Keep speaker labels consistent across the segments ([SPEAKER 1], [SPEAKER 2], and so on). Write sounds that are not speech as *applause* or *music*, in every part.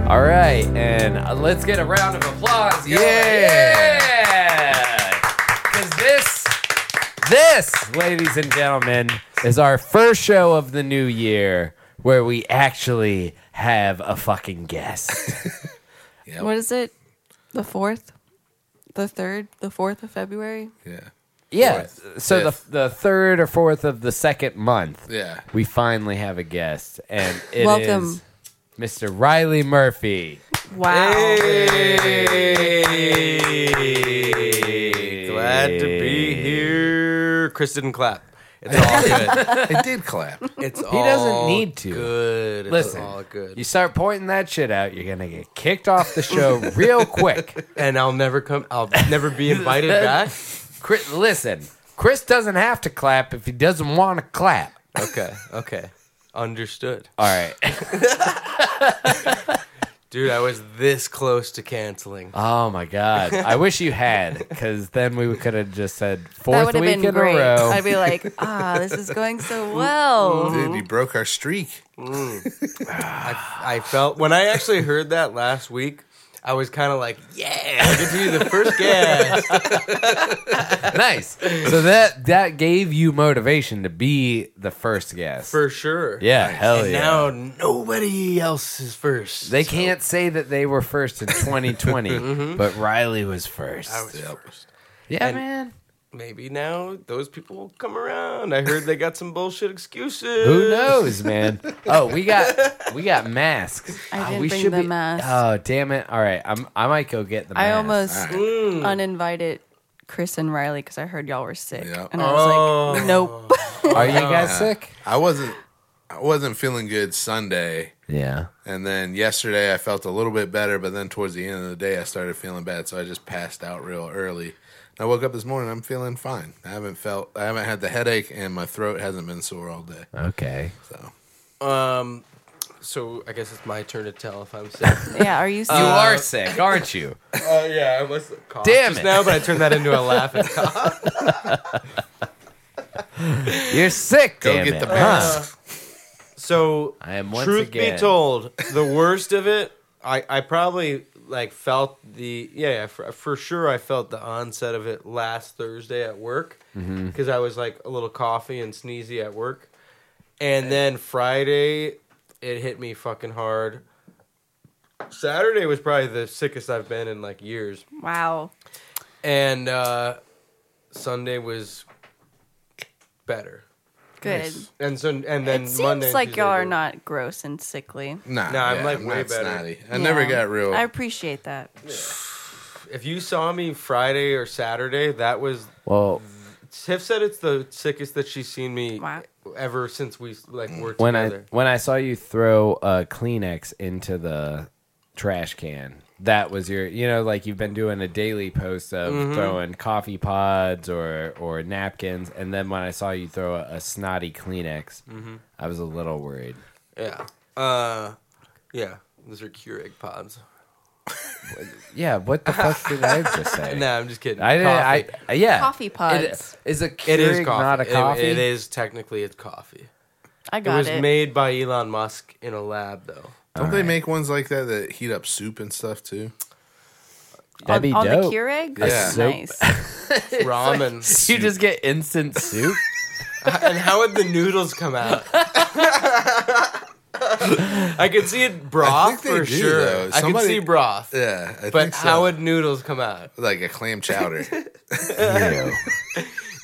[SPEAKER 1] right, and uh, let's get a round of applause. going.
[SPEAKER 2] Yeah.
[SPEAKER 1] Yeah. Because this, this, ladies and gentlemen, is our first show of the new year where we actually have a fucking guest.
[SPEAKER 2] What
[SPEAKER 3] What is it? The fourth, the third, the fourth of February.
[SPEAKER 2] Yeah.
[SPEAKER 1] yeah.
[SPEAKER 2] Fourth,
[SPEAKER 1] So the,
[SPEAKER 2] fifth.
[SPEAKER 1] the third or fourth of the second month,
[SPEAKER 2] Yeah.
[SPEAKER 1] we finally have a guest, and it is
[SPEAKER 3] Welcome.
[SPEAKER 1] Mr. Riley Murphy.
[SPEAKER 3] Wow.
[SPEAKER 4] Glad to be here. Chris didn't clap. It's all good.
[SPEAKER 2] I did clap.
[SPEAKER 4] *laughs* It's he
[SPEAKER 1] doesn't
[SPEAKER 2] Oh,
[SPEAKER 1] need to.
[SPEAKER 4] Good. It's
[SPEAKER 1] Listen,
[SPEAKER 4] all good.
[SPEAKER 1] you start pointing that shit out, you're gonna get kicked off the show real quick.
[SPEAKER 4] and I'll never come. I'll never
[SPEAKER 1] *laughs*
[SPEAKER 4] be invited back.
[SPEAKER 1] Chris, listen, Chris doesn't have to clap if he doesn't want to clap.
[SPEAKER 4] Okay. Okay. Understood.
[SPEAKER 1] All right.
[SPEAKER 4] Dude, I was this close to canceling.
[SPEAKER 1] Oh my god, I wish you had, because then we could have just said
[SPEAKER 3] That
[SPEAKER 1] fourth
[SPEAKER 3] would have
[SPEAKER 1] week
[SPEAKER 3] been
[SPEAKER 1] in
[SPEAKER 3] great.
[SPEAKER 1] a row.
[SPEAKER 3] I'd be like, ah, this is going so well.
[SPEAKER 2] Dude, you broke our streak.
[SPEAKER 4] I, I felt when I actually heard that last week. I was kind of like, yeah, I get to be the first
[SPEAKER 1] *laughs*
[SPEAKER 4] guest.
[SPEAKER 1] *laughs* nice. So that that gave you motivation to be the first guest.
[SPEAKER 4] For sure.
[SPEAKER 1] yeah, hell
[SPEAKER 4] And
[SPEAKER 1] yeah.
[SPEAKER 4] now nobody else is first.
[SPEAKER 1] they can't say that they were first in 2020, but Riley was first.
[SPEAKER 4] I was
[SPEAKER 2] Yep.
[SPEAKER 4] first.
[SPEAKER 1] yeah,
[SPEAKER 4] and-
[SPEAKER 1] man.
[SPEAKER 4] maybe now those people will come around. I heard they got some bullshit excuses.
[SPEAKER 1] Who knows, man? Oh, we got we got masks.
[SPEAKER 3] I
[SPEAKER 1] Oh,
[SPEAKER 3] didn't
[SPEAKER 1] we
[SPEAKER 3] bring
[SPEAKER 1] should
[SPEAKER 3] the
[SPEAKER 1] be-
[SPEAKER 3] mask.
[SPEAKER 1] Oh, damn it! All right, I'm I might go get the. Mask.
[SPEAKER 3] I almost
[SPEAKER 2] All right.
[SPEAKER 3] uninvited Chris and Riley because I heard y'all were sick,
[SPEAKER 2] Yeah.
[SPEAKER 3] and I was like, nope. *laughs*
[SPEAKER 1] Are you guys
[SPEAKER 2] Yeah.
[SPEAKER 1] sick?
[SPEAKER 2] I wasn't I wasn't feeling good Sunday.
[SPEAKER 1] Yeah.
[SPEAKER 2] And then yesterday I felt a little bit better, but then towards the end of the day I started feeling bad, so I just passed out real early. And I woke up this morning, I'm feeling fine. I haven't felt I haven't had the headache and my throat hasn't been sore all day.
[SPEAKER 1] Okay.
[SPEAKER 2] So
[SPEAKER 4] Um, so I guess it's my turn to tell if I'm sick.
[SPEAKER 3] yeah, are you? Sick?
[SPEAKER 1] you
[SPEAKER 2] Uh,
[SPEAKER 1] are sick, aren't you?
[SPEAKER 4] Oh yeah, I must cough
[SPEAKER 1] Damn
[SPEAKER 4] just
[SPEAKER 1] it.
[SPEAKER 4] now, but I turned that into a laugh and cough.
[SPEAKER 1] *laughs* You're sick.
[SPEAKER 2] Go
[SPEAKER 1] damn
[SPEAKER 2] get
[SPEAKER 1] it,
[SPEAKER 2] the
[SPEAKER 1] huh?
[SPEAKER 2] mask.
[SPEAKER 4] So
[SPEAKER 1] I am once
[SPEAKER 4] truth
[SPEAKER 1] again-
[SPEAKER 4] be told, the worst of it, I I probably like felt the yeah, yeah, for, for sure I felt the onset of it last Thursday at work because
[SPEAKER 1] Mm-hmm.
[SPEAKER 4] I was like a little coffee and sneezy at work, and then Friday it hit me fucking hard. Saturday was probably the sickest I've been in like years,
[SPEAKER 3] Wow.
[SPEAKER 4] and uh, Sunday was better.
[SPEAKER 3] Good.
[SPEAKER 4] And so and then
[SPEAKER 3] It seems
[SPEAKER 4] Monday and
[SPEAKER 3] like
[SPEAKER 4] Tuesday
[SPEAKER 3] y'all are
[SPEAKER 4] were-
[SPEAKER 3] not gross and sickly.
[SPEAKER 2] Nah,
[SPEAKER 4] *laughs* Nah, I'm, like, way
[SPEAKER 2] not
[SPEAKER 4] better.
[SPEAKER 2] snotty. I never
[SPEAKER 3] Yeah.
[SPEAKER 2] got real
[SPEAKER 3] I appreciate that.
[SPEAKER 4] If you saw me Friday or Saturday, that was
[SPEAKER 1] Well,
[SPEAKER 4] Tiff said it's the sickest that she's seen me
[SPEAKER 3] Wow.
[SPEAKER 4] ever since we like were
[SPEAKER 1] when
[SPEAKER 4] together.
[SPEAKER 1] I when I saw you throw a Kleenex into the trash can, that was your you know like you've been doing a daily post of
[SPEAKER 4] Mm-hmm.
[SPEAKER 1] throwing coffee pods or or napkins, and then when I saw you throw a, a snotty Kleenex,
[SPEAKER 4] Mm-hmm.
[SPEAKER 1] I was a little worried.
[SPEAKER 4] yeah, uh, yeah, those are Keurig pods.
[SPEAKER 1] Yeah, what the fuck did I
[SPEAKER 4] *laughs*
[SPEAKER 1] just say?
[SPEAKER 4] Nah, I'm just kidding.
[SPEAKER 1] I didn't. I,
[SPEAKER 4] Coffee.
[SPEAKER 1] I yeah.
[SPEAKER 3] Coffee pods.
[SPEAKER 1] It, is a Keurig
[SPEAKER 4] it is coffee.
[SPEAKER 1] not a
[SPEAKER 4] It-
[SPEAKER 1] coffee?
[SPEAKER 4] it is technically it's coffee.
[SPEAKER 3] I
[SPEAKER 4] it
[SPEAKER 3] got
[SPEAKER 4] was
[SPEAKER 3] it.
[SPEAKER 4] made by Elon Musk in a
[SPEAKER 3] *laughs*
[SPEAKER 4] lab, though.
[SPEAKER 2] Don't they make ones like that that heat up soup and stuff too?
[SPEAKER 1] That'd be
[SPEAKER 3] on, on
[SPEAKER 1] *laughs*
[SPEAKER 3] the
[SPEAKER 1] dope.
[SPEAKER 3] Keurig.
[SPEAKER 2] Yeah.
[SPEAKER 3] That's
[SPEAKER 1] Soup.
[SPEAKER 3] nice.
[SPEAKER 1] *laughs*
[SPEAKER 4] Ramen.
[SPEAKER 1] you just get instant *laughs* soup.
[SPEAKER 4] and how would the noodles come out? I could see it
[SPEAKER 2] I
[SPEAKER 4] broth
[SPEAKER 2] think they do,
[SPEAKER 4] for sure.
[SPEAKER 2] though.
[SPEAKER 4] I could
[SPEAKER 2] Somebody-
[SPEAKER 4] see broth.
[SPEAKER 2] Yeah, I
[SPEAKER 4] But
[SPEAKER 2] think so.
[SPEAKER 4] how would noodles come out?
[SPEAKER 2] like a clam
[SPEAKER 4] *laughs*
[SPEAKER 2] chowder?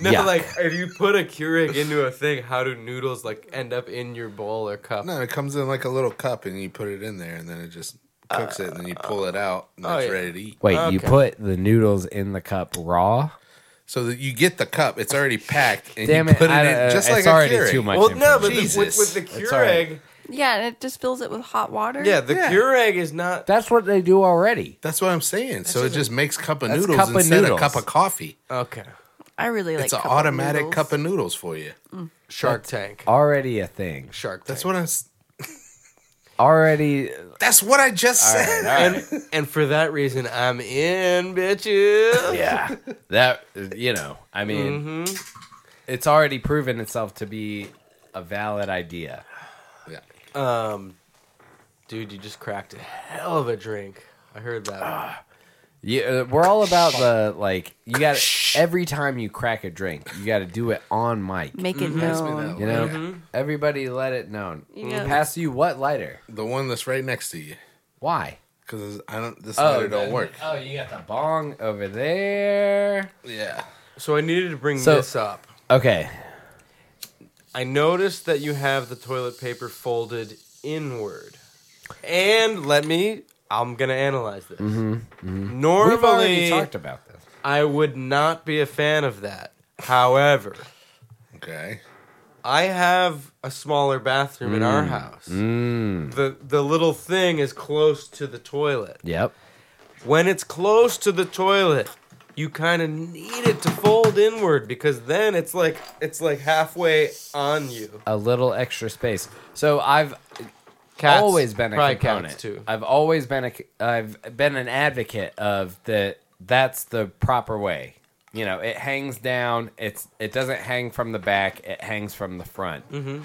[SPEAKER 4] No,
[SPEAKER 1] Yuck.
[SPEAKER 4] like if you put a Keurig into a thing, how do noodles like end up in your bowl or cup?
[SPEAKER 2] no, it comes in like a little cup and you put it in there and then it just cooks it and then you pull it out and
[SPEAKER 4] oh,
[SPEAKER 2] it's
[SPEAKER 4] yeah.
[SPEAKER 2] ready to eat.
[SPEAKER 1] Wait, you
[SPEAKER 4] Okay.
[SPEAKER 1] put the noodles in the cup raw?
[SPEAKER 2] So that you get the cup, it's already packed and
[SPEAKER 1] Damn
[SPEAKER 2] you
[SPEAKER 1] it!
[SPEAKER 2] put it,
[SPEAKER 1] I-
[SPEAKER 2] in
[SPEAKER 1] uh,
[SPEAKER 2] just
[SPEAKER 1] it's
[SPEAKER 2] like
[SPEAKER 1] already
[SPEAKER 2] a Keurig.
[SPEAKER 1] too much.
[SPEAKER 4] Well, no, but the,
[SPEAKER 2] Jesus.
[SPEAKER 4] with, with the Keurig,
[SPEAKER 1] That's all right.
[SPEAKER 3] Yeah, and it just fills it with hot water.
[SPEAKER 4] yeah, the
[SPEAKER 2] Yeah.
[SPEAKER 4] Keurig is not.
[SPEAKER 1] That's what they do already.
[SPEAKER 2] That's what I'm saying. so it
[SPEAKER 4] just a-
[SPEAKER 2] just makes cup of
[SPEAKER 1] that's
[SPEAKER 2] noodles
[SPEAKER 1] cup of
[SPEAKER 2] instead
[SPEAKER 1] noodles.
[SPEAKER 2] of cup of coffee.
[SPEAKER 4] Okay,
[SPEAKER 3] I really like.
[SPEAKER 2] it's an
[SPEAKER 3] cup of
[SPEAKER 2] automatic
[SPEAKER 3] noodles.
[SPEAKER 2] cup of noodles for you.
[SPEAKER 4] Shark Tank.
[SPEAKER 1] Already a thing.
[SPEAKER 4] Shark Tank.
[SPEAKER 2] That's what I'm. s-
[SPEAKER 1] Already. uh,
[SPEAKER 2] That's what I just said.
[SPEAKER 4] And, and for that reason, I'm in, bitches. Mm-hmm.
[SPEAKER 1] Yeah. *laughs* Mm-hmm. That you know, I mean, it's already proven itself to be a valid idea.
[SPEAKER 2] Yeah.
[SPEAKER 4] Um, Dude, you just cracked a hell of a drink. I heard that.
[SPEAKER 1] Yeah, uh, we're all about the like. You got to every time you crack a drink, you got to do it on mic.
[SPEAKER 3] Make it
[SPEAKER 2] *laughs* Pass Mm, me that one.
[SPEAKER 3] known.
[SPEAKER 1] You know, everybody let it known.
[SPEAKER 3] You know-
[SPEAKER 1] Pass you what lighter?
[SPEAKER 2] The one that's right next to you.
[SPEAKER 1] Why?
[SPEAKER 2] Because I don't. This letter don't
[SPEAKER 1] the-
[SPEAKER 2] work.
[SPEAKER 1] Oh, you got the bong over there.
[SPEAKER 2] Yeah.
[SPEAKER 4] So I needed to bring
[SPEAKER 1] So-
[SPEAKER 4] this up.
[SPEAKER 1] Okay.
[SPEAKER 4] I noticed that you have the toilet paper folded inward. And let me, I'm going to analyze this.
[SPEAKER 1] Mm-hmm, We've already
[SPEAKER 4] Normally,
[SPEAKER 1] talked about this.
[SPEAKER 4] I would not be a fan of that. However,
[SPEAKER 2] Okay.
[SPEAKER 4] I have a smaller bathroom in our house.
[SPEAKER 1] Mm.
[SPEAKER 4] The, the little thing is close to the toilet.
[SPEAKER 1] Yep.
[SPEAKER 4] When it's close to the toilet, you kind of need it to fold inward because then it's like it's like halfway on you.
[SPEAKER 1] A little extra space. So I've
[SPEAKER 4] Cats
[SPEAKER 1] always been a
[SPEAKER 4] probably
[SPEAKER 1] component.
[SPEAKER 4] cats too.
[SPEAKER 1] I've always been a I've been an advocate of that that's the proper way. You know, it hangs down. It's it doesn't hang from the back. It hangs from the front. Mm-hmm.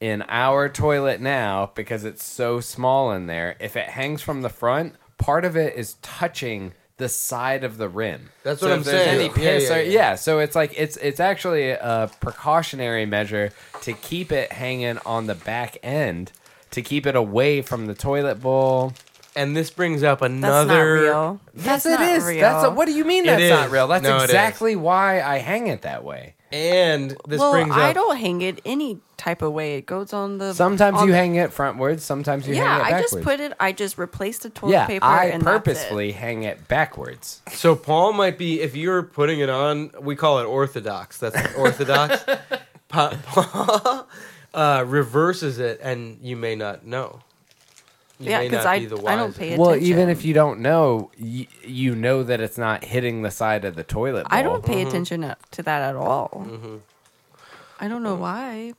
[SPEAKER 1] In our toilet now, because it's so small in there, if it hangs from the front, part of it is touching the side of the rim.
[SPEAKER 4] That's
[SPEAKER 1] So
[SPEAKER 4] what I'm
[SPEAKER 1] if there's
[SPEAKER 4] saying.
[SPEAKER 1] Any
[SPEAKER 4] Yeah,
[SPEAKER 1] piss
[SPEAKER 4] yeah,
[SPEAKER 1] or-
[SPEAKER 4] yeah.
[SPEAKER 1] yeah, so it's like it's it's actually a precautionary measure to keep it hanging on the back end to keep it away from the toilet bowl.
[SPEAKER 4] And this brings up
[SPEAKER 3] That's
[SPEAKER 4] another
[SPEAKER 3] not real.
[SPEAKER 1] Yes,
[SPEAKER 3] That's
[SPEAKER 1] it
[SPEAKER 3] not
[SPEAKER 1] is.
[SPEAKER 3] Real.
[SPEAKER 1] That's a, what do you mean? That's
[SPEAKER 4] It
[SPEAKER 1] not
[SPEAKER 4] is.
[SPEAKER 1] real. That's
[SPEAKER 4] No, it is.
[SPEAKER 1] exactly why I hang it that way.
[SPEAKER 4] and this
[SPEAKER 3] well,
[SPEAKER 4] brings up
[SPEAKER 3] I don't hang it any type of way. It goes on the.
[SPEAKER 1] Sometimes
[SPEAKER 3] on
[SPEAKER 1] you
[SPEAKER 3] the-
[SPEAKER 1] hang it frontwards. Sometimes you
[SPEAKER 3] Yeah,
[SPEAKER 1] hang it
[SPEAKER 3] I
[SPEAKER 1] backwards.
[SPEAKER 3] just put it. I just replaced the toilet
[SPEAKER 1] yeah,
[SPEAKER 3] paper.
[SPEAKER 1] I
[SPEAKER 3] and
[SPEAKER 1] purposefully hang it backwards.
[SPEAKER 4] so Paul might be if you're putting it on we call it
[SPEAKER 1] *laughs*
[SPEAKER 4] orthodox. That's orthodox. Pa- Paul uh, reverses it and you may not know. You
[SPEAKER 3] That's it. Yeah,
[SPEAKER 4] may
[SPEAKER 3] because
[SPEAKER 4] not
[SPEAKER 3] I,
[SPEAKER 4] be the
[SPEAKER 3] I don't
[SPEAKER 4] wiser.
[SPEAKER 3] pay attention.
[SPEAKER 1] Well, even if you don't know, you, you know that it's not hitting the side of the toilet bowl.
[SPEAKER 3] I don't pay attention at- to that at all. I don't know why.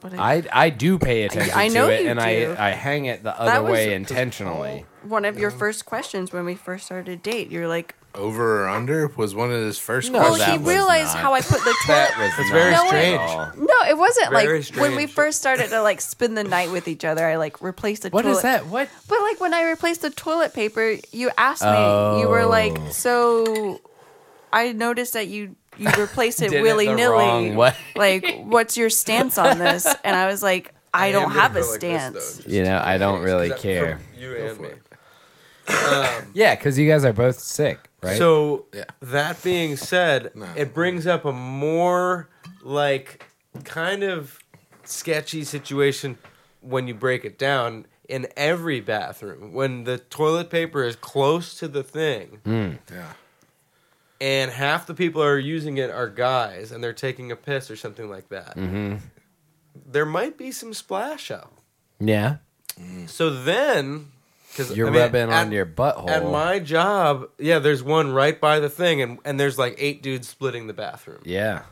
[SPEAKER 3] But I,
[SPEAKER 1] I, I do pay attention
[SPEAKER 3] I know
[SPEAKER 1] to it,
[SPEAKER 3] you
[SPEAKER 1] and
[SPEAKER 3] do.
[SPEAKER 1] I, I hang it the
[SPEAKER 3] That
[SPEAKER 1] other
[SPEAKER 3] was-
[SPEAKER 1] way intentionally.
[SPEAKER 3] one of your first questions when we first started a date, you're like,
[SPEAKER 2] Over or under was one of his first
[SPEAKER 1] No,
[SPEAKER 3] "Well,
[SPEAKER 1] that
[SPEAKER 3] he
[SPEAKER 1] was
[SPEAKER 3] realized
[SPEAKER 1] not-
[SPEAKER 3] how I put
[SPEAKER 1] *laughs*
[SPEAKER 3] the
[SPEAKER 1] That
[SPEAKER 3] toilet."
[SPEAKER 1] was
[SPEAKER 4] It's
[SPEAKER 1] not
[SPEAKER 4] very
[SPEAKER 1] at
[SPEAKER 4] strange.
[SPEAKER 1] all.
[SPEAKER 3] no, it wasn't
[SPEAKER 4] Very
[SPEAKER 3] like when we
[SPEAKER 4] strange.
[SPEAKER 3] first started to like spend the night with each other. I like replaced the
[SPEAKER 1] What
[SPEAKER 3] toilet.
[SPEAKER 1] is that? What?
[SPEAKER 3] But like when I replaced the toilet paper, you asked me. You were
[SPEAKER 1] Oh.
[SPEAKER 3] like, "So, I noticed that you you
[SPEAKER 1] *laughs*
[SPEAKER 3] replaced
[SPEAKER 1] Did it
[SPEAKER 3] it
[SPEAKER 1] the
[SPEAKER 3] willy nilly.
[SPEAKER 1] wrong way.
[SPEAKER 3] *laughs* Like, what's your stance on this?" And I was like, "I,
[SPEAKER 4] am
[SPEAKER 3] don't
[SPEAKER 4] gonna
[SPEAKER 3] have
[SPEAKER 4] go
[SPEAKER 3] a
[SPEAKER 4] like this,
[SPEAKER 3] stance."
[SPEAKER 4] though, just
[SPEAKER 1] You know, I don't
[SPEAKER 4] in case,
[SPEAKER 1] really
[SPEAKER 4] 'cause I-
[SPEAKER 1] care.
[SPEAKER 4] for You and me.
[SPEAKER 1] Yeah, because you guys are both sick, right?
[SPEAKER 4] So
[SPEAKER 2] Yeah.
[SPEAKER 4] that being said,
[SPEAKER 2] No.
[SPEAKER 4] it brings up a more like kind of sketchy situation when you break it down in every bathroom when the toilet paper is close to the thing
[SPEAKER 1] Mm-hmm.
[SPEAKER 2] Yeah.
[SPEAKER 4] and half the people are using it are guys and they're taking a piss or something like that.
[SPEAKER 1] Mm-hmm.
[SPEAKER 4] There might be some splash out.
[SPEAKER 1] yeah,
[SPEAKER 4] So then cuz
[SPEAKER 1] Hmm. you're rubbing on your butthole.
[SPEAKER 4] At my job, yeah, there's one right by the thing, and, and there's like eight dudes splitting the bathroom.
[SPEAKER 1] yeah,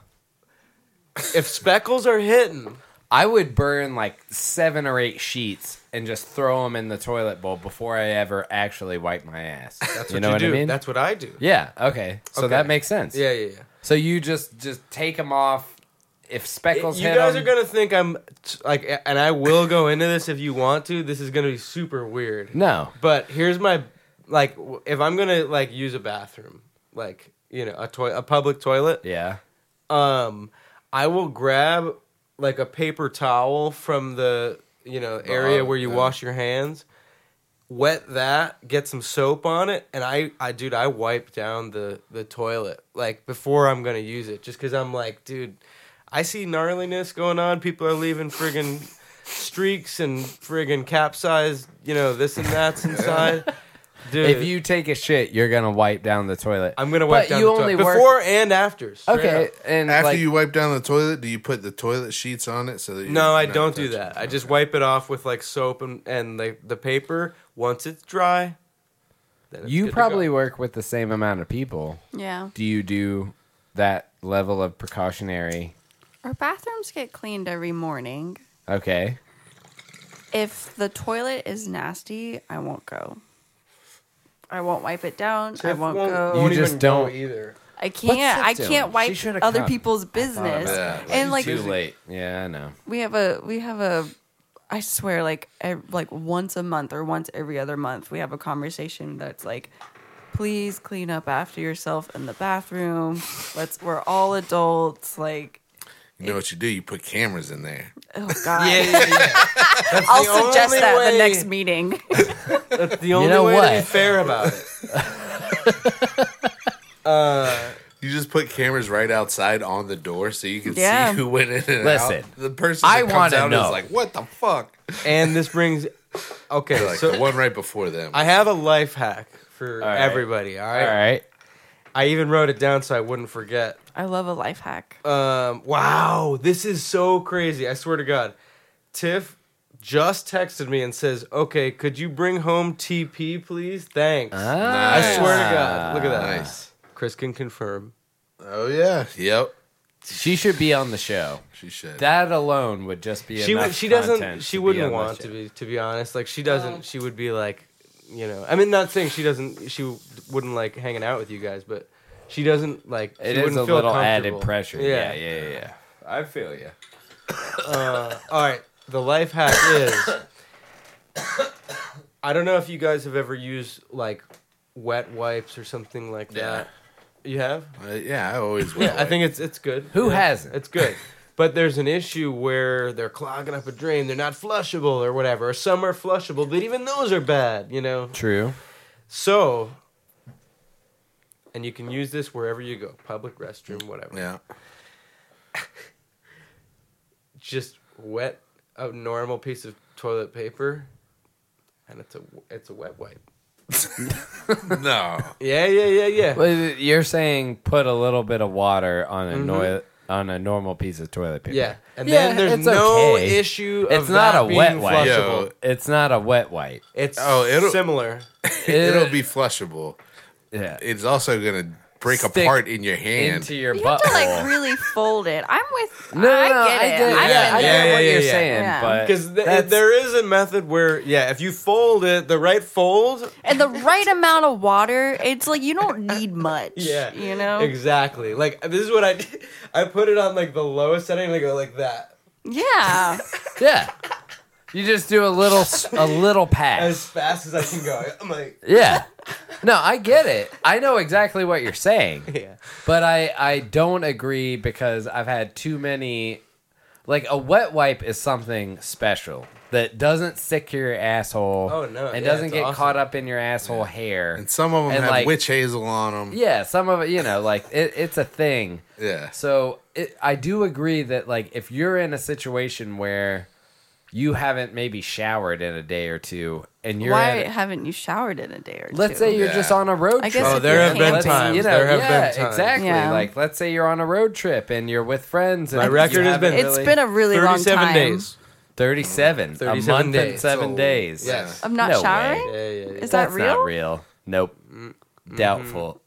[SPEAKER 4] If speckles are hitting,
[SPEAKER 1] I would burn like seven or eight sheets and just throw them in the toilet bowl before I ever actually wipe my ass.
[SPEAKER 4] that's
[SPEAKER 1] you
[SPEAKER 4] what
[SPEAKER 1] know
[SPEAKER 4] you
[SPEAKER 1] what
[SPEAKER 4] do.
[SPEAKER 1] I mean?
[SPEAKER 4] That's what I do.
[SPEAKER 1] yeah. Okay, so
[SPEAKER 4] Okay.
[SPEAKER 1] that makes sense.
[SPEAKER 4] Yeah, yeah, yeah.
[SPEAKER 1] So you just just take them off. If speckles
[SPEAKER 4] you
[SPEAKER 1] hit
[SPEAKER 4] guys
[SPEAKER 1] 'em-
[SPEAKER 4] are gonna think I'm t- like, a- and I will go into this if you want to. This is gonna be super weird.
[SPEAKER 1] no.
[SPEAKER 4] But here's my like, w- if I'm gonna like use a bathroom, like you know, a toilet, a public toilet,
[SPEAKER 1] Yeah.
[SPEAKER 4] um, I will grab like a paper towel from the you know area
[SPEAKER 2] uh,
[SPEAKER 4] where you
[SPEAKER 2] yeah.
[SPEAKER 4] wash your hands, wet that, get some soap on it, and I, I dude, I wipe down the the toilet like before I'm gonna use it, just because I'm like, dude, I see gnarliness going on. People are leaving friggin' streaks and friggin' capsized, you know, this and that's inside. Dude,
[SPEAKER 1] If you take a shit, you're gonna wipe down the toilet.
[SPEAKER 4] I'm gonna wipe
[SPEAKER 1] But
[SPEAKER 4] down
[SPEAKER 1] you
[SPEAKER 4] the
[SPEAKER 1] only
[SPEAKER 4] toilet
[SPEAKER 1] work-
[SPEAKER 4] before and after. straight
[SPEAKER 1] okay,
[SPEAKER 4] up.
[SPEAKER 1] and
[SPEAKER 2] After
[SPEAKER 1] like,
[SPEAKER 2] you wipe down the toilet, do you put the toilet sheets on it so that you
[SPEAKER 4] No, I
[SPEAKER 2] not
[SPEAKER 4] don't do
[SPEAKER 2] touching?
[SPEAKER 4] that. I just wipe it off with like soap and and the, the paper. Once it's dry, then it's
[SPEAKER 1] you
[SPEAKER 4] good to
[SPEAKER 1] probably
[SPEAKER 4] go.
[SPEAKER 1] work with the same amount of people.
[SPEAKER 3] Yeah,
[SPEAKER 1] do you do that level of precautionary?
[SPEAKER 3] our bathrooms get cleaned every morning.
[SPEAKER 1] Okay.
[SPEAKER 3] If the toilet is nasty, I won't go. I won't wipe it down. I
[SPEAKER 4] Tiff
[SPEAKER 3] won't,
[SPEAKER 4] won't-
[SPEAKER 3] go.
[SPEAKER 1] You just
[SPEAKER 4] even go
[SPEAKER 1] don't-
[SPEAKER 4] either.
[SPEAKER 3] I can't.
[SPEAKER 1] Tiff
[SPEAKER 3] I
[SPEAKER 1] doing?
[SPEAKER 3] can't
[SPEAKER 1] She
[SPEAKER 3] wipe
[SPEAKER 1] should've
[SPEAKER 3] other
[SPEAKER 1] come.
[SPEAKER 3] people's business.
[SPEAKER 1] that.
[SPEAKER 3] And like
[SPEAKER 1] Too late. Yeah, I know.
[SPEAKER 3] we have a we have a I swear, like ev- like once a month or once every other month, we have a conversation that's like, please clean up after yourself in the bathroom. Let's we're all adults. Like,
[SPEAKER 2] You know what you do? You put cameras in there.
[SPEAKER 1] *laughs*
[SPEAKER 3] oh god,
[SPEAKER 4] Yeah, yeah, yeah.
[SPEAKER 3] I'll
[SPEAKER 4] the
[SPEAKER 3] suggest
[SPEAKER 4] only
[SPEAKER 3] that
[SPEAKER 4] way-
[SPEAKER 3] the next meeting. *laughs*
[SPEAKER 4] That's the only
[SPEAKER 1] know
[SPEAKER 4] way to be
[SPEAKER 1] what?
[SPEAKER 4] fair about it.
[SPEAKER 2] You just put cameras right outside on the door so you can
[SPEAKER 3] Yeah.
[SPEAKER 2] see who went in and
[SPEAKER 1] Listen,
[SPEAKER 2] out. The person that
[SPEAKER 1] I
[SPEAKER 2] comes
[SPEAKER 1] wanna
[SPEAKER 2] out
[SPEAKER 1] know.
[SPEAKER 2] is like, what the fuck?
[SPEAKER 4] *laughs* And this brings. Okay,
[SPEAKER 2] Like
[SPEAKER 4] so
[SPEAKER 2] the one right before them.
[SPEAKER 4] I have a life hack for
[SPEAKER 1] right.
[SPEAKER 4] everybody. All right?
[SPEAKER 1] All right.
[SPEAKER 4] I even wrote it down so I wouldn't forget.
[SPEAKER 3] I love a life hack.
[SPEAKER 4] Um, wow, this is so crazy. I swear to God. Tiff just texted me and says, Okay, could you bring home TP, please? Thanks. I
[SPEAKER 1] Ah.
[SPEAKER 2] Nice.
[SPEAKER 4] swear to God. Look at that.
[SPEAKER 2] Nice.
[SPEAKER 4] Chris can confirm.
[SPEAKER 2] oh, yeah. Yep.
[SPEAKER 1] She should be on the show.
[SPEAKER 2] She should.
[SPEAKER 1] That alone would just be
[SPEAKER 4] She
[SPEAKER 1] enough
[SPEAKER 4] would she
[SPEAKER 1] content
[SPEAKER 4] doesn't she
[SPEAKER 1] to be
[SPEAKER 4] wouldn't
[SPEAKER 1] on the
[SPEAKER 4] want
[SPEAKER 1] show.
[SPEAKER 4] to be to be honest. Like she doesn't she would be like you know I mean not saying she doesn't she wouldn't like hanging out with you guys, but she doesn't like she
[SPEAKER 1] It
[SPEAKER 4] wouldn't
[SPEAKER 1] is a
[SPEAKER 4] feel
[SPEAKER 1] little added
[SPEAKER 4] comfortable.
[SPEAKER 1] pressure. Yeah, yeah, yeah. yeah. I feel you.
[SPEAKER 4] All right, the life hack is *coughs* I don't know if you guys have ever used like wet wipes or something like
[SPEAKER 2] Yeah.
[SPEAKER 4] that. You have?
[SPEAKER 2] Uh, yeah,
[SPEAKER 1] *laughs*
[SPEAKER 2] I always will.
[SPEAKER 4] Yeah, *laughs* I think it's it's good.
[SPEAKER 1] Who
[SPEAKER 4] Yeah,
[SPEAKER 1] hasn't?
[SPEAKER 4] It's good. But there's an issue where they're clogging up a drain, they're not flushable or whatever. Or some are flushable, but even those are bad, you know.
[SPEAKER 1] True.
[SPEAKER 4] So and you can use this wherever you go, public restroom, whatever.
[SPEAKER 2] Yeah.
[SPEAKER 4] just wet a normal piece of toilet paper, and it's a it's a wet wipe.
[SPEAKER 2] No.
[SPEAKER 1] *laughs*
[SPEAKER 4] Yeah, yeah, yeah, yeah.
[SPEAKER 1] Well, you're saying put a little bit of water on a noi- on a normal piece of toilet paper.
[SPEAKER 4] Mm-hmm. yeah, and
[SPEAKER 1] Yeah,
[SPEAKER 4] then there's
[SPEAKER 1] it's
[SPEAKER 4] no
[SPEAKER 1] okay.
[SPEAKER 4] issue. Of
[SPEAKER 1] It's not
[SPEAKER 4] that
[SPEAKER 1] a
[SPEAKER 4] being
[SPEAKER 1] wet wipe.
[SPEAKER 4] flushable.
[SPEAKER 2] Yo.
[SPEAKER 1] It's not a wet
[SPEAKER 4] *laughs*
[SPEAKER 1] wipe.
[SPEAKER 4] It's
[SPEAKER 2] Oh, it'll-
[SPEAKER 4] similar.
[SPEAKER 2] It'll be flushable.
[SPEAKER 1] yeah.
[SPEAKER 2] It's also going to break
[SPEAKER 1] Stick
[SPEAKER 2] apart in your hand.
[SPEAKER 1] into your
[SPEAKER 3] You
[SPEAKER 1] butt.
[SPEAKER 3] have to like really fold it. I'm with.
[SPEAKER 1] no, no,
[SPEAKER 3] I
[SPEAKER 1] no,
[SPEAKER 3] get
[SPEAKER 1] I
[SPEAKER 3] it.
[SPEAKER 1] get it.
[SPEAKER 3] I've
[SPEAKER 1] Yeah,
[SPEAKER 3] been
[SPEAKER 1] I
[SPEAKER 3] there.
[SPEAKER 4] yeah,
[SPEAKER 1] get
[SPEAKER 4] yeah,
[SPEAKER 1] what
[SPEAKER 4] yeah,
[SPEAKER 1] you're
[SPEAKER 4] yeah.
[SPEAKER 1] saying,
[SPEAKER 3] Yeah.
[SPEAKER 1] but
[SPEAKER 4] Because
[SPEAKER 1] that's-
[SPEAKER 4] there is a method where, yeah, if you fold it, the right fold,
[SPEAKER 3] and the right amount of water. It's like you don't need much.
[SPEAKER 4] yeah,
[SPEAKER 3] you know.
[SPEAKER 4] exactly. Like this is what I, did. *laughs* I put it on like the lowest setting, and I go like that
[SPEAKER 3] yeah,
[SPEAKER 1] yeah, you just do a little s- a
[SPEAKER 4] *laughs*
[SPEAKER 1] little
[SPEAKER 4] as
[SPEAKER 1] pass.
[SPEAKER 4] fast as I can go. *laughs* I'm like,
[SPEAKER 1] Yeah. No, I get it. I know exactly what you're saying.
[SPEAKER 4] yeah,
[SPEAKER 1] But I I don't agree because I've had too many. Like a wet wipe is something special that doesn't stick to your asshole.
[SPEAKER 4] Oh, no.
[SPEAKER 1] And
[SPEAKER 4] Yeah,
[SPEAKER 1] doesn't
[SPEAKER 4] it's
[SPEAKER 1] get
[SPEAKER 4] awesome.
[SPEAKER 1] caught up in your asshole hair.
[SPEAKER 2] And some of them
[SPEAKER 1] And,
[SPEAKER 2] have
[SPEAKER 1] like-
[SPEAKER 2] witch hazel on them.
[SPEAKER 1] yeah, some of it, you know, like it, it's a thing.
[SPEAKER 2] Yeah.
[SPEAKER 1] So it, I do agree that like if you're in a situation where you haven't maybe showered in a day or two, and you're
[SPEAKER 3] why
[SPEAKER 1] at-
[SPEAKER 3] haven't you showered in a day or two?
[SPEAKER 1] let's say you're
[SPEAKER 2] Yeah.
[SPEAKER 1] just on a road
[SPEAKER 3] I
[SPEAKER 1] trip.
[SPEAKER 3] guess Oh, if there you have can't- been
[SPEAKER 1] Let's-
[SPEAKER 4] times.
[SPEAKER 1] You know,
[SPEAKER 4] There have
[SPEAKER 1] yeah,
[SPEAKER 4] been times.
[SPEAKER 1] exactly.
[SPEAKER 3] Yeah.
[SPEAKER 1] Like let's say you're on a road trip and you're with friends. And
[SPEAKER 4] My
[SPEAKER 1] you
[SPEAKER 4] record has been-
[SPEAKER 1] haven't
[SPEAKER 3] it's been a really long
[SPEAKER 4] thirty-seven
[SPEAKER 3] time.
[SPEAKER 4] days.
[SPEAKER 1] 37, a
[SPEAKER 4] 37
[SPEAKER 1] month
[SPEAKER 4] days.
[SPEAKER 1] and seven
[SPEAKER 4] So-
[SPEAKER 1] days.
[SPEAKER 4] Yes.
[SPEAKER 3] I'm not
[SPEAKER 1] No way.
[SPEAKER 3] showering.
[SPEAKER 4] Yeah, yeah, yeah.
[SPEAKER 3] Is that
[SPEAKER 1] That's not
[SPEAKER 3] real?
[SPEAKER 1] real. Nope. Mm-hmm. Doubtful.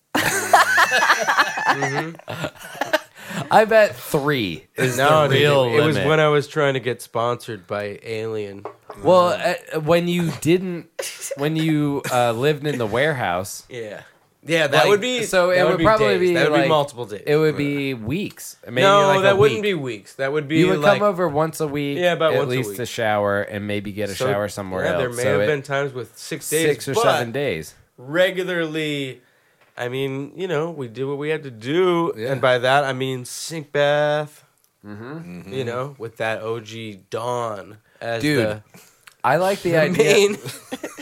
[SPEAKER 1] Mm-hmm. *laughs* I bet three is
[SPEAKER 4] No,
[SPEAKER 1] the
[SPEAKER 4] dude,
[SPEAKER 1] real
[SPEAKER 4] it, it was
[SPEAKER 1] limit.
[SPEAKER 4] when I was trying to get sponsored by Alien.
[SPEAKER 1] Well, uh, when you didn't, when you uh, lived in the warehouse,
[SPEAKER 4] Yeah, yeah, that
[SPEAKER 1] Like,
[SPEAKER 4] would be
[SPEAKER 1] so it
[SPEAKER 4] that
[SPEAKER 1] would probably
[SPEAKER 4] days.
[SPEAKER 1] be
[SPEAKER 4] that would
[SPEAKER 1] like-
[SPEAKER 4] be multiple days.
[SPEAKER 1] it would be weeks. Maybe
[SPEAKER 4] no,
[SPEAKER 1] like
[SPEAKER 4] that
[SPEAKER 1] a
[SPEAKER 4] wouldn't
[SPEAKER 1] week.
[SPEAKER 4] be weeks. That would be
[SPEAKER 1] You would
[SPEAKER 4] like,
[SPEAKER 1] come over once a week,
[SPEAKER 4] Yeah, about
[SPEAKER 1] at
[SPEAKER 4] once a
[SPEAKER 1] least
[SPEAKER 4] week.
[SPEAKER 1] to shower and maybe get a
[SPEAKER 4] so-
[SPEAKER 1] shower somewhere
[SPEAKER 4] yeah,
[SPEAKER 1] else.
[SPEAKER 4] There may
[SPEAKER 1] So
[SPEAKER 4] have
[SPEAKER 1] it-
[SPEAKER 4] been times with six days,
[SPEAKER 1] six or
[SPEAKER 4] but
[SPEAKER 1] seven days.
[SPEAKER 4] Regularly, I mean, you know, we did what we had to do,
[SPEAKER 2] Yeah.
[SPEAKER 4] and by that I mean sink bath.
[SPEAKER 1] Mm-hmm.
[SPEAKER 4] You know, with that OG Dawn as
[SPEAKER 1] Dude,
[SPEAKER 4] the
[SPEAKER 1] I like
[SPEAKER 4] *laughs*
[SPEAKER 1] the idea
[SPEAKER 4] main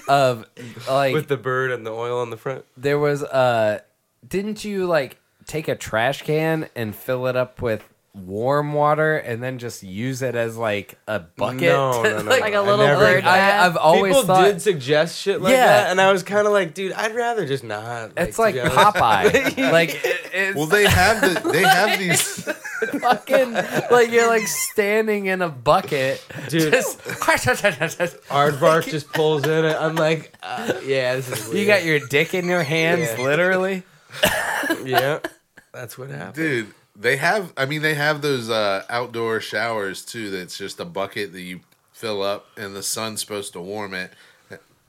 [SPEAKER 1] of like
[SPEAKER 4] *laughs* with the bird and the oil on the front.
[SPEAKER 1] there was uh didn't you like take a trash can and fill it up with warm water and then just use it as like a bucket *laughs*
[SPEAKER 4] No, no, no,
[SPEAKER 1] like,
[SPEAKER 3] Like
[SPEAKER 4] I
[SPEAKER 3] a little
[SPEAKER 4] never-
[SPEAKER 3] bird
[SPEAKER 1] I,
[SPEAKER 3] bath.
[SPEAKER 1] have always
[SPEAKER 4] People
[SPEAKER 1] thought
[SPEAKER 4] did suggest shit like
[SPEAKER 1] Yeah.
[SPEAKER 4] that, and I was kind of like, dude, I'd rather just not.
[SPEAKER 1] it's
[SPEAKER 4] to
[SPEAKER 1] like
[SPEAKER 4] be honest.
[SPEAKER 1] Popeye like it- it's
[SPEAKER 2] Well, they have the, they have these.
[SPEAKER 1] fucking like you're like standing in a
[SPEAKER 4] *laughs*
[SPEAKER 1] bucket
[SPEAKER 4] *laughs* Dude.
[SPEAKER 1] just *laughs*
[SPEAKER 4] Aardvark just pulls in, and I'm like, uh, yeah, this is weird.
[SPEAKER 1] you got your dick in your hands
[SPEAKER 4] Yeah.
[SPEAKER 1] *laughs* literally
[SPEAKER 4] yeah. That's what happened.
[SPEAKER 2] dude they have i mean they have those uh outdoor showers too that's just a bucket that you fill up and the sun's supposed to warm it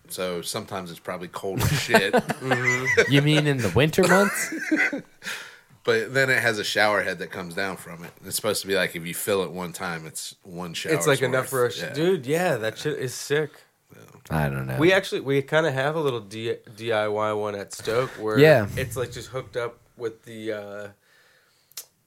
[SPEAKER 2] so sometimes it's probably cold as shit
[SPEAKER 1] you mean in the winter months
[SPEAKER 2] But then it has a shower head that comes down from it. It's supposed to be like if you fill it one time, it's one shower.
[SPEAKER 4] it's like enough for us,
[SPEAKER 2] yeah.
[SPEAKER 4] dude. Yeah, that shit is sick.
[SPEAKER 1] I don't know.
[SPEAKER 4] We actually we kind of have a little D- DIY one at Stoke where
[SPEAKER 1] Yeah.
[SPEAKER 4] it's like just hooked up with the uh,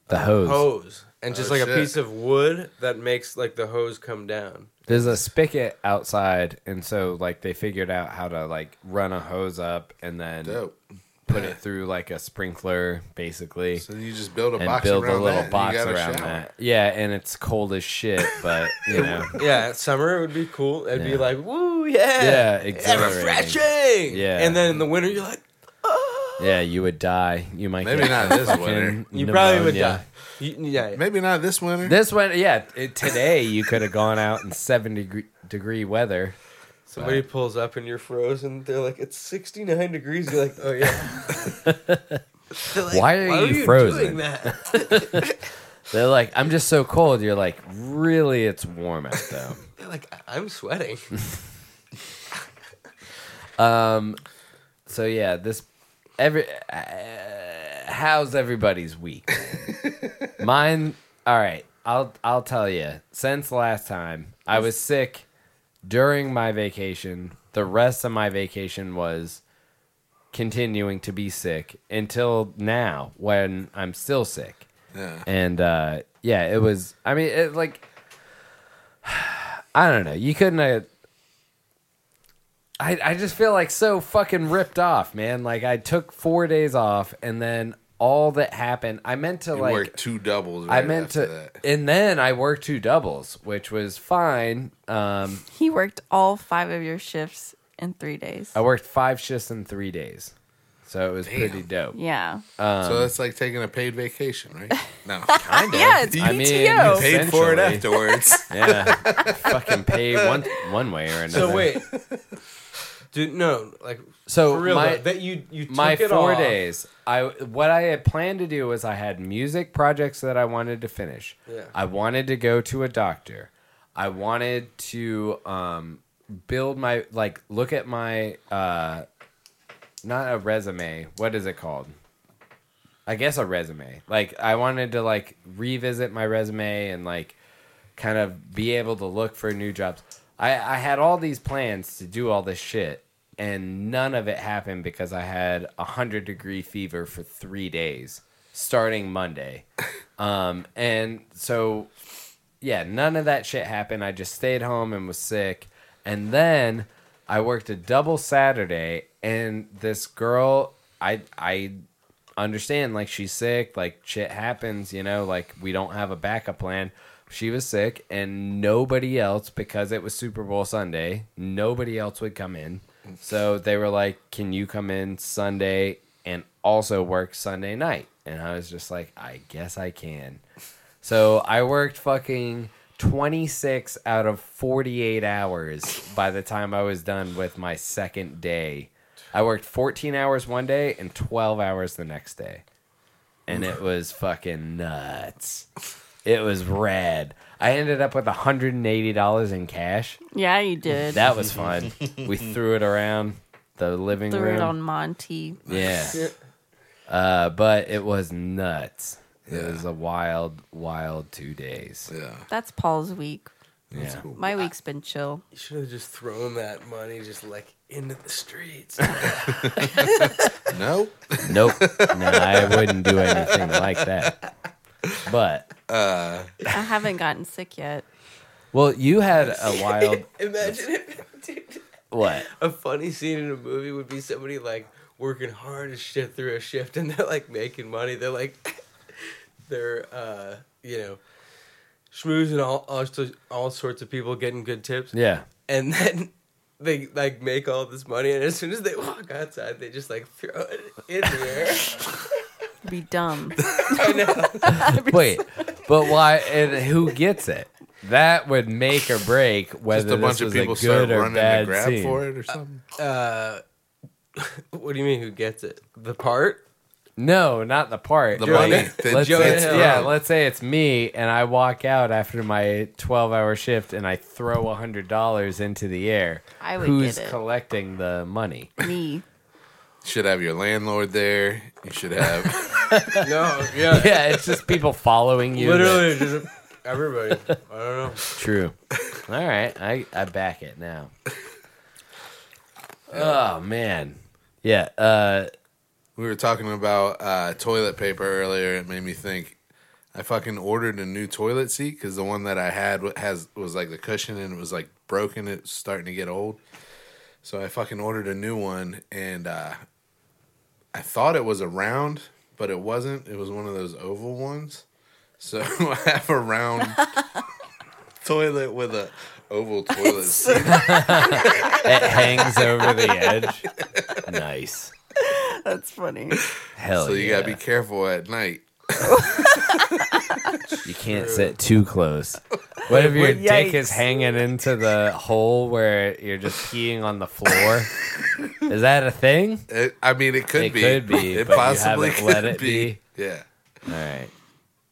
[SPEAKER 1] the hose.
[SPEAKER 4] hose and just
[SPEAKER 2] Oh,
[SPEAKER 4] like a
[SPEAKER 2] shit.
[SPEAKER 4] piece of wood that makes like the hose come down.
[SPEAKER 1] There's a spigot outside, and so like they figured out how to like run a hose up and then
[SPEAKER 2] Dope.
[SPEAKER 1] put it through like a sprinkler, basically,
[SPEAKER 2] So you just build a
[SPEAKER 1] and
[SPEAKER 2] box
[SPEAKER 1] build a
[SPEAKER 2] around
[SPEAKER 1] little
[SPEAKER 2] that,
[SPEAKER 1] box
[SPEAKER 2] and you got a
[SPEAKER 1] around
[SPEAKER 2] shower.
[SPEAKER 1] that. Yeah, and it's cold as shit, but you know,
[SPEAKER 4] Yeah, at summer it would be cool. It'd
[SPEAKER 1] Yeah.
[SPEAKER 4] be like, woo, yeah,
[SPEAKER 1] Yeah,
[SPEAKER 4] and
[SPEAKER 1] exhilarating.
[SPEAKER 4] refreshing.
[SPEAKER 1] Yeah.
[SPEAKER 4] and then in the winter you're like, "Oh."
[SPEAKER 1] yeah, you would die. You might
[SPEAKER 2] Maybe
[SPEAKER 1] get
[SPEAKER 2] not this
[SPEAKER 1] fucking
[SPEAKER 2] winter.
[SPEAKER 4] you probably would
[SPEAKER 1] pneumonia.
[SPEAKER 4] die. You- yeah, yeah.
[SPEAKER 2] Maybe not this winter.
[SPEAKER 1] This winter, yeah, it, today you could have gone out in seventy degree, degree weather.
[SPEAKER 4] Somebody pulls up and you're frozen. They're like, it's 69 degrees. You're like,
[SPEAKER 1] *laughs*
[SPEAKER 4] oh yeah. They're like,
[SPEAKER 1] Why are you frozen?"
[SPEAKER 4] doing that?
[SPEAKER 1] They're like, I'm just so cold. You're like, really? It's warm out though.
[SPEAKER 4] They're like, "I- I'm sweating.
[SPEAKER 1] So yeah, this every uh, how's everybody's week? Mine. All right, I'll I'll tell you. Since last time, I was sick during my vacation. The rest of my vacation was continuing to be sick until now, when I'm still sick.
[SPEAKER 2] Yeah.
[SPEAKER 1] And uh, yeah, it was. I mean, it like *sighs* I don't know. You couldn't. Uh, I I just feel like so fucking ripped off, man. Like I took four days off, and then all that happened. I meant to
[SPEAKER 2] You
[SPEAKER 1] like
[SPEAKER 2] work two doubles.
[SPEAKER 1] I
[SPEAKER 2] right
[SPEAKER 1] meant
[SPEAKER 2] after
[SPEAKER 1] to,
[SPEAKER 2] That.
[SPEAKER 1] and then I worked two doubles, which was fine. Um,
[SPEAKER 3] He worked all five of your shifts in three days.
[SPEAKER 1] I worked five shifts in three days, so it was pretty dope.
[SPEAKER 3] Yeah.
[SPEAKER 2] so that's like taking a paid vacation, right? No.
[SPEAKER 3] yeah, it's
[SPEAKER 1] I mean,
[SPEAKER 3] PTO.
[SPEAKER 1] hey-
[SPEAKER 2] paid for it
[SPEAKER 1] Essentially. *laughs*
[SPEAKER 2] afterwards.
[SPEAKER 1] Yeah, fucking pay one one way or another. *laughs*
[SPEAKER 4] so wait. Dude, no, like,
[SPEAKER 1] So
[SPEAKER 4] for real,
[SPEAKER 1] my-
[SPEAKER 4] though, that you, you took
[SPEAKER 1] my
[SPEAKER 4] it
[SPEAKER 1] four
[SPEAKER 4] off.
[SPEAKER 1] days i what i had planned to do was i had music projects that i wanted to finish
[SPEAKER 4] Yeah.
[SPEAKER 1] i wanted to go to a doctor i wanted to um build my like look at my uh not a resume what is it called i guess a resume like i wanted to like revisit my resume and like kind of be able to look for new jobs. I, I had all these plans to do all this shit, and none of it happened because I had a hundred degree fever for three days starting Monday. Um, and so, yeah, none of that shit happened. I just stayed home and was sick. And then I worked a double Saturday, and this girl, I, I understand, like, she's sick, like, shit happens, you know, like, we don't have a backup plan. She was sick, and nobody else, because it was Super Bowl Sunday, nobody else would come in. So they were like, Can you come in Sunday and also work Sunday night? And I was just like, I guess I can. So I worked fucking 26 out of 48 hours by the time I was done with my second day. I worked 14 hours one day and 12 hours the next day. And it was fucking nuts. It was rad. I ended up with $180 in cash.
[SPEAKER 3] Yeah, you did.
[SPEAKER 1] That was fun. we threw it around the living
[SPEAKER 3] Threw
[SPEAKER 1] room.
[SPEAKER 3] it on Monty.
[SPEAKER 1] Yeah.
[SPEAKER 4] Yeah.
[SPEAKER 1] Uh, but it was nuts. It
[SPEAKER 2] Yeah.
[SPEAKER 1] was a wild, wild two days.
[SPEAKER 2] Yeah.
[SPEAKER 3] That's Paul's week.
[SPEAKER 1] Yeah.
[SPEAKER 2] cool.
[SPEAKER 3] My week's been chill.
[SPEAKER 4] You should have just thrown that money just like into the streets. *laughs*
[SPEAKER 1] *laughs*
[SPEAKER 2] No.
[SPEAKER 1] Nope. No, I wouldn't do anything like that. But
[SPEAKER 3] I haven't gotten sick yet.
[SPEAKER 1] well, you had a wild
[SPEAKER 4] Imagine if, dude.
[SPEAKER 1] what?
[SPEAKER 4] a funny scene in a movie would be somebody like working hard as shit through a shift and they're like making money. They're like, *laughs* they're, uh, you know, schmoozing all, all, sorts- all sorts of people, getting good tips.
[SPEAKER 1] Yeah.
[SPEAKER 4] And then they like make all this money. And as soon as they walk outside, they just like throw it in the air.
[SPEAKER 3] It'd be
[SPEAKER 1] *laughs*
[SPEAKER 3] dumb.
[SPEAKER 4] I know.
[SPEAKER 1] Wait, but why? And who gets it? That would make or break whether
[SPEAKER 2] Just a bunch
[SPEAKER 1] this
[SPEAKER 2] of
[SPEAKER 1] was
[SPEAKER 2] people
[SPEAKER 1] a good
[SPEAKER 2] start
[SPEAKER 1] or
[SPEAKER 2] running to
[SPEAKER 1] bad
[SPEAKER 2] grab
[SPEAKER 1] scene.
[SPEAKER 2] for it or something.
[SPEAKER 4] Uh, *laughs* what do you mean who gets it? The part?
[SPEAKER 1] No, not the part.
[SPEAKER 2] The
[SPEAKER 1] Like,
[SPEAKER 2] money. The
[SPEAKER 1] Let's
[SPEAKER 4] Joe
[SPEAKER 1] say-
[SPEAKER 4] Hill.
[SPEAKER 1] yeah, let's say it's me and I walk out after my 12 hour shift and I throw $100 into the air.
[SPEAKER 3] I would
[SPEAKER 1] Who's
[SPEAKER 3] get it.
[SPEAKER 1] collecting the money? *laughs*
[SPEAKER 3] Me.
[SPEAKER 2] should have your landlord there. You should have
[SPEAKER 4] No, yeah.
[SPEAKER 1] yeah, it's just people following you. that-
[SPEAKER 2] *laughs*
[SPEAKER 4] Literally, just everybody. I don't know.
[SPEAKER 1] True. *laughs* All right, I I back it now. Oh man, yeah. Uh,
[SPEAKER 2] We were talking about uh, toilet paper earlier. It made me think. I fucking ordered a new toilet seat because the one that I had wa- has was like the cushion and it was like broken. It's starting to get old, so I fucking ordered a new one and uh, I thought it was a round, but it wasn't. It was one of those oval ones. So *laughs* I have a round toilet with a oval toilet seat.
[SPEAKER 1] it hangs over the edge. Nice.
[SPEAKER 3] That's funny.
[SPEAKER 1] Hell
[SPEAKER 2] So you
[SPEAKER 1] yeah.
[SPEAKER 2] gotta be careful at night.
[SPEAKER 1] You can't sit too close. What if your dick is
[SPEAKER 3] Yikes.
[SPEAKER 1] hanging into the hole where you're just peeing on the floor? Is that a thing?
[SPEAKER 2] It, I mean, it could
[SPEAKER 1] It
[SPEAKER 2] be.
[SPEAKER 1] could be,
[SPEAKER 2] *laughs* It
[SPEAKER 1] but you
[SPEAKER 2] possibly
[SPEAKER 1] haven't
[SPEAKER 2] could
[SPEAKER 1] let it
[SPEAKER 2] be. Yeah.
[SPEAKER 1] All right.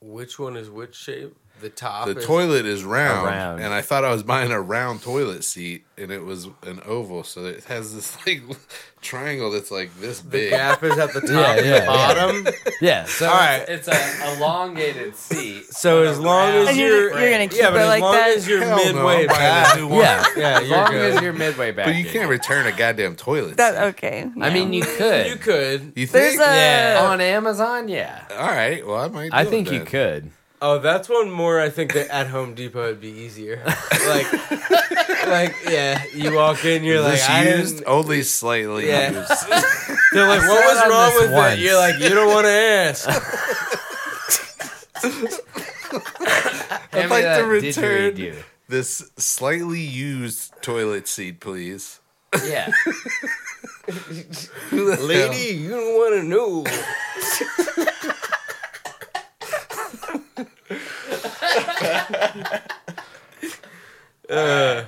[SPEAKER 4] Which one is which shape? The top.
[SPEAKER 2] The
[SPEAKER 4] is,
[SPEAKER 2] toilet is round,
[SPEAKER 1] Around.
[SPEAKER 2] and I thought I was buying a round toilet seat, and it was an oval, so it has this *laughs* like triangle that's like this
[SPEAKER 4] The
[SPEAKER 2] big.
[SPEAKER 4] gap
[SPEAKER 2] *laughs*
[SPEAKER 4] is at the top
[SPEAKER 1] Yeah,
[SPEAKER 4] and
[SPEAKER 1] yeah, yeah.
[SPEAKER 4] the bottom.
[SPEAKER 1] Yeah. So
[SPEAKER 4] All right.
[SPEAKER 1] it's an elongated seat.
[SPEAKER 4] So as long as
[SPEAKER 3] And you're-
[SPEAKER 4] you're,
[SPEAKER 3] you're gonna keep
[SPEAKER 4] yeah, but
[SPEAKER 3] it
[SPEAKER 4] as
[SPEAKER 3] like
[SPEAKER 4] long
[SPEAKER 3] that?
[SPEAKER 4] as you're
[SPEAKER 2] Hell no, I'm
[SPEAKER 4] midway
[SPEAKER 2] buying a
[SPEAKER 4] back,
[SPEAKER 2] new one.
[SPEAKER 1] Yeah.
[SPEAKER 4] yeah,
[SPEAKER 1] As
[SPEAKER 4] you're
[SPEAKER 1] long
[SPEAKER 4] good.
[SPEAKER 1] as you're midway back.
[SPEAKER 2] But you
[SPEAKER 1] you're
[SPEAKER 2] can't
[SPEAKER 1] good.
[SPEAKER 2] return a goddamn toilet. seat.
[SPEAKER 3] That okay.
[SPEAKER 1] I
[SPEAKER 3] yeah.
[SPEAKER 1] mean, you could.
[SPEAKER 4] you could.
[SPEAKER 2] you
[SPEAKER 3] there's
[SPEAKER 2] think?
[SPEAKER 3] a
[SPEAKER 1] On Amazon, yeah.
[SPEAKER 2] All right. Well, I might.
[SPEAKER 1] I
[SPEAKER 2] do it
[SPEAKER 1] think you
[SPEAKER 2] then.
[SPEAKER 1] could.
[SPEAKER 4] Oh, that's one more. I think that at Home Depot would
[SPEAKER 1] *laughs*
[SPEAKER 4] be easier. Like, like yeah, you walk in, you're like,
[SPEAKER 2] This
[SPEAKER 4] I
[SPEAKER 2] used
[SPEAKER 4] used.
[SPEAKER 2] only slightly.
[SPEAKER 4] Yeah.
[SPEAKER 2] used.
[SPEAKER 4] They're like,
[SPEAKER 1] sat
[SPEAKER 4] what was
[SPEAKER 1] on
[SPEAKER 4] wrong
[SPEAKER 1] this
[SPEAKER 4] with
[SPEAKER 1] once."
[SPEAKER 4] it? You're like, you don't want to ask.
[SPEAKER 1] *laughs* Hand me
[SPEAKER 2] like to
[SPEAKER 1] that
[SPEAKER 2] return-
[SPEAKER 1] didgeridoo.
[SPEAKER 2] This slightly used toilet seat, please.
[SPEAKER 1] Yeah.
[SPEAKER 4] *laughs*
[SPEAKER 2] Who the hell-
[SPEAKER 4] Lady, you don't want to
[SPEAKER 1] *laughs*
[SPEAKER 4] know. Uh,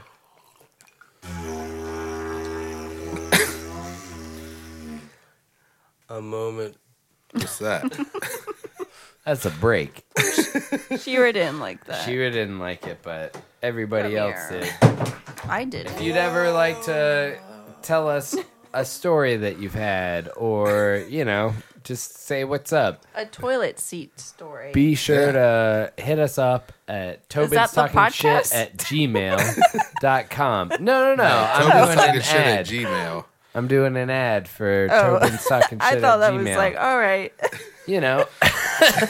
[SPEAKER 4] a moment.
[SPEAKER 2] what's
[SPEAKER 1] *laughs*
[SPEAKER 2] that?
[SPEAKER 1] That's a break.
[SPEAKER 3] she were didn't like that.
[SPEAKER 1] She didn't like it, but everybody
[SPEAKER 3] Come
[SPEAKER 1] else
[SPEAKER 3] here.
[SPEAKER 1] did.
[SPEAKER 3] I didn't.
[SPEAKER 1] You'd ever like to tell us a story that you've had, or you know, just say what's up.
[SPEAKER 3] A toilet seat story.
[SPEAKER 1] Be sure to hit us up at Tobin's
[SPEAKER 3] that the
[SPEAKER 1] Talking Shit
[SPEAKER 3] podcast?
[SPEAKER 1] at gmail.com. No, no, *laughs* no. I'm
[SPEAKER 2] Tobin's
[SPEAKER 1] doing
[SPEAKER 2] talking
[SPEAKER 1] an
[SPEAKER 2] shit at
[SPEAKER 1] ad.
[SPEAKER 2] Gmail.
[SPEAKER 1] I'm doing an ad for
[SPEAKER 3] Oh.
[SPEAKER 1] Tobin's
[SPEAKER 3] *laughs*
[SPEAKER 1] Talking Shit
[SPEAKER 3] I thought
[SPEAKER 1] at
[SPEAKER 3] that
[SPEAKER 1] Gmail.
[SPEAKER 3] was like, all right. *laughs*
[SPEAKER 1] you know,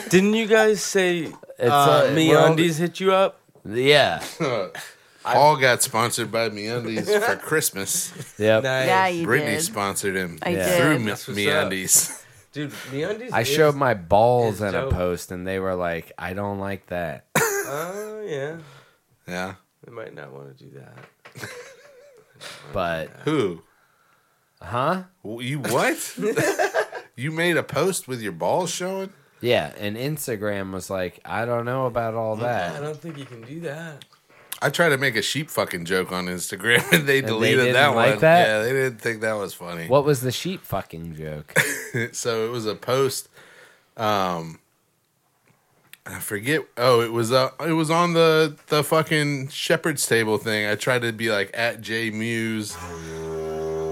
[SPEAKER 4] Didn't you guys say
[SPEAKER 1] It's,
[SPEAKER 4] uh,
[SPEAKER 1] uh, we're all-
[SPEAKER 4] MeUndies hit you up?
[SPEAKER 1] yeah,
[SPEAKER 2] *laughs* Paul got sponsored by MeUndies
[SPEAKER 4] *laughs*
[SPEAKER 2] for Christmas.
[SPEAKER 1] yep.
[SPEAKER 4] Nice.
[SPEAKER 3] Yeah, you
[SPEAKER 2] Britney
[SPEAKER 3] did.
[SPEAKER 2] sponsored him
[SPEAKER 3] I
[SPEAKER 1] Yeah.
[SPEAKER 3] did.
[SPEAKER 2] through Me-
[SPEAKER 4] That's what's up.
[SPEAKER 2] MeUndies.
[SPEAKER 4] Dude, MeUndies.
[SPEAKER 1] I
[SPEAKER 4] is-
[SPEAKER 1] showed my balls
[SPEAKER 4] is
[SPEAKER 1] in a
[SPEAKER 4] dope.
[SPEAKER 1] post, and they were like, "I don't like that."
[SPEAKER 4] Oh, yeah.
[SPEAKER 2] *laughs* Yeah.
[SPEAKER 4] They might not want to do that.
[SPEAKER 1] But
[SPEAKER 2] Who?
[SPEAKER 1] huh?
[SPEAKER 2] Wh- You
[SPEAKER 4] *laughs*
[SPEAKER 2] what? you made a post with your balls showing?
[SPEAKER 1] Yeah, and Instagram was like, I don't know about all
[SPEAKER 4] I
[SPEAKER 1] that.
[SPEAKER 4] don't think you can do that.
[SPEAKER 2] I tried to make a sheep fucking joke on Instagram *laughs* and they deleted
[SPEAKER 1] didn't
[SPEAKER 2] that
[SPEAKER 1] like
[SPEAKER 2] one.
[SPEAKER 1] that?
[SPEAKER 2] Yeah, they didn't think that was funny.
[SPEAKER 1] What was the sheep fucking joke?
[SPEAKER 2] so it was a post. Um, I forget. Oh, it was uh, it was on the the fucking shepherd's table thing. I tried to be like at J Muse, *laughs* and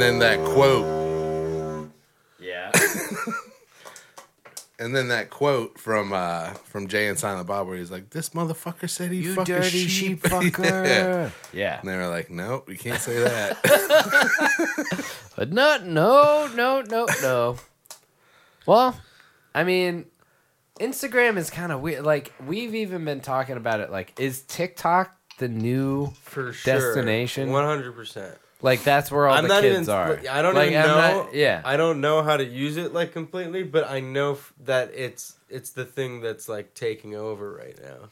[SPEAKER 2] then that quote,
[SPEAKER 1] Yeah.
[SPEAKER 2] and then that quote from uh from Jay and Silent Bob, where he's like, "This motherfucker said he
[SPEAKER 1] *laughs* You
[SPEAKER 2] fuck a
[SPEAKER 1] dirty sheep,
[SPEAKER 2] sheep." *laughs*
[SPEAKER 1] fucker. yeah.
[SPEAKER 2] And they were like, "Nope, we can't say that."
[SPEAKER 1] But not, no, no, no, no. well, I mean, Instagram is kind of weird. Like, we've even been talking about it. Like, is TikTok the new,
[SPEAKER 4] For sure.
[SPEAKER 1] Destination?
[SPEAKER 4] 100%.
[SPEAKER 1] like, that's where all
[SPEAKER 4] I'm
[SPEAKER 1] the
[SPEAKER 4] not
[SPEAKER 1] kids
[SPEAKER 4] even.
[SPEAKER 1] are?
[SPEAKER 4] I don't
[SPEAKER 1] like,
[SPEAKER 4] even
[SPEAKER 1] I'm
[SPEAKER 4] know.
[SPEAKER 1] not- yeah.
[SPEAKER 4] I don't know how to use it like completely, but I know f- that it's it's the thing that's like taking over right now.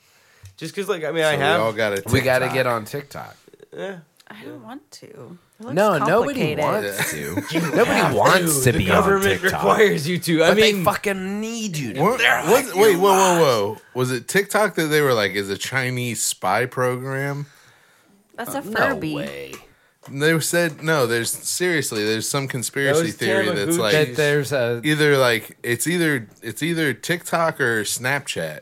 [SPEAKER 4] Just because, like, I mean, I
[SPEAKER 2] *laughs* So
[SPEAKER 4] have.
[SPEAKER 2] We all got a
[SPEAKER 1] we got to
[SPEAKER 2] TikTok.
[SPEAKER 1] get on
[SPEAKER 4] *laughs*
[SPEAKER 1] TikTok.
[SPEAKER 4] eh,
[SPEAKER 3] I don't want to. It looks
[SPEAKER 1] No, nobody
[SPEAKER 3] complicated.
[SPEAKER 1] wants to.
[SPEAKER 2] *laughs*
[SPEAKER 1] nobody wants to
[SPEAKER 4] the
[SPEAKER 1] be on
[SPEAKER 4] government
[SPEAKER 1] TikTok.
[SPEAKER 4] requires you to. I
[SPEAKER 1] but
[SPEAKER 4] mean,
[SPEAKER 1] they fucking need you to
[SPEAKER 2] What, what- wait, whoa, whoa, whoa! Was it TikTok that they were like, "Is a Chinese spy program"?
[SPEAKER 3] That's a
[SPEAKER 1] No
[SPEAKER 3] Furby.
[SPEAKER 1] way.
[SPEAKER 2] And They said no. There's seriously, there's some
[SPEAKER 4] That
[SPEAKER 2] conspiracy
[SPEAKER 4] was
[SPEAKER 2] theory that's
[SPEAKER 4] Tamagotchi.
[SPEAKER 2] like
[SPEAKER 1] That there's a
[SPEAKER 2] either like it's either it's either TikTok or Snapchat.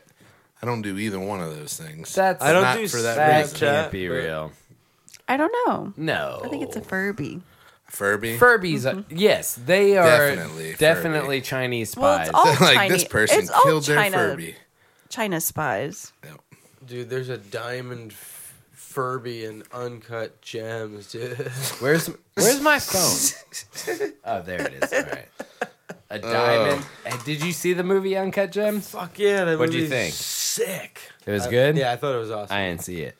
[SPEAKER 2] I don't do either one of those things.
[SPEAKER 1] that's
[SPEAKER 4] I don't
[SPEAKER 2] Not
[SPEAKER 4] do
[SPEAKER 2] for
[SPEAKER 4] for
[SPEAKER 2] that
[SPEAKER 1] that
[SPEAKER 4] that
[SPEAKER 1] can't be real.
[SPEAKER 3] I don't know.
[SPEAKER 1] No,
[SPEAKER 3] I think it's a Furby.
[SPEAKER 2] Furby. *laughs*
[SPEAKER 1] Furbies, uh, yes, they are
[SPEAKER 2] Definitely
[SPEAKER 1] definitely,
[SPEAKER 2] Furby.
[SPEAKER 1] Chinese
[SPEAKER 3] Mm-hmm. Well,
[SPEAKER 1] spies.
[SPEAKER 3] it's all
[SPEAKER 2] like
[SPEAKER 3] China-
[SPEAKER 2] this person
[SPEAKER 3] it's all
[SPEAKER 2] killed
[SPEAKER 3] China.
[SPEAKER 2] their Furby.
[SPEAKER 3] China spies.
[SPEAKER 2] Yep.
[SPEAKER 4] Dude, there's a diamond f- Furby and uncut gems, dude. *laughs*
[SPEAKER 1] where's where's
[SPEAKER 3] *laughs*
[SPEAKER 1] my phone? oh, there it is. All right, a diamond. Uh, Did you see the movie Uncut Gems?
[SPEAKER 4] Fuck yeah, that
[SPEAKER 1] What'd you
[SPEAKER 4] movie's
[SPEAKER 1] think?
[SPEAKER 4] Sick.
[SPEAKER 1] It was
[SPEAKER 4] I-
[SPEAKER 1] good.
[SPEAKER 4] yeah, I thought it was awesome.
[SPEAKER 1] I didn't see it.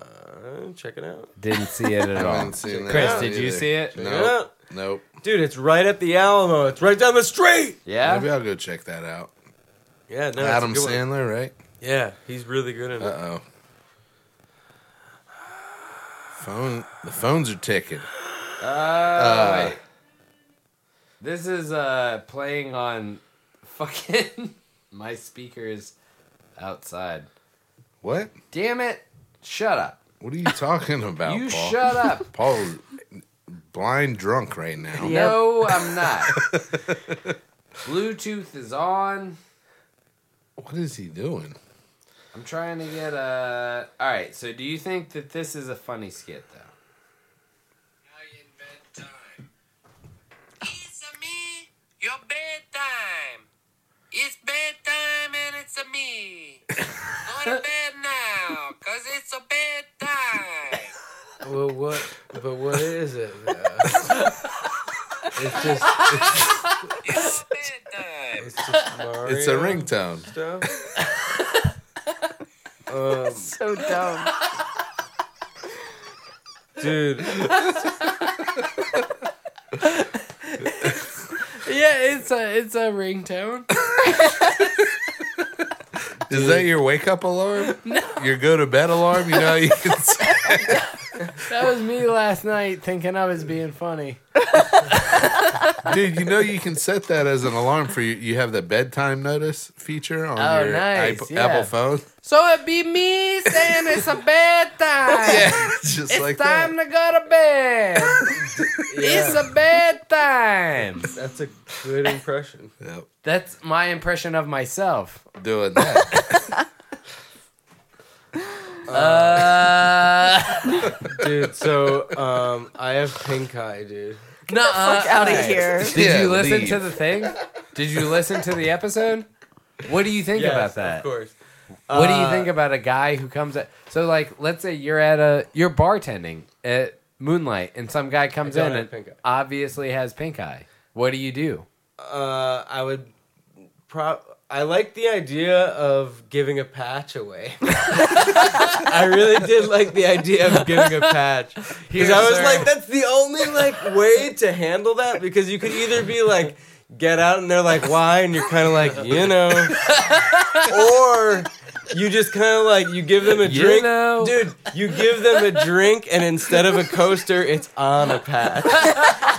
[SPEAKER 4] uh, check it out,
[SPEAKER 1] Didn't see
[SPEAKER 2] *laughs*
[SPEAKER 1] it at
[SPEAKER 2] I
[SPEAKER 1] all.
[SPEAKER 2] haven't seen
[SPEAKER 1] Chris,
[SPEAKER 2] that
[SPEAKER 1] did you
[SPEAKER 2] either.
[SPEAKER 1] see it?
[SPEAKER 4] Check it
[SPEAKER 2] Nope.
[SPEAKER 4] out.
[SPEAKER 2] Nope.
[SPEAKER 4] dude. It's right at the Alamo. It's right down the street.
[SPEAKER 2] Maybe
[SPEAKER 1] Yeah,
[SPEAKER 2] I'll go check that out.
[SPEAKER 4] Yeah, no, it's a
[SPEAKER 2] Adam
[SPEAKER 4] good one.
[SPEAKER 2] Sandler, right?
[SPEAKER 4] Yeah, he's really good in it.
[SPEAKER 1] Uh-uh.
[SPEAKER 2] Uh oh. Phone. The phones are ticking. Uh,
[SPEAKER 1] Oh, this is uh playing on fucking *laughs* my speakers outside.
[SPEAKER 2] what?
[SPEAKER 1] Damn it! Shut up!
[SPEAKER 2] What are you talking about,
[SPEAKER 1] you
[SPEAKER 2] Oh, Paul?
[SPEAKER 1] shut up!
[SPEAKER 2] Paul's blind drunk right now.
[SPEAKER 3] Yeah.
[SPEAKER 1] No, I'm not. *laughs* Bluetooth is on.
[SPEAKER 2] What is he doing?
[SPEAKER 1] I'm trying to get a. All right. So, do you think that this is a funny skit though?
[SPEAKER 5] Italian bedtime. It's a me, your bedtime. It's bedtime and it's a me. Go to bed now, cause it's a bedtime.
[SPEAKER 4] Well, what? But what is it? *laughs* though? it's just,
[SPEAKER 5] It's bedtime.
[SPEAKER 4] it's just Mario
[SPEAKER 2] It's a ringtone.
[SPEAKER 4] stuff.
[SPEAKER 1] *laughs*
[SPEAKER 4] um,
[SPEAKER 3] So dumb.
[SPEAKER 4] dude,
[SPEAKER 1] Yeah, it's a it's a ringtone.
[SPEAKER 2] Is that your wake
[SPEAKER 1] *laughs*
[SPEAKER 2] up alarm? No. Your go to bed alarm? You know, how you can set
[SPEAKER 1] That was me last night thinking I was being funny.
[SPEAKER 2] dude. You know you can set that as an alarm for you. You have the bedtime notice feature on
[SPEAKER 1] Oh,
[SPEAKER 2] your
[SPEAKER 1] nice,
[SPEAKER 2] iP-
[SPEAKER 1] yeah.
[SPEAKER 2] Apple phone.
[SPEAKER 1] *laughs* So it be me saying it's a
[SPEAKER 4] *laughs*
[SPEAKER 1] bad time.
[SPEAKER 2] Yeah, it's *laughs* just
[SPEAKER 1] It's
[SPEAKER 2] like
[SPEAKER 1] time
[SPEAKER 2] that.
[SPEAKER 1] to go to bed.
[SPEAKER 4] *laughs*
[SPEAKER 1] It's a bad time.
[SPEAKER 4] that's a good impression.
[SPEAKER 2] Yep,
[SPEAKER 1] That's my impression of myself.
[SPEAKER 2] doing that.
[SPEAKER 4] *laughs*
[SPEAKER 1] Uh,
[SPEAKER 4] Dude, so um, I have pink eye, dude.
[SPEAKER 1] no,
[SPEAKER 3] Fuck out of here.
[SPEAKER 1] Did
[SPEAKER 2] Yeah,
[SPEAKER 1] you listen
[SPEAKER 2] leave.
[SPEAKER 1] to the thing? Did you listen to the episode? What do you think
[SPEAKER 4] Yes,
[SPEAKER 1] about that?
[SPEAKER 4] Of course.
[SPEAKER 1] What do you
[SPEAKER 4] Uh,
[SPEAKER 1] think about a guy who comes at so like let's say you're at a you're bartending at Moonlight and some guy comes
[SPEAKER 4] don't
[SPEAKER 1] in
[SPEAKER 4] have
[SPEAKER 1] and
[SPEAKER 4] pink eye.
[SPEAKER 1] obviously has pink eye. What do you do?
[SPEAKER 4] Uh, I would. Pro- I like the idea of giving a patch away. *laughs* I really did like the idea of giving a patch because
[SPEAKER 1] Here,
[SPEAKER 4] I was
[SPEAKER 1] sir.
[SPEAKER 4] like, that's the only like way to handle that because you could either be like, get out, and they're like, why, and you're kind of like,
[SPEAKER 1] *laughs*
[SPEAKER 4] you know, or. You just kind of like you give them a
[SPEAKER 1] You
[SPEAKER 4] drink,
[SPEAKER 1] know.
[SPEAKER 4] dude. You give them a drink, and instead of a coaster, it's on
[SPEAKER 1] *laughs*
[SPEAKER 4] a patch,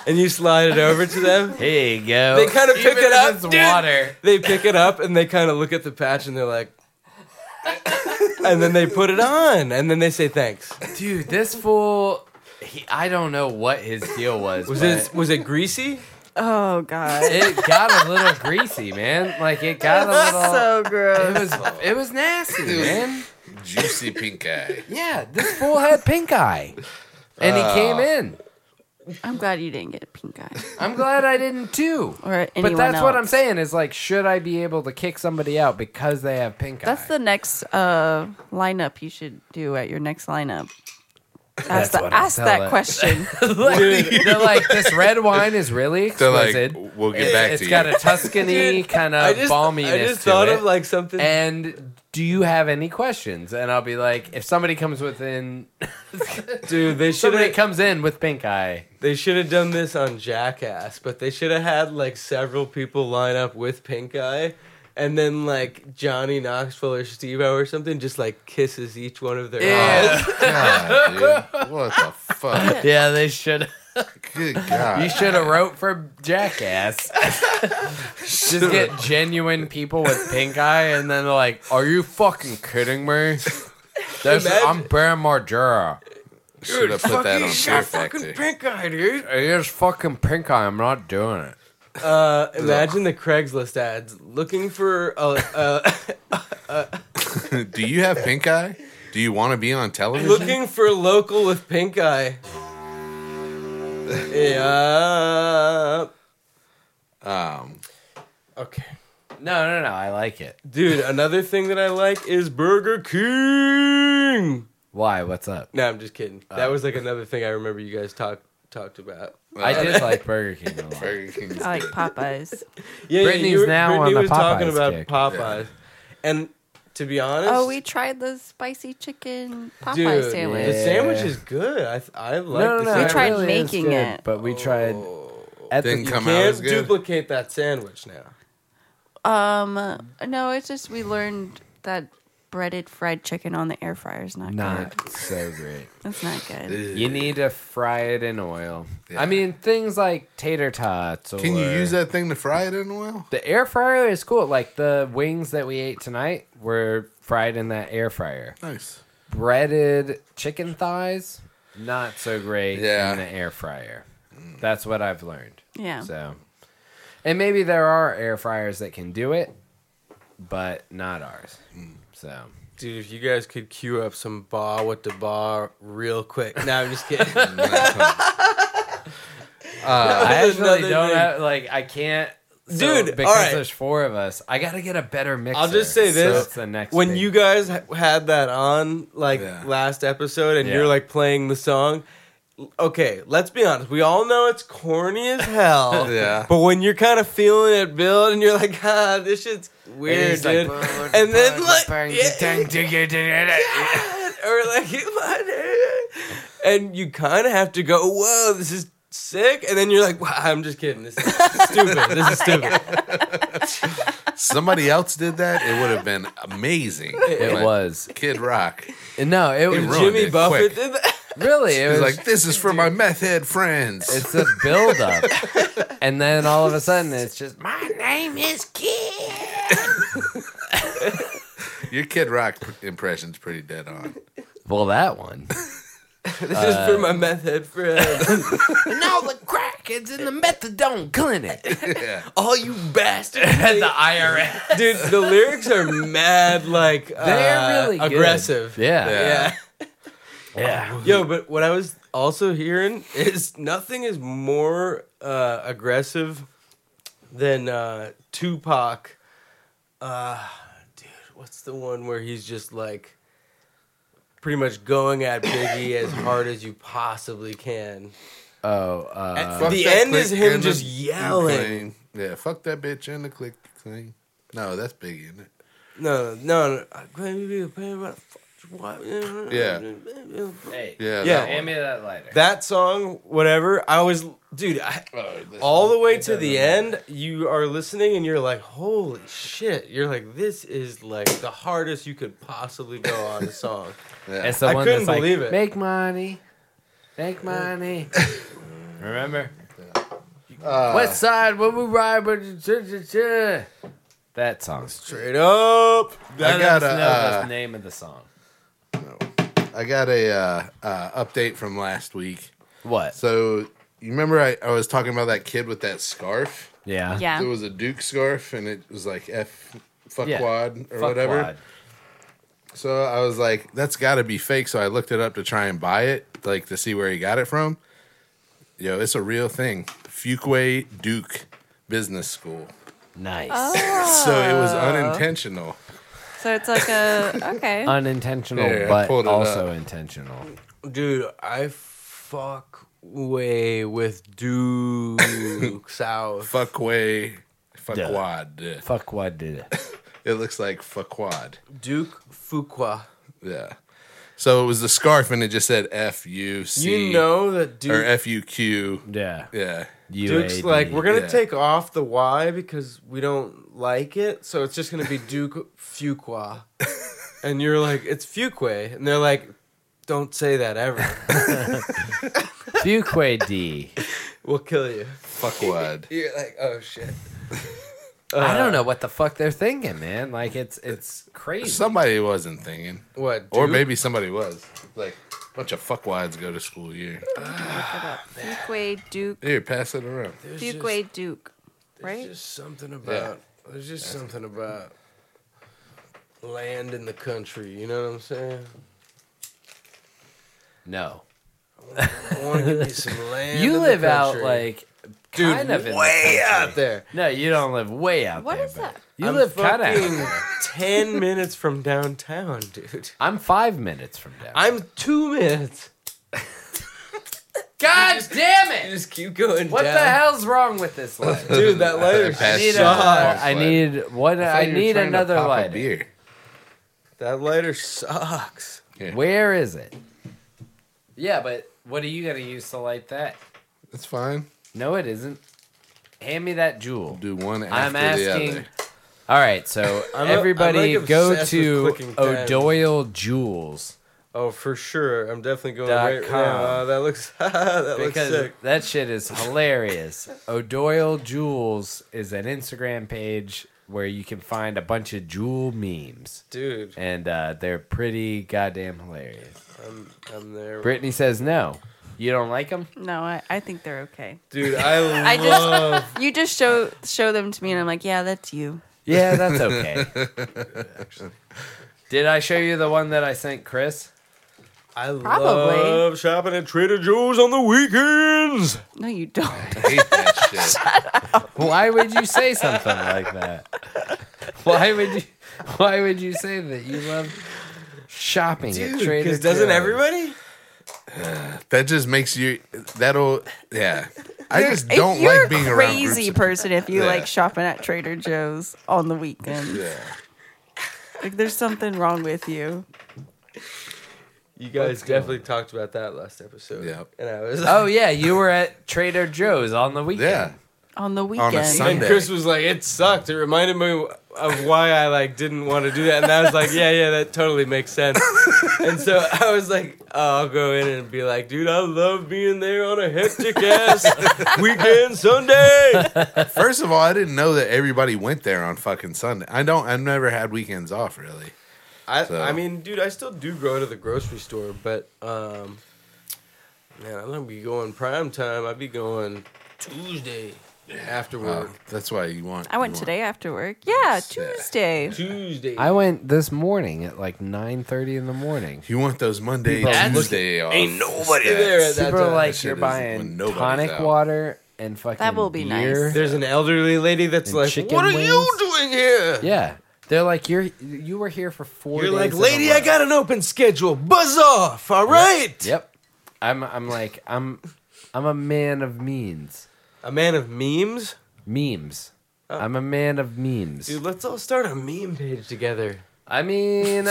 [SPEAKER 4] and you slide it over to them.
[SPEAKER 1] Here you go.
[SPEAKER 4] They kind of pick it up, dude.
[SPEAKER 1] water.
[SPEAKER 4] They pick it up and they kind of look at the patch and they're like, and then they put it on and then they say thanks.
[SPEAKER 1] Dude, this fool he, I don't know what his deal was.
[SPEAKER 4] Was
[SPEAKER 1] but
[SPEAKER 4] it was it greasy?
[SPEAKER 3] Oh
[SPEAKER 1] *laughs*
[SPEAKER 3] god.
[SPEAKER 1] it got a little greasy, man. Like it got a little
[SPEAKER 4] *laughs*
[SPEAKER 3] so
[SPEAKER 1] it
[SPEAKER 3] gross.
[SPEAKER 1] was it was nasty, man.
[SPEAKER 2] Juicy pink eye.
[SPEAKER 1] Yeah, this fool had pink eye. And he
[SPEAKER 4] Oh.
[SPEAKER 1] came in.
[SPEAKER 3] I'm glad you didn't get a pink eye.
[SPEAKER 1] I'm glad I didn't too.
[SPEAKER 3] Or anyone
[SPEAKER 1] But that's what I'm
[SPEAKER 3] else.
[SPEAKER 1] saying is like, should I be able to kick somebody out because they have pink eye?
[SPEAKER 3] That's the next uh, lineup you should do at your next lineup. Ask,
[SPEAKER 1] That's
[SPEAKER 3] the,
[SPEAKER 1] what I
[SPEAKER 3] ask
[SPEAKER 1] tell
[SPEAKER 3] that
[SPEAKER 1] it. *laughs*
[SPEAKER 3] question. *laughs*
[SPEAKER 1] Dude, they're like this red wine is really
[SPEAKER 2] They're like,
[SPEAKER 1] exquisite.
[SPEAKER 2] we'll get
[SPEAKER 1] It-
[SPEAKER 2] back
[SPEAKER 1] it's
[SPEAKER 2] to
[SPEAKER 1] got
[SPEAKER 2] you.
[SPEAKER 1] a Tuscany
[SPEAKER 4] Dude,
[SPEAKER 1] kind
[SPEAKER 4] I
[SPEAKER 1] of
[SPEAKER 4] just
[SPEAKER 1] balminess
[SPEAKER 4] I just
[SPEAKER 1] to
[SPEAKER 4] thought
[SPEAKER 1] it.
[SPEAKER 4] of like something.
[SPEAKER 1] and do you have any questions? And I'll be like, if somebody comes within,
[SPEAKER 4] dude, they should
[SPEAKER 1] somebody
[SPEAKER 4] have
[SPEAKER 1] comes in with pink eye.
[SPEAKER 4] they should have done this on Jackass, but they should have had like several people line up with pink eye. And then like Johnny Knoxville or Steve O or something just like kisses each one of their eyes.
[SPEAKER 2] Oh, God, dude. What the fuck?
[SPEAKER 1] yeah, they should. *laughs*
[SPEAKER 2] Good
[SPEAKER 1] You
[SPEAKER 2] God.
[SPEAKER 1] should have wrote for *laughs* Jackass. Just get genuine people with pink eye, and then they're like, "Are you fucking kidding me? This, I'm
[SPEAKER 4] Imagine-
[SPEAKER 1] Ben Margera.
[SPEAKER 2] Should have put that on Fear Factor.
[SPEAKER 4] pink eye, dude.
[SPEAKER 1] It is fucking pink eye. I'm not doing it.
[SPEAKER 4] Uh, imagine the Craigslist ads looking for a, uh,
[SPEAKER 2] *laughs*
[SPEAKER 4] *laughs* a,
[SPEAKER 2] Do you have pink eye? Do you want to be on television? *laughs*
[SPEAKER 4] looking for local with pink eye. Yeah.
[SPEAKER 2] Um,
[SPEAKER 4] Okay.
[SPEAKER 1] No, no, no. I like it.
[SPEAKER 4] Dude, another thing that I like is Burger King.
[SPEAKER 1] Why? What's up?
[SPEAKER 4] No, I'm just kidding.
[SPEAKER 2] Uh,
[SPEAKER 4] That was like another thing I remember you guys talked talked about.
[SPEAKER 1] I did *laughs* like Burger King a lot.
[SPEAKER 2] *laughs* Burger King's
[SPEAKER 3] I like Popeyes.
[SPEAKER 4] Yeah, yeah,
[SPEAKER 1] Brittany's
[SPEAKER 4] you were-
[SPEAKER 1] now
[SPEAKER 4] Brittany
[SPEAKER 1] on the
[SPEAKER 4] was talking
[SPEAKER 1] Popeyes
[SPEAKER 4] about
[SPEAKER 1] kick.
[SPEAKER 4] Popeyes, and to be honest,
[SPEAKER 3] Oh, we tried the spicy chicken Popeye
[SPEAKER 4] dude,
[SPEAKER 3] sandwich.
[SPEAKER 4] the
[SPEAKER 1] yeah.
[SPEAKER 4] sandwich is good. I I like
[SPEAKER 1] No, no, no.
[SPEAKER 4] the
[SPEAKER 3] We
[SPEAKER 1] it
[SPEAKER 4] sandwich.
[SPEAKER 3] tried
[SPEAKER 1] really is
[SPEAKER 3] making
[SPEAKER 1] good,
[SPEAKER 3] it.
[SPEAKER 1] but we tried
[SPEAKER 4] Oh.
[SPEAKER 1] at
[SPEAKER 2] Didn't
[SPEAKER 1] the
[SPEAKER 2] come out as
[SPEAKER 4] Can't
[SPEAKER 2] good.
[SPEAKER 4] duplicate that sandwich now.
[SPEAKER 3] Um, no, it's just we learned that breaded fried chicken on the air fryer is not, good.
[SPEAKER 1] not so great.
[SPEAKER 3] That's not good.
[SPEAKER 1] You need to fry it in oil.
[SPEAKER 2] Yeah.
[SPEAKER 1] I mean, things like tater tots. Or
[SPEAKER 2] Can you use that thing to fry it in oil?
[SPEAKER 1] The air fryer is cool. Like the wings that we ate tonight were fried in that air fryer.
[SPEAKER 2] Nice.
[SPEAKER 1] Breaded chicken thighs, not so great
[SPEAKER 2] Yeah.
[SPEAKER 1] in the air fryer. That's what I've learned.
[SPEAKER 3] Yeah.
[SPEAKER 1] So, and maybe there are air fryers that can do it, but not ours. So,
[SPEAKER 4] Dude, if you guys could queue up some bar with the bar real quick. *laughs* No, I'm just kidding.
[SPEAKER 1] Uh,
[SPEAKER 4] *laughs*
[SPEAKER 1] I
[SPEAKER 4] That's
[SPEAKER 1] actually
[SPEAKER 4] another
[SPEAKER 1] don't
[SPEAKER 4] thing.
[SPEAKER 1] have, like, I can't. so,
[SPEAKER 4] Dude, all
[SPEAKER 1] because
[SPEAKER 4] right.
[SPEAKER 1] there's four of us, I got to get a better mixer.
[SPEAKER 4] I'll just say
[SPEAKER 1] So
[SPEAKER 4] this.
[SPEAKER 1] it's the next
[SPEAKER 4] when
[SPEAKER 1] big-
[SPEAKER 4] you guys ha- had that on like
[SPEAKER 2] Yeah.
[SPEAKER 4] last episode and
[SPEAKER 1] Yeah.
[SPEAKER 4] you're like playing the song okay let's be honest we all know it's corny as *laughs* hell
[SPEAKER 2] Yeah.
[SPEAKER 4] but when you're kind of feeling it build and you're like ah this shit's weird
[SPEAKER 1] it's *laughs* like,
[SPEAKER 4] dude and then like yeah,
[SPEAKER 1] yeah.
[SPEAKER 4] *laughs* or like and you kind of have to go whoa this is sick and then you're like wow, i'm just kidding
[SPEAKER 1] *laughs*
[SPEAKER 4] this is stupid this is stupid
[SPEAKER 2] Somebody else did that. It would have been amazing.
[SPEAKER 1] It
[SPEAKER 2] But
[SPEAKER 1] was
[SPEAKER 2] Kid Rock.
[SPEAKER 1] no, it
[SPEAKER 2] He
[SPEAKER 1] was
[SPEAKER 2] ruined
[SPEAKER 4] jimmy
[SPEAKER 2] it
[SPEAKER 4] buffett
[SPEAKER 2] quick.
[SPEAKER 4] did that *laughs*
[SPEAKER 1] really. It
[SPEAKER 2] It
[SPEAKER 1] was
[SPEAKER 2] was
[SPEAKER 1] like
[SPEAKER 2] like, this is for my meth head friends.
[SPEAKER 1] it's a build up, and then all of a sudden it's just my name is Kid.
[SPEAKER 2] Your Kid Rock p- impression's pretty
[SPEAKER 1] *laughs*
[SPEAKER 2] dead on. *laughs*
[SPEAKER 1] Well, that one.
[SPEAKER 4] this
[SPEAKER 1] Uh,
[SPEAKER 4] is for my meth head
[SPEAKER 1] *laughs*
[SPEAKER 4] friend
[SPEAKER 1] and all the crackheads in the methadone *laughs* clinic.
[SPEAKER 2] Yeah.
[SPEAKER 4] all you
[SPEAKER 1] *laughs*
[SPEAKER 4] bastards.
[SPEAKER 1] At the IRS.
[SPEAKER 4] Dude, the lyrics are mad like uh,
[SPEAKER 1] They're really good.
[SPEAKER 4] aggressive.
[SPEAKER 1] Yeah.
[SPEAKER 4] Yeah.
[SPEAKER 1] Yeah.
[SPEAKER 4] Yo, but what I was also hearing is nothing is more uh, aggressive than uh, Tupac. Uh, dude, what's the one where he's just like pretty much going at Biggie as hard as you possibly can?
[SPEAKER 1] Oh, uh,
[SPEAKER 4] At
[SPEAKER 2] Fuck
[SPEAKER 4] the
[SPEAKER 2] that
[SPEAKER 4] end is
[SPEAKER 2] click
[SPEAKER 4] him
[SPEAKER 2] and
[SPEAKER 4] just
[SPEAKER 2] the-
[SPEAKER 4] yelling.
[SPEAKER 2] and cling. Yeah, fuck that bitch and the click thing. No, that's Biggie, isn't it?
[SPEAKER 4] No, no, no. Yeah.
[SPEAKER 1] hey,
[SPEAKER 2] Yeah.
[SPEAKER 4] Yeah.
[SPEAKER 2] that one.
[SPEAKER 1] hand me that lighter.
[SPEAKER 4] that song, whatever. I was, dude, I,
[SPEAKER 2] Oh, this-
[SPEAKER 4] all the way to the end. You are listening, and you're like, "Holy shit!" You're like, "This is like the hardest you could possibly go on a song."
[SPEAKER 2] *laughs* yeah.
[SPEAKER 1] It's the
[SPEAKER 4] I
[SPEAKER 1] one
[SPEAKER 4] couldn't
[SPEAKER 1] that's like,
[SPEAKER 4] believe it.
[SPEAKER 1] Make money, make
[SPEAKER 4] *laughs*
[SPEAKER 1] money. Remember,
[SPEAKER 4] Uh,
[SPEAKER 2] Uh,
[SPEAKER 1] West Side when we ride with the cha-cha-cha. that song.
[SPEAKER 4] Straight up,
[SPEAKER 1] That is
[SPEAKER 2] got a,
[SPEAKER 1] no,
[SPEAKER 2] uh,
[SPEAKER 1] that's the name of the song.
[SPEAKER 2] I got a uh, uh, update from last week.
[SPEAKER 1] What?
[SPEAKER 2] So you remember I, I was talking about that kid with that scarf?
[SPEAKER 1] yeah.
[SPEAKER 3] Yeah.
[SPEAKER 2] It was a Duke scarf, and it was like F fuckwad
[SPEAKER 1] Yeah.
[SPEAKER 2] or
[SPEAKER 1] Fuck
[SPEAKER 2] whatever.
[SPEAKER 1] wad.
[SPEAKER 2] So I was like, that's got to be fake. So I looked it up to try and buy it, like to see where he got it from. Yo, it's a real thing. Fuquay Duke Business School.
[SPEAKER 1] Nice.
[SPEAKER 2] So it was unintentional.
[SPEAKER 3] So it's
[SPEAKER 2] *laughs*
[SPEAKER 3] like a okay.
[SPEAKER 2] Uh,
[SPEAKER 1] Unintentional,
[SPEAKER 2] There, I
[SPEAKER 1] but
[SPEAKER 2] pulled it
[SPEAKER 1] also
[SPEAKER 2] up.
[SPEAKER 1] intentional.
[SPEAKER 4] dude. I fuck way
[SPEAKER 2] *laughs*
[SPEAKER 4] with Duke South.
[SPEAKER 2] Fuckway, fuckwad.
[SPEAKER 1] Fuck what did
[SPEAKER 2] *laughs*
[SPEAKER 1] it?
[SPEAKER 2] It looks like fuckwad.
[SPEAKER 4] Duke Fuqua.
[SPEAKER 2] Yeah. So it was the scarf, and it just said F U C
[SPEAKER 4] You know that
[SPEAKER 2] or
[SPEAKER 4] Duke
[SPEAKER 2] F U Q.
[SPEAKER 1] Yeah.
[SPEAKER 2] Yeah.
[SPEAKER 1] UAD.
[SPEAKER 4] Duke's like, we're
[SPEAKER 1] *laughs*
[SPEAKER 4] gonna
[SPEAKER 2] Yeah.
[SPEAKER 4] take off the Y because we don't like it, so it's just gonna be Duke Fuqua.
[SPEAKER 2] *laughs*
[SPEAKER 4] and you're like, it's Fuquay, and they're like, don't say that ever.
[SPEAKER 1] Fuquay D.
[SPEAKER 4] We'll kill you.
[SPEAKER 2] Fuckwad.
[SPEAKER 4] You're like, oh shit.
[SPEAKER 2] Uh,
[SPEAKER 1] I don't know what the fuck they're thinking, man. Like it's it's crazy.
[SPEAKER 2] Somebody wasn't thinking,
[SPEAKER 4] What?
[SPEAKER 2] or
[SPEAKER 4] Duke?
[SPEAKER 2] maybe somebody was. Like a bunch of fuckwads go to school here.
[SPEAKER 3] Fuquay Duke.
[SPEAKER 2] Here, pass it around.
[SPEAKER 4] There's just-
[SPEAKER 3] Fuquay Duke.
[SPEAKER 4] there's
[SPEAKER 3] Right?
[SPEAKER 4] just something about. There's just something about land in the country. You know what I'm saying?
[SPEAKER 1] no.
[SPEAKER 4] I I want to give
[SPEAKER 1] *laughs*
[SPEAKER 4] you some land.
[SPEAKER 1] you
[SPEAKER 4] in the
[SPEAKER 1] live out
[SPEAKER 4] country.
[SPEAKER 1] like
[SPEAKER 4] Dude,
[SPEAKER 1] kind of in the
[SPEAKER 4] way out
[SPEAKER 1] country.
[SPEAKER 4] there.
[SPEAKER 1] No, you don't live way out
[SPEAKER 3] What
[SPEAKER 1] there.
[SPEAKER 3] is
[SPEAKER 1] but
[SPEAKER 3] that?
[SPEAKER 1] You
[SPEAKER 4] I'm
[SPEAKER 1] live kind
[SPEAKER 4] fucking
[SPEAKER 1] of.
[SPEAKER 4] ten minutes from downtown, dude.
[SPEAKER 1] *laughs* I'm five minutes from down.
[SPEAKER 4] I'm two minutes.
[SPEAKER 1] God damn it!
[SPEAKER 4] just keep going.
[SPEAKER 1] What the hell's wrong with this light?
[SPEAKER 4] dude? That lighter
[SPEAKER 1] I
[SPEAKER 2] *laughs* Pass
[SPEAKER 1] need
[SPEAKER 2] That's
[SPEAKER 1] another.
[SPEAKER 4] sucks.
[SPEAKER 2] sucks.
[SPEAKER 1] I need what? I,
[SPEAKER 2] thought you were
[SPEAKER 1] need
[SPEAKER 2] trying to
[SPEAKER 1] another
[SPEAKER 2] pop a
[SPEAKER 1] lighter.
[SPEAKER 2] Beer.
[SPEAKER 4] That lighter sucks.
[SPEAKER 2] Yeah.
[SPEAKER 1] Where is it? Yeah, but what are you gonna use to light that?
[SPEAKER 2] It's fine.
[SPEAKER 1] No, it isn't. Hand me that jewel.
[SPEAKER 2] Do one after
[SPEAKER 1] I'm
[SPEAKER 2] the
[SPEAKER 1] asking.
[SPEAKER 2] other.
[SPEAKER 1] All right, so
[SPEAKER 4] I'm a-
[SPEAKER 1] everybody
[SPEAKER 4] I'm, like,
[SPEAKER 1] go
[SPEAKER 4] obsessed with
[SPEAKER 1] to
[SPEAKER 4] clicking tabs.
[SPEAKER 1] O'Doyle Jewels
[SPEAKER 4] Oh, for sure. I'm definitely going
[SPEAKER 1] Dot
[SPEAKER 4] right
[SPEAKER 1] com.
[SPEAKER 4] now. Uh, that looks *laughs* that looks
[SPEAKER 1] because
[SPEAKER 4] sick.
[SPEAKER 1] that shit is hilarious. O'Doyle Jewels is an Instagram page where you can find a bunch of jewel memes,
[SPEAKER 4] Dude,
[SPEAKER 1] and uh, they're pretty goddamn hilarious.
[SPEAKER 4] I'm, I'm there.
[SPEAKER 1] Brittany says no. You don't like them?
[SPEAKER 3] No, I, I think they're okay.
[SPEAKER 4] Dude, I love
[SPEAKER 3] *laughs* I just you just show show them to me, and I'm like, yeah, that's you.
[SPEAKER 1] Yeah,
[SPEAKER 4] *laughs*
[SPEAKER 1] that's okay. Did I show you the one that I sent Chris?
[SPEAKER 4] I
[SPEAKER 3] Probably.
[SPEAKER 4] love shopping at Trader Joe's on the weekends.
[SPEAKER 3] No,
[SPEAKER 2] *laughs*
[SPEAKER 3] you don't.
[SPEAKER 2] I hate that shit.
[SPEAKER 1] Why would you say something like that? Why would you? Why would you say that you love shopping at Trader
[SPEAKER 4] Because doesn't
[SPEAKER 1] Joe's?
[SPEAKER 4] everybody?
[SPEAKER 2] That just makes you. That'll. Yeah. I just
[SPEAKER 3] If
[SPEAKER 2] don't
[SPEAKER 3] you're
[SPEAKER 2] like being
[SPEAKER 3] a
[SPEAKER 2] around.
[SPEAKER 3] crazy
[SPEAKER 2] groups of-
[SPEAKER 3] person if you
[SPEAKER 2] Yeah.
[SPEAKER 3] like shopping at Trader Joe's on the weekends.
[SPEAKER 2] Yeah.
[SPEAKER 3] Like, there's something wrong with you.
[SPEAKER 4] You guys definitely talked about that last episode.
[SPEAKER 2] Yep.
[SPEAKER 4] And I was
[SPEAKER 1] *laughs* Oh yeah, you were at Trader Joe's on the weekend.
[SPEAKER 2] Yeah.
[SPEAKER 3] On the weekend,
[SPEAKER 2] Sunday.
[SPEAKER 4] And Chris was like, "It sucked. It reminded me of why I like didn't want to do that." And I was like, "Yeah, yeah, that totally makes sense." and so *laughs* I was like, oh, "I'll go in and be like, dude, I love being there on a hectic ass weekend Sunday."
[SPEAKER 2] First of all, I didn't know that everybody went there on fucking Sunday. I don't. I've never had weekends off really.
[SPEAKER 4] I,
[SPEAKER 2] So-
[SPEAKER 4] I mean, dude, I still do go to the grocery store, but um, man, I'm gonna be going prime time. I'd be going Tuesday after
[SPEAKER 2] Uh,
[SPEAKER 4] work.
[SPEAKER 2] that's why you want.
[SPEAKER 3] I went
[SPEAKER 2] you want-
[SPEAKER 3] today after work. Yeah,
[SPEAKER 2] Yeah.
[SPEAKER 3] Tuesday.
[SPEAKER 4] Tuesday.
[SPEAKER 1] I went this morning at like nine thirty in the morning.
[SPEAKER 2] You want those Monday,
[SPEAKER 1] People are
[SPEAKER 2] Tuesday off.
[SPEAKER 4] Ain't nobody there at that
[SPEAKER 1] People
[SPEAKER 4] time.
[SPEAKER 1] are
[SPEAKER 2] That
[SPEAKER 1] like,
[SPEAKER 2] shit
[SPEAKER 1] you're
[SPEAKER 2] is
[SPEAKER 1] buying
[SPEAKER 2] when nobody's
[SPEAKER 1] tonic
[SPEAKER 2] out.
[SPEAKER 1] water and fucking
[SPEAKER 3] That will be nice.
[SPEAKER 1] beer.
[SPEAKER 4] There's an elderly lady that's
[SPEAKER 1] And
[SPEAKER 4] like,
[SPEAKER 1] chicken
[SPEAKER 4] "What are you
[SPEAKER 1] wings?
[SPEAKER 4] doing here?"
[SPEAKER 1] Yeah, they're like, you're you were here for 4
[SPEAKER 4] You're
[SPEAKER 1] days
[SPEAKER 4] like,
[SPEAKER 1] in a
[SPEAKER 4] lady, I
[SPEAKER 1] row."
[SPEAKER 4] got an open schedule. Buzz off. All right.
[SPEAKER 1] Yep. I'm I'm like I'm I'm a man of means.
[SPEAKER 4] A man of memes.
[SPEAKER 1] Memes. I'm a man of memes.
[SPEAKER 4] Dude, let's all start a meme page together.
[SPEAKER 1] I mean,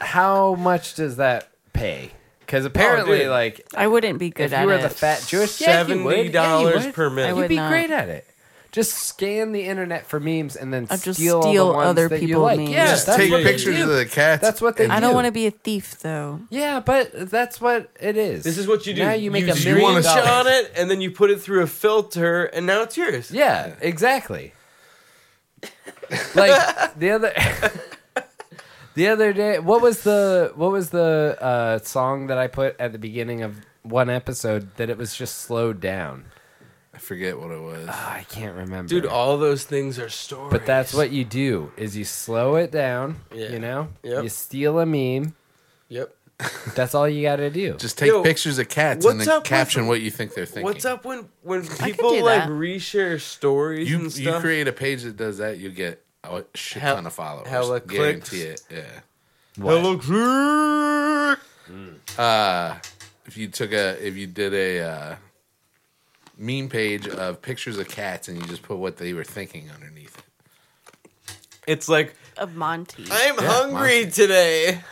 [SPEAKER 1] how much does that pay? Because apparently,
[SPEAKER 4] dude.
[SPEAKER 1] like,
[SPEAKER 3] I wouldn't be good
[SPEAKER 1] if
[SPEAKER 3] at
[SPEAKER 1] you were
[SPEAKER 3] it.
[SPEAKER 1] the fat Jewish, yeah, you would. Yeah, you
[SPEAKER 4] $70
[SPEAKER 1] would.
[SPEAKER 4] per minute. I
[SPEAKER 1] You'd
[SPEAKER 3] would
[SPEAKER 1] be
[SPEAKER 3] not.
[SPEAKER 1] great at it. Just scan the internet for memes and then
[SPEAKER 3] I'll just
[SPEAKER 1] steal,
[SPEAKER 3] steal
[SPEAKER 1] all the ones
[SPEAKER 3] other
[SPEAKER 1] that you
[SPEAKER 3] people's
[SPEAKER 1] like.
[SPEAKER 3] memes.
[SPEAKER 1] Yeah,
[SPEAKER 2] Just
[SPEAKER 1] that's
[SPEAKER 2] take
[SPEAKER 1] what they
[SPEAKER 2] pictures
[SPEAKER 1] do.
[SPEAKER 2] of the cats.
[SPEAKER 1] That's what they
[SPEAKER 2] and
[SPEAKER 3] I don't
[SPEAKER 1] you.
[SPEAKER 3] want to be a thief though.
[SPEAKER 1] Yeah, but that's what it is.
[SPEAKER 4] This is what you do.
[SPEAKER 1] Now you make a
[SPEAKER 2] you wanna
[SPEAKER 1] million
[SPEAKER 4] screenshot
[SPEAKER 1] dollars.
[SPEAKER 4] it, and then you put it through a filter, and now it's yours.
[SPEAKER 1] Yeah, *laughs* exactly. like the other *laughs* the other day, what was the what was the uh, song that I put at the beginning of one episode that it was just slowed down?
[SPEAKER 2] I forget what it was.
[SPEAKER 1] Oh, I can't remember.
[SPEAKER 4] Dude, all those things are stories.
[SPEAKER 1] but that's what you do is you slow it down.
[SPEAKER 4] Yeah.
[SPEAKER 1] You know,
[SPEAKER 4] Yep.
[SPEAKER 1] you steal a meme.
[SPEAKER 4] Yep.
[SPEAKER 1] That's all you got to do.
[SPEAKER 2] Just take
[SPEAKER 4] Yo,
[SPEAKER 2] pictures of cats
[SPEAKER 4] what's
[SPEAKER 2] and
[SPEAKER 4] up
[SPEAKER 2] then
[SPEAKER 4] with-
[SPEAKER 2] caption what you think they're thinking.
[SPEAKER 4] What's up when when
[SPEAKER 3] could
[SPEAKER 4] people
[SPEAKER 3] do
[SPEAKER 4] like
[SPEAKER 3] that.
[SPEAKER 4] reshare stories
[SPEAKER 2] You
[SPEAKER 4] and
[SPEAKER 2] you
[SPEAKER 4] stuff?
[SPEAKER 2] create a page that does that, you get a shit
[SPEAKER 4] Hell-
[SPEAKER 2] ton of followers.
[SPEAKER 4] hella
[SPEAKER 2] Guarantee it. Yeah.
[SPEAKER 1] What?
[SPEAKER 4] Hello,
[SPEAKER 2] uh, if you took a if you did a uh, meme page of pictures of cats and you just put what they were thinking underneath it.
[SPEAKER 4] it's like
[SPEAKER 3] Of Monty.
[SPEAKER 4] I'm
[SPEAKER 2] Yeah,
[SPEAKER 4] hungry
[SPEAKER 2] monster.
[SPEAKER 4] today.
[SPEAKER 3] *laughs*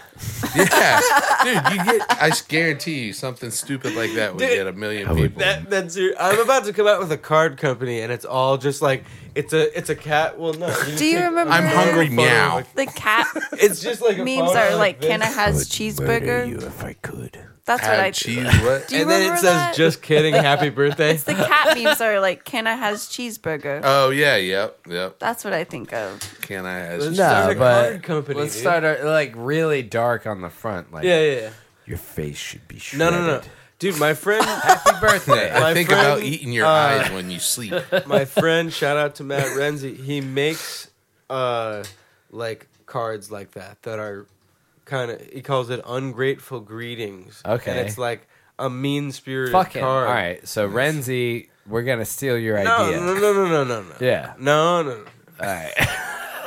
[SPEAKER 2] Yeah, dude, you get. I s- guarantee you, something stupid like that would
[SPEAKER 4] Dude,
[SPEAKER 2] get a million
[SPEAKER 1] would-
[SPEAKER 2] people.
[SPEAKER 4] That that's your, I'm about to come out with a card company, and it's all just like it's a it's a cat. Well, no.
[SPEAKER 3] Do you remember?
[SPEAKER 2] I'm hungry
[SPEAKER 4] Photo of
[SPEAKER 2] meow.
[SPEAKER 4] a
[SPEAKER 2] *laughs*
[SPEAKER 3] The cat
[SPEAKER 4] It's just like a
[SPEAKER 3] memes
[SPEAKER 4] photo
[SPEAKER 3] are
[SPEAKER 4] of
[SPEAKER 3] like,
[SPEAKER 4] this.
[SPEAKER 3] "Can I has cheeseburger?"
[SPEAKER 1] if I could.
[SPEAKER 3] That's what
[SPEAKER 2] Have
[SPEAKER 3] I.
[SPEAKER 2] cheese. What?
[SPEAKER 3] *laughs* Do you
[SPEAKER 4] and then
[SPEAKER 3] remember
[SPEAKER 4] it says,
[SPEAKER 3] that?
[SPEAKER 4] "Just
[SPEAKER 3] *laughs*
[SPEAKER 4] kidding, happy birthday."
[SPEAKER 3] The cat *laughs* memes are like, "Can I has cheeseburger?"
[SPEAKER 2] Oh yeah, yep, yep.
[SPEAKER 3] That's what I think of.
[SPEAKER 2] Can I?
[SPEAKER 4] Let's
[SPEAKER 2] Ask
[SPEAKER 1] No,
[SPEAKER 4] start a
[SPEAKER 1] but
[SPEAKER 4] card company.
[SPEAKER 1] Let's
[SPEAKER 4] dude.
[SPEAKER 1] start our, like really dark on the front. Like
[SPEAKER 4] Yeah, yeah, yeah.
[SPEAKER 1] your face should be
[SPEAKER 4] No,
[SPEAKER 1] shredded.
[SPEAKER 4] no, *laughs* no, dude.
[SPEAKER 1] *laughs*
[SPEAKER 4] My friend,
[SPEAKER 1] Happy *laughs* birthday.
[SPEAKER 2] I
[SPEAKER 4] My
[SPEAKER 2] think
[SPEAKER 4] friend,
[SPEAKER 2] about eating your
[SPEAKER 4] uh,
[SPEAKER 2] eyes when
[SPEAKER 1] *laughs*
[SPEAKER 2] you sleep.
[SPEAKER 4] my friend. Shout out to Matt Renzi. He makes uh like cards like that that are kind of. He calls it ungrateful greetings.
[SPEAKER 1] Okay.
[SPEAKER 4] and it's like. a mean spirited
[SPEAKER 1] Fuck him.
[SPEAKER 4] card.
[SPEAKER 1] All right. So Renzi, we're gonna steal your
[SPEAKER 4] No,
[SPEAKER 1] idea.
[SPEAKER 4] no, no, no, no, no, no.
[SPEAKER 1] Yeah.
[SPEAKER 4] No, no.
[SPEAKER 1] All right.
[SPEAKER 4] no. *laughs*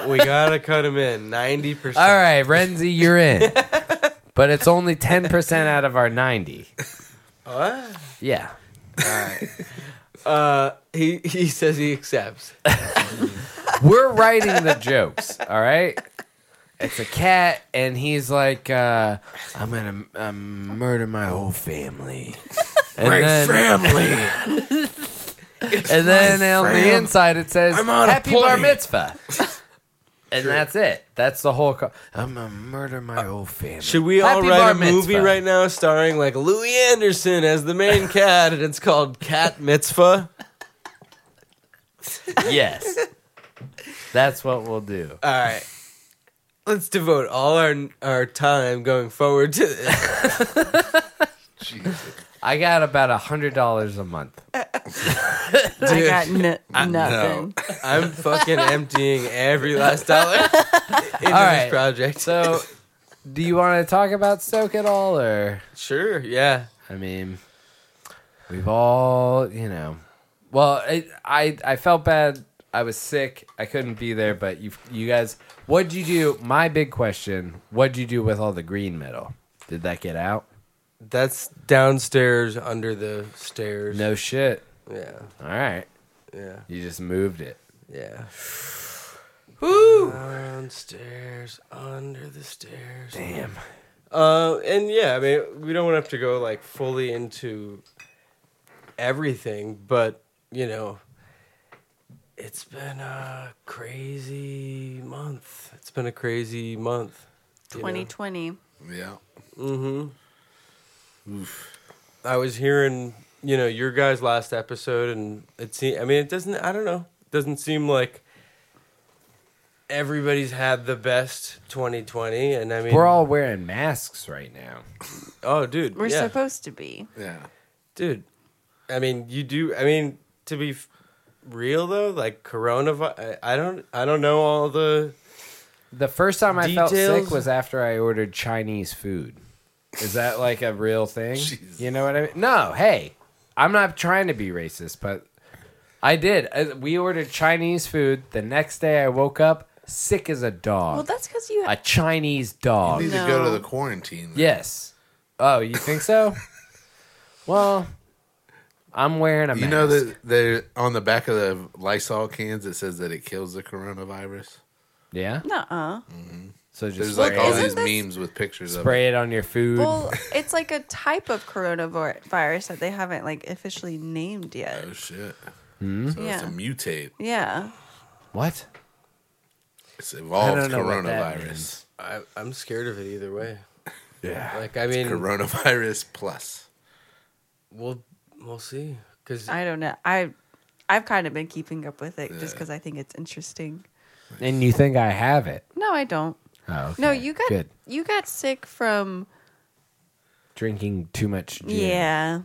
[SPEAKER 4] We gotta cut him in ninety percent.
[SPEAKER 1] All right, Renzi, you're
[SPEAKER 4] *laughs*
[SPEAKER 1] in. but it's only ten percent out of our ninety.
[SPEAKER 4] What?
[SPEAKER 1] Yeah.
[SPEAKER 4] Uh, he he says he accepts.
[SPEAKER 1] We're writing the jokes, all right? It's a cat, and he's like, uh, I'm gonna um, murder my whole family. And then,
[SPEAKER 2] family.
[SPEAKER 1] *laughs* and then on the
[SPEAKER 2] fam.
[SPEAKER 1] inside it says,
[SPEAKER 2] I'm out of
[SPEAKER 1] Happy Bar
[SPEAKER 2] play."
[SPEAKER 1] Mitzvah. and that's it. That's the whole. Co- I'm gonna murder my whole family.
[SPEAKER 4] Should we all
[SPEAKER 1] Happy
[SPEAKER 4] write a
[SPEAKER 1] Bar
[SPEAKER 4] movie
[SPEAKER 1] Mitzvah.
[SPEAKER 4] right now starring like Louis Anderson as
[SPEAKER 1] *laughs*
[SPEAKER 4] the main cat, and it's called Cat Mitzvah?
[SPEAKER 1] Yes. That's what we'll do.
[SPEAKER 4] All right. Let's devote all our our time going forward to this.
[SPEAKER 2] Jesus.
[SPEAKER 1] I got about a hundred dollars a month.
[SPEAKER 3] I
[SPEAKER 2] *laughs*
[SPEAKER 3] got n- nothing.
[SPEAKER 4] I'm fucking emptying every last dollar *laughs* into
[SPEAKER 1] right.
[SPEAKER 4] this project.
[SPEAKER 1] So, do you want to talk about Stoke at all, or
[SPEAKER 4] sure, yeah.
[SPEAKER 1] I mean, we've all, you know. Well, it, I I felt bad. I was sick. I couldn't be there. But you you guys, what'd you do? My big question: What'd you do with all the green metal? Did that get out?
[SPEAKER 4] That's downstairs under the stairs.
[SPEAKER 1] No shit.
[SPEAKER 4] Yeah.
[SPEAKER 1] All right,
[SPEAKER 4] Yeah.
[SPEAKER 1] you just moved it.
[SPEAKER 4] Yeah. Downstairs under the stairs.
[SPEAKER 1] Damn.
[SPEAKER 4] Uh, and yeah, I mean, we don't have to go like fully into everything, but you know, it's been a crazy month. It's been a crazy month. you know?
[SPEAKER 3] 2020.
[SPEAKER 2] Yeah.
[SPEAKER 4] I was hearing, you know, your guys' last episode, and it seemed. I mean, it doesn't. I don't know. It doesn't seem like everybody's had the best 2020, and I mean,
[SPEAKER 1] We're all wearing masks right now.
[SPEAKER 4] Oh, dude,
[SPEAKER 3] We're
[SPEAKER 4] yeah.
[SPEAKER 3] supposed to be.
[SPEAKER 2] Yeah.
[SPEAKER 4] dude i mean you do i mean to be f- real though like coronavirus i don't i don't know all the
[SPEAKER 1] The first time I felt sick
[SPEAKER 4] Details?
[SPEAKER 1] was after I ordered Chinese food. Is that like a real thing?
[SPEAKER 2] Jesus.
[SPEAKER 1] You know what I mean? No, hey, I'm not trying to be racist, but I did. I- We ordered Chinese food. The next day I woke up sick as a dog.
[SPEAKER 3] Well, that's because you
[SPEAKER 1] a
[SPEAKER 3] have
[SPEAKER 1] Chinese
[SPEAKER 3] Oh,
[SPEAKER 1] dog.
[SPEAKER 2] You need to go to the quarantine.
[SPEAKER 1] Yes. Oh, you think
[SPEAKER 2] *laughs*
[SPEAKER 1] so? well, I'm wearing a
[SPEAKER 2] You
[SPEAKER 1] mask.
[SPEAKER 2] know that they're on the back of the Lysol cans. It says that it kills the coronavirus.
[SPEAKER 1] Yeah.
[SPEAKER 3] nuh-uh.
[SPEAKER 1] So just
[SPEAKER 2] There's
[SPEAKER 1] spray,
[SPEAKER 2] like all
[SPEAKER 1] it,
[SPEAKER 3] isn't
[SPEAKER 2] these
[SPEAKER 3] this-
[SPEAKER 2] memes with pictures of it.
[SPEAKER 1] spray it on your food.
[SPEAKER 3] Well, it's like a type of coronavirus that they haven't like officially named yet.
[SPEAKER 2] Oh shit!
[SPEAKER 1] Hmm?
[SPEAKER 2] So
[SPEAKER 3] Yeah.
[SPEAKER 2] it's a mutate.
[SPEAKER 3] Yeah.
[SPEAKER 1] what?
[SPEAKER 2] It's
[SPEAKER 1] I
[SPEAKER 2] evolved
[SPEAKER 1] don't know what that
[SPEAKER 2] coronavirus.
[SPEAKER 1] means.
[SPEAKER 4] I, i'm scared of it either way
[SPEAKER 1] Yeah.
[SPEAKER 4] like i mean
[SPEAKER 2] Coronavirus plus.
[SPEAKER 4] we'll we'll see because
[SPEAKER 3] I don't know. I I've kind of been keeping up with it just 'cause just
[SPEAKER 2] Yeah.
[SPEAKER 3] because I think it's interesting.
[SPEAKER 1] And you think I have it?
[SPEAKER 3] No, I don't.
[SPEAKER 1] Oh, okay.
[SPEAKER 3] No, you got
[SPEAKER 1] good
[SPEAKER 3] you got sick from
[SPEAKER 1] drinking too much. Gin.
[SPEAKER 3] yeah,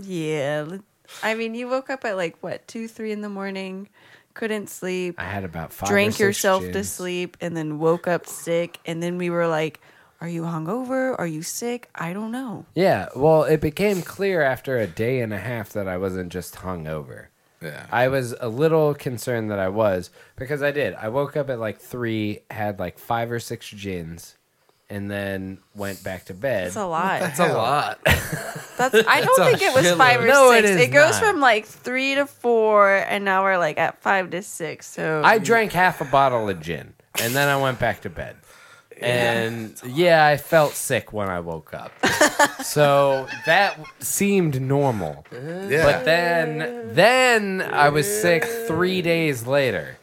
[SPEAKER 3] yeah. I mean, you woke up at like what two, three in the morning, couldn't sleep,
[SPEAKER 1] I had about five. or
[SPEAKER 3] drank
[SPEAKER 1] six
[SPEAKER 3] yourself to
[SPEAKER 1] gins.
[SPEAKER 3] sleep, and then woke up sick. And then we were like, "Are you hungover? Are you sick? I don't know."
[SPEAKER 1] Yeah, well, it became clear after a day and a half that I wasn't just hungover.
[SPEAKER 2] Yeah.
[SPEAKER 1] I was a little concerned that I was because I did. I woke up at like three, had like five or six gins, and then went back to bed.
[SPEAKER 3] That's a lot.
[SPEAKER 4] that's a lot
[SPEAKER 3] That's I don't
[SPEAKER 4] That's a
[SPEAKER 3] think it was
[SPEAKER 4] shitload.
[SPEAKER 3] five or
[SPEAKER 1] No, it
[SPEAKER 3] six.
[SPEAKER 1] is
[SPEAKER 3] It, goes
[SPEAKER 1] not.
[SPEAKER 3] from like three to four, and now we're like at five to six. So
[SPEAKER 1] I drank half a bottle of gin and then I went back to
[SPEAKER 3] *laughs*
[SPEAKER 1] bed. And yeah, I felt sick when I woke
[SPEAKER 3] *laughs*
[SPEAKER 1] up. so that seemed normal.
[SPEAKER 2] yeah.
[SPEAKER 1] But then then I was sick three days later.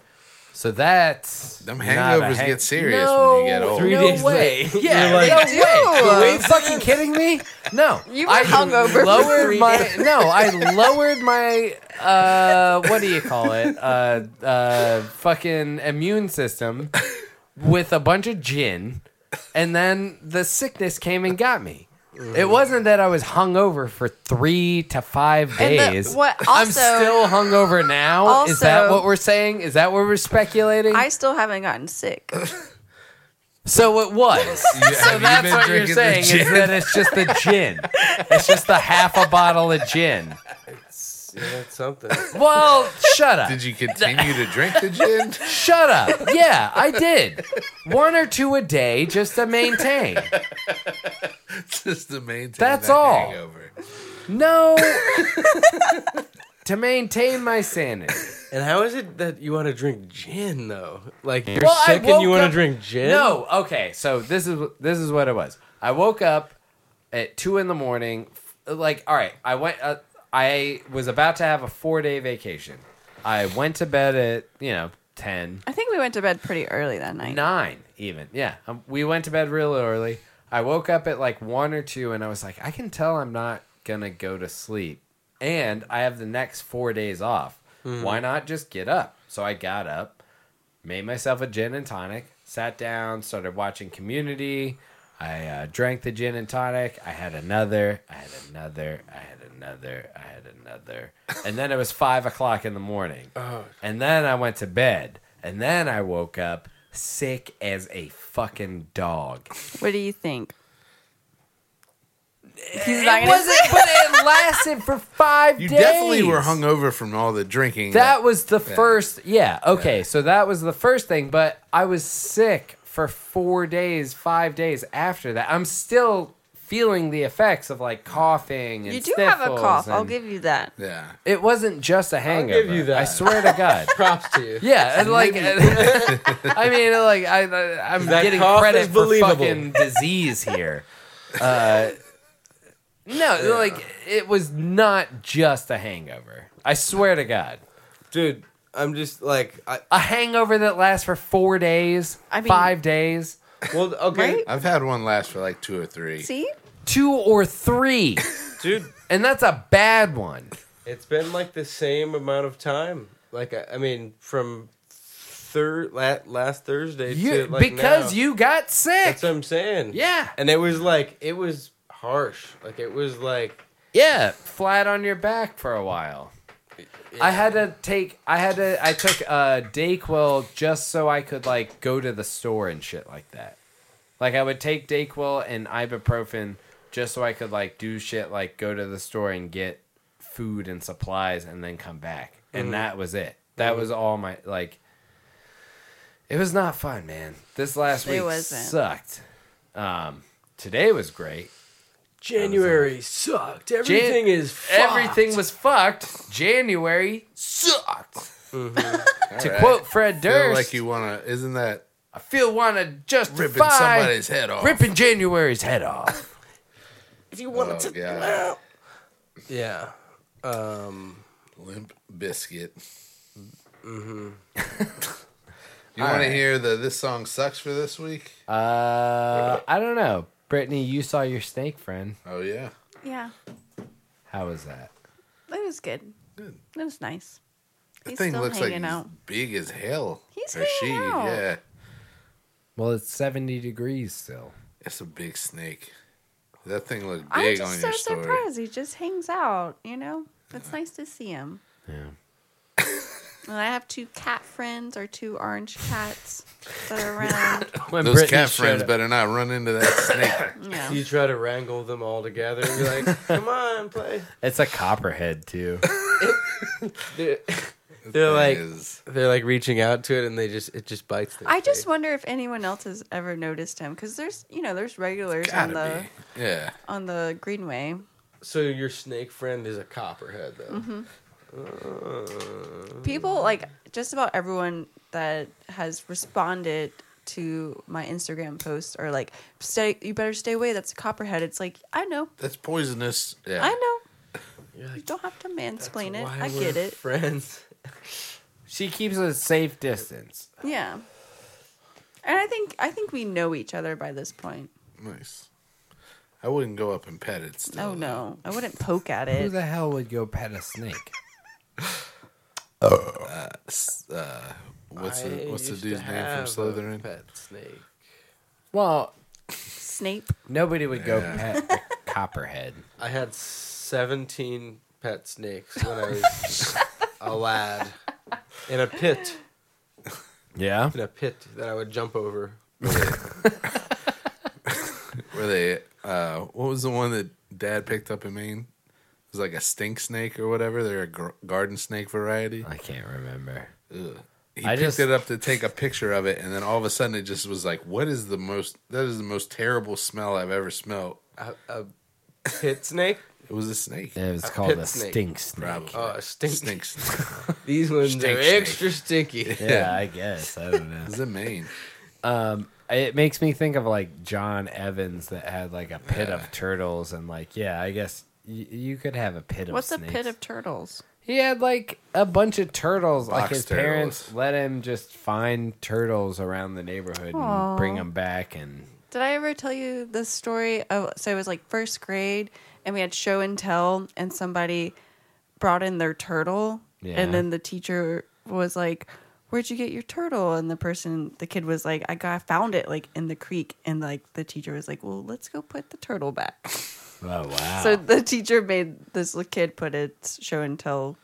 [SPEAKER 1] So that's
[SPEAKER 2] Them
[SPEAKER 1] not a
[SPEAKER 2] hangovers
[SPEAKER 1] hang-
[SPEAKER 2] get serious when you get old. *laughs*
[SPEAKER 1] Three
[SPEAKER 2] Three
[SPEAKER 1] no
[SPEAKER 4] days
[SPEAKER 1] way.
[SPEAKER 4] later.
[SPEAKER 1] Yeah,
[SPEAKER 4] You're like,
[SPEAKER 1] no
[SPEAKER 3] Dude.
[SPEAKER 1] way. Are you fucking kidding me? No.
[SPEAKER 3] You were hungover for
[SPEAKER 1] lowered
[SPEAKER 3] three
[SPEAKER 1] my no, I lowered my uh what do you call it? Uh uh fucking immune system with a bunch of gin and then the sickness came and got me. It wasn't that I was hungover for three to five
[SPEAKER 3] And the-
[SPEAKER 1] days.
[SPEAKER 3] what-
[SPEAKER 1] I'm
[SPEAKER 3] also-
[SPEAKER 1] still hungover now. Is that
[SPEAKER 3] Also-
[SPEAKER 1] what we're saying? Is that what we're speculating?
[SPEAKER 3] I still haven't gotten sick.
[SPEAKER 1] So it was. so
[SPEAKER 2] you
[SPEAKER 1] that's
[SPEAKER 2] been
[SPEAKER 1] what you're
[SPEAKER 2] drinking the
[SPEAKER 1] saying is
[SPEAKER 2] gin?
[SPEAKER 1] that it's just the
[SPEAKER 2] *laughs*
[SPEAKER 1] gin. It's just the half a bottle of gin.
[SPEAKER 4] Yeah, that's something.
[SPEAKER 1] Well, shut up.
[SPEAKER 2] Did you continue to drink the gin? *laughs*
[SPEAKER 1] Shut up. Yeah, I did. One or two a day just to maintain.
[SPEAKER 2] Just to maintain
[SPEAKER 1] That's
[SPEAKER 2] that
[SPEAKER 1] all.
[SPEAKER 2] hangover.
[SPEAKER 1] No. to maintain my sanity.
[SPEAKER 4] and how is it that you want to drink gin though? Like you're
[SPEAKER 1] Well, I
[SPEAKER 4] sick and
[SPEAKER 1] woke
[SPEAKER 4] you want
[SPEAKER 1] up-
[SPEAKER 4] to drink gin?
[SPEAKER 1] No, okay. So this is this is what it was. I woke up at two in the morning. f- Like, all right, I went. Uh, I was about to have a four day vacation. I went to bed at you know ten,
[SPEAKER 3] I think we went to bed pretty early that night.
[SPEAKER 1] nine, even. Yeah, um, we went to bed real early. I woke up at like one or two, and I was like, I can tell I'm not gonna go to sleep, and I have the next four days off. Why not just get up? So I got up, made myself a gin and tonic, sat down, started watching Community. I uh, drank the gin and tonic. I had another. I had another. I had another. I had another. And then it was five o'clock in the morning.
[SPEAKER 2] Oh.
[SPEAKER 1] And then I went to bed. And then I woke up sick as a fucking dog.
[SPEAKER 3] What do you think? He's not
[SPEAKER 1] It
[SPEAKER 3] gonna
[SPEAKER 1] wasn't,
[SPEAKER 3] say.
[SPEAKER 1] but it lasted for five
[SPEAKER 2] You
[SPEAKER 1] days.
[SPEAKER 2] definitely were hungover from all the drinking.
[SPEAKER 1] That was the first. Yeah. Okay. So that was the first thing, but I was sick for four days, five days after that. I'm still feeling the effects of like coughing and
[SPEAKER 3] You do have a
[SPEAKER 1] sniffles
[SPEAKER 3] cough. I'll
[SPEAKER 1] and-
[SPEAKER 3] give you that.
[SPEAKER 2] yeah.
[SPEAKER 1] It wasn't just a
[SPEAKER 4] give
[SPEAKER 1] hangover.
[SPEAKER 4] you that.
[SPEAKER 1] I swear to
[SPEAKER 4] *laughs*
[SPEAKER 1] God.
[SPEAKER 4] *laughs* Props to you.
[SPEAKER 1] Yeah, and *laughs* like, I mean, like, I, I I'm
[SPEAKER 4] That
[SPEAKER 1] getting
[SPEAKER 4] cough is
[SPEAKER 1] credit for
[SPEAKER 4] believable.
[SPEAKER 1] fucking *laughs* disease here. Uh, no, like, it was not just a hangover. I swear to God,
[SPEAKER 4] Dude, I'm just like I
[SPEAKER 1] a hangover that lasts for four days,
[SPEAKER 3] I mean-
[SPEAKER 1] five days,
[SPEAKER 4] well okay.
[SPEAKER 3] Right?
[SPEAKER 2] I've had one last for like two or three.
[SPEAKER 3] See?
[SPEAKER 1] two or
[SPEAKER 3] *laughs*
[SPEAKER 1] three,
[SPEAKER 4] Dude,
[SPEAKER 1] and that's a bad one.
[SPEAKER 4] It's been like the same amount of time. Like I, I mean, from third la- last Thursday
[SPEAKER 1] You,
[SPEAKER 4] to uh, like
[SPEAKER 1] because
[SPEAKER 4] now.
[SPEAKER 1] you got sick.
[SPEAKER 4] That's what I'm saying.
[SPEAKER 1] Yeah.
[SPEAKER 4] and it was like it was harsh. Like it was like
[SPEAKER 1] Yeah, flat on your back for a while. I had to take. I had to. I took uh, Dayquil just so I could like go to the store and shit like that. Like I would take Dayquil and ibuprofen just so I could like do shit like go to the store and get food and supplies and then come back.
[SPEAKER 3] Mm-hmm.
[SPEAKER 1] And that was it. That was all my like. It was not fun, man. This last
[SPEAKER 3] It
[SPEAKER 1] week
[SPEAKER 3] wasn't.
[SPEAKER 1] sucked. Um, today was great.
[SPEAKER 4] January sucked. Everything is fucked.
[SPEAKER 1] Everything was fucked. January sucked. to quote Fred
[SPEAKER 2] Feel
[SPEAKER 1] Durst,
[SPEAKER 2] like you wanna isn't that
[SPEAKER 1] I feel want to justify
[SPEAKER 2] ripping somebody's head off?
[SPEAKER 1] ripping January's head off.
[SPEAKER 4] If you
[SPEAKER 2] oh, God.
[SPEAKER 4] yeah. Um,
[SPEAKER 2] Limp biscuit. Mm-hmm.
[SPEAKER 4] Mm-hmm.
[SPEAKER 2] *laughs* you wanna hear the this song sucks for this week?
[SPEAKER 1] Uh, I don't know, Brittany. You saw your snake friend.
[SPEAKER 2] Oh yeah.
[SPEAKER 3] Yeah.
[SPEAKER 1] How was that?
[SPEAKER 3] It was good. It was nice.
[SPEAKER 2] That
[SPEAKER 3] He's
[SPEAKER 2] thing
[SPEAKER 3] still
[SPEAKER 2] looks like
[SPEAKER 3] hanging
[SPEAKER 2] he's
[SPEAKER 3] out.
[SPEAKER 2] big as hell.
[SPEAKER 3] He's
[SPEAKER 2] or she,
[SPEAKER 3] hanging out.
[SPEAKER 2] yeah.
[SPEAKER 1] Well, it's seventy degrees still.
[SPEAKER 2] It's a big snake. That thing looked
[SPEAKER 3] I'm
[SPEAKER 2] big
[SPEAKER 3] just
[SPEAKER 2] on
[SPEAKER 3] so
[SPEAKER 2] your story.
[SPEAKER 3] surprised. He just hangs out, you know? It's nice to see him.
[SPEAKER 1] Yeah.
[SPEAKER 3] And I have two cat friends or two orange cats that are around.
[SPEAKER 1] When
[SPEAKER 2] Those
[SPEAKER 1] Brittany
[SPEAKER 2] cat
[SPEAKER 1] showed
[SPEAKER 2] friends
[SPEAKER 1] up-
[SPEAKER 2] better not run into that snake.
[SPEAKER 3] *laughs* Yeah.
[SPEAKER 4] you try to wrangle them all together. And you're like, come on, play.
[SPEAKER 1] It's a copperhead too.
[SPEAKER 4] They're, they're like
[SPEAKER 2] Is-
[SPEAKER 4] they're like reaching out to it, and they just it just bites them.
[SPEAKER 3] I just wonder if anyone else has ever noticed him because there's, you know, there's regulars on
[SPEAKER 2] gotta
[SPEAKER 3] the
[SPEAKER 2] be. Yeah.
[SPEAKER 3] on the Greenway.
[SPEAKER 4] So your snake friend is a copperhead, though.
[SPEAKER 3] Mm-hmm.
[SPEAKER 4] Uh,
[SPEAKER 3] People like just about everyone that has responded to my Instagram posts are like, "Stay, you better stay away. That's a copperhead." It's like I know,
[SPEAKER 2] That's poisonous. Yeah.
[SPEAKER 3] I know.
[SPEAKER 4] You're like,
[SPEAKER 3] You don't have to mansplain it.
[SPEAKER 4] Why
[SPEAKER 3] I
[SPEAKER 4] we're
[SPEAKER 3] get it.
[SPEAKER 4] Friends.
[SPEAKER 1] She keeps a safe distance.
[SPEAKER 3] Yeah. And I think I think we know each other by this point.
[SPEAKER 2] Nice. I wouldn't go up and pet it still.
[SPEAKER 3] Oh no, I wouldn't poke at
[SPEAKER 1] Who
[SPEAKER 3] it.
[SPEAKER 1] the hell would go pet a snake?
[SPEAKER 2] S- Uh, *laughs* what's the,
[SPEAKER 4] I
[SPEAKER 2] what's the
[SPEAKER 4] used
[SPEAKER 2] dude's
[SPEAKER 4] to
[SPEAKER 2] name from
[SPEAKER 4] have a
[SPEAKER 2] Slytherin?
[SPEAKER 4] Pet snake.
[SPEAKER 1] Well,
[SPEAKER 3] Snape.
[SPEAKER 1] nobody would go
[SPEAKER 2] Yeah.
[SPEAKER 1] pet a copperhead.
[SPEAKER 4] I had 17 pet snakes when
[SPEAKER 3] *laughs*
[SPEAKER 4] I was a lad. In a pit.
[SPEAKER 1] Yeah.
[SPEAKER 2] *laughs*
[SPEAKER 4] In a pit that I would jump over.
[SPEAKER 2] Where they, uh, what was the one that Dad picked up in Maine? It was like a stink snake or whatever. They're a gr- garden snake variety.
[SPEAKER 1] I can't remember.
[SPEAKER 2] Ugh. He
[SPEAKER 1] I
[SPEAKER 2] picked
[SPEAKER 1] just-
[SPEAKER 2] it up to take a picture of it, and then all of a sudden, it just was like, "What is the most? That is the most terrible smell I've ever smelled."
[SPEAKER 4] A, a pit snake?
[SPEAKER 2] It was a snake,
[SPEAKER 1] It was
[SPEAKER 4] A
[SPEAKER 1] called
[SPEAKER 4] pit
[SPEAKER 1] a
[SPEAKER 4] snake.
[SPEAKER 1] stink snake.
[SPEAKER 2] probably.
[SPEAKER 4] Oh, a stink.
[SPEAKER 2] Stink snake.
[SPEAKER 4] These ones
[SPEAKER 2] Stink
[SPEAKER 4] are
[SPEAKER 2] snake.
[SPEAKER 4] extra stinky.
[SPEAKER 1] *laughs* Yeah, I guess. I don't know.
[SPEAKER 2] It was in Maine.
[SPEAKER 1] Um, *laughs* it makes me think of like John Evans that had like a pit of turtles and like yeah, I guess y- you could have a pit of
[SPEAKER 3] What's a
[SPEAKER 1] snakes.
[SPEAKER 3] pit of turtles?
[SPEAKER 1] He had like a bunch of turtles. like
[SPEAKER 2] Box
[SPEAKER 1] his
[SPEAKER 2] turtles.
[SPEAKER 1] parents let him just find turtles around the neighborhood and
[SPEAKER 3] Aw.
[SPEAKER 1] bring them back and
[SPEAKER 3] Did I ever tell you the story of so it was like first grade and we had show and tell and somebody brought in their turtle
[SPEAKER 1] Yeah.
[SPEAKER 3] and then the teacher was like Where'd you get your turtle? And the person, the kid was like, I got I found it like in the creek, and like the teacher was like, Well, let's go put the turtle back.
[SPEAKER 1] oh wow.
[SPEAKER 3] So the teacher made this little kid put its show and tell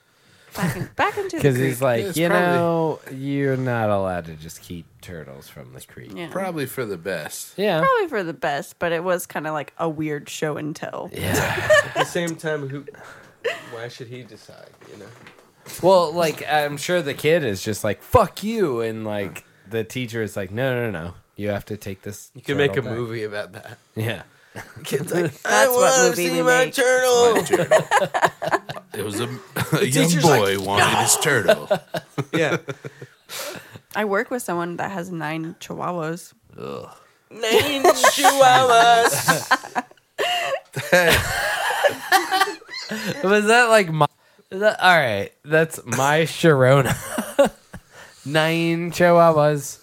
[SPEAKER 3] back, in,
[SPEAKER 1] *laughs*
[SPEAKER 3] back into the creek.
[SPEAKER 1] because he's like,
[SPEAKER 2] It's
[SPEAKER 1] you
[SPEAKER 2] probably-
[SPEAKER 1] know, you're not allowed to just keep turtles from the creek.
[SPEAKER 3] yeah.
[SPEAKER 2] Probably for the best.
[SPEAKER 1] Yeah.
[SPEAKER 3] probably for the best, but it was kind of like a weird show and tell.
[SPEAKER 1] Yeah.
[SPEAKER 4] At the same time, who? Why should he decide? You know.
[SPEAKER 1] well, like I'm sure the kid is just like, "Fuck you," and like the teacher is like, "No, no, no, you have to take this."
[SPEAKER 4] You could make a
[SPEAKER 1] turtle back."
[SPEAKER 4] movie about that. *laughs*
[SPEAKER 1] Yeah.
[SPEAKER 4] Kids like, I
[SPEAKER 3] *laughs* That's what
[SPEAKER 4] want to
[SPEAKER 3] movie
[SPEAKER 4] see
[SPEAKER 3] we
[SPEAKER 4] my
[SPEAKER 3] make."
[SPEAKER 4] turtle.
[SPEAKER 2] It was a, *laughs* a young
[SPEAKER 4] teacher's
[SPEAKER 2] boy wanted his
[SPEAKER 4] *laughs*
[SPEAKER 2] turtle.
[SPEAKER 4] yeah.
[SPEAKER 3] I work with someone that has nine chihuahuas.
[SPEAKER 4] Nine chihuahuas.
[SPEAKER 1] Was that like my? Is that, all right, that's my Sharona. *laughs* Nine Chihuahuas.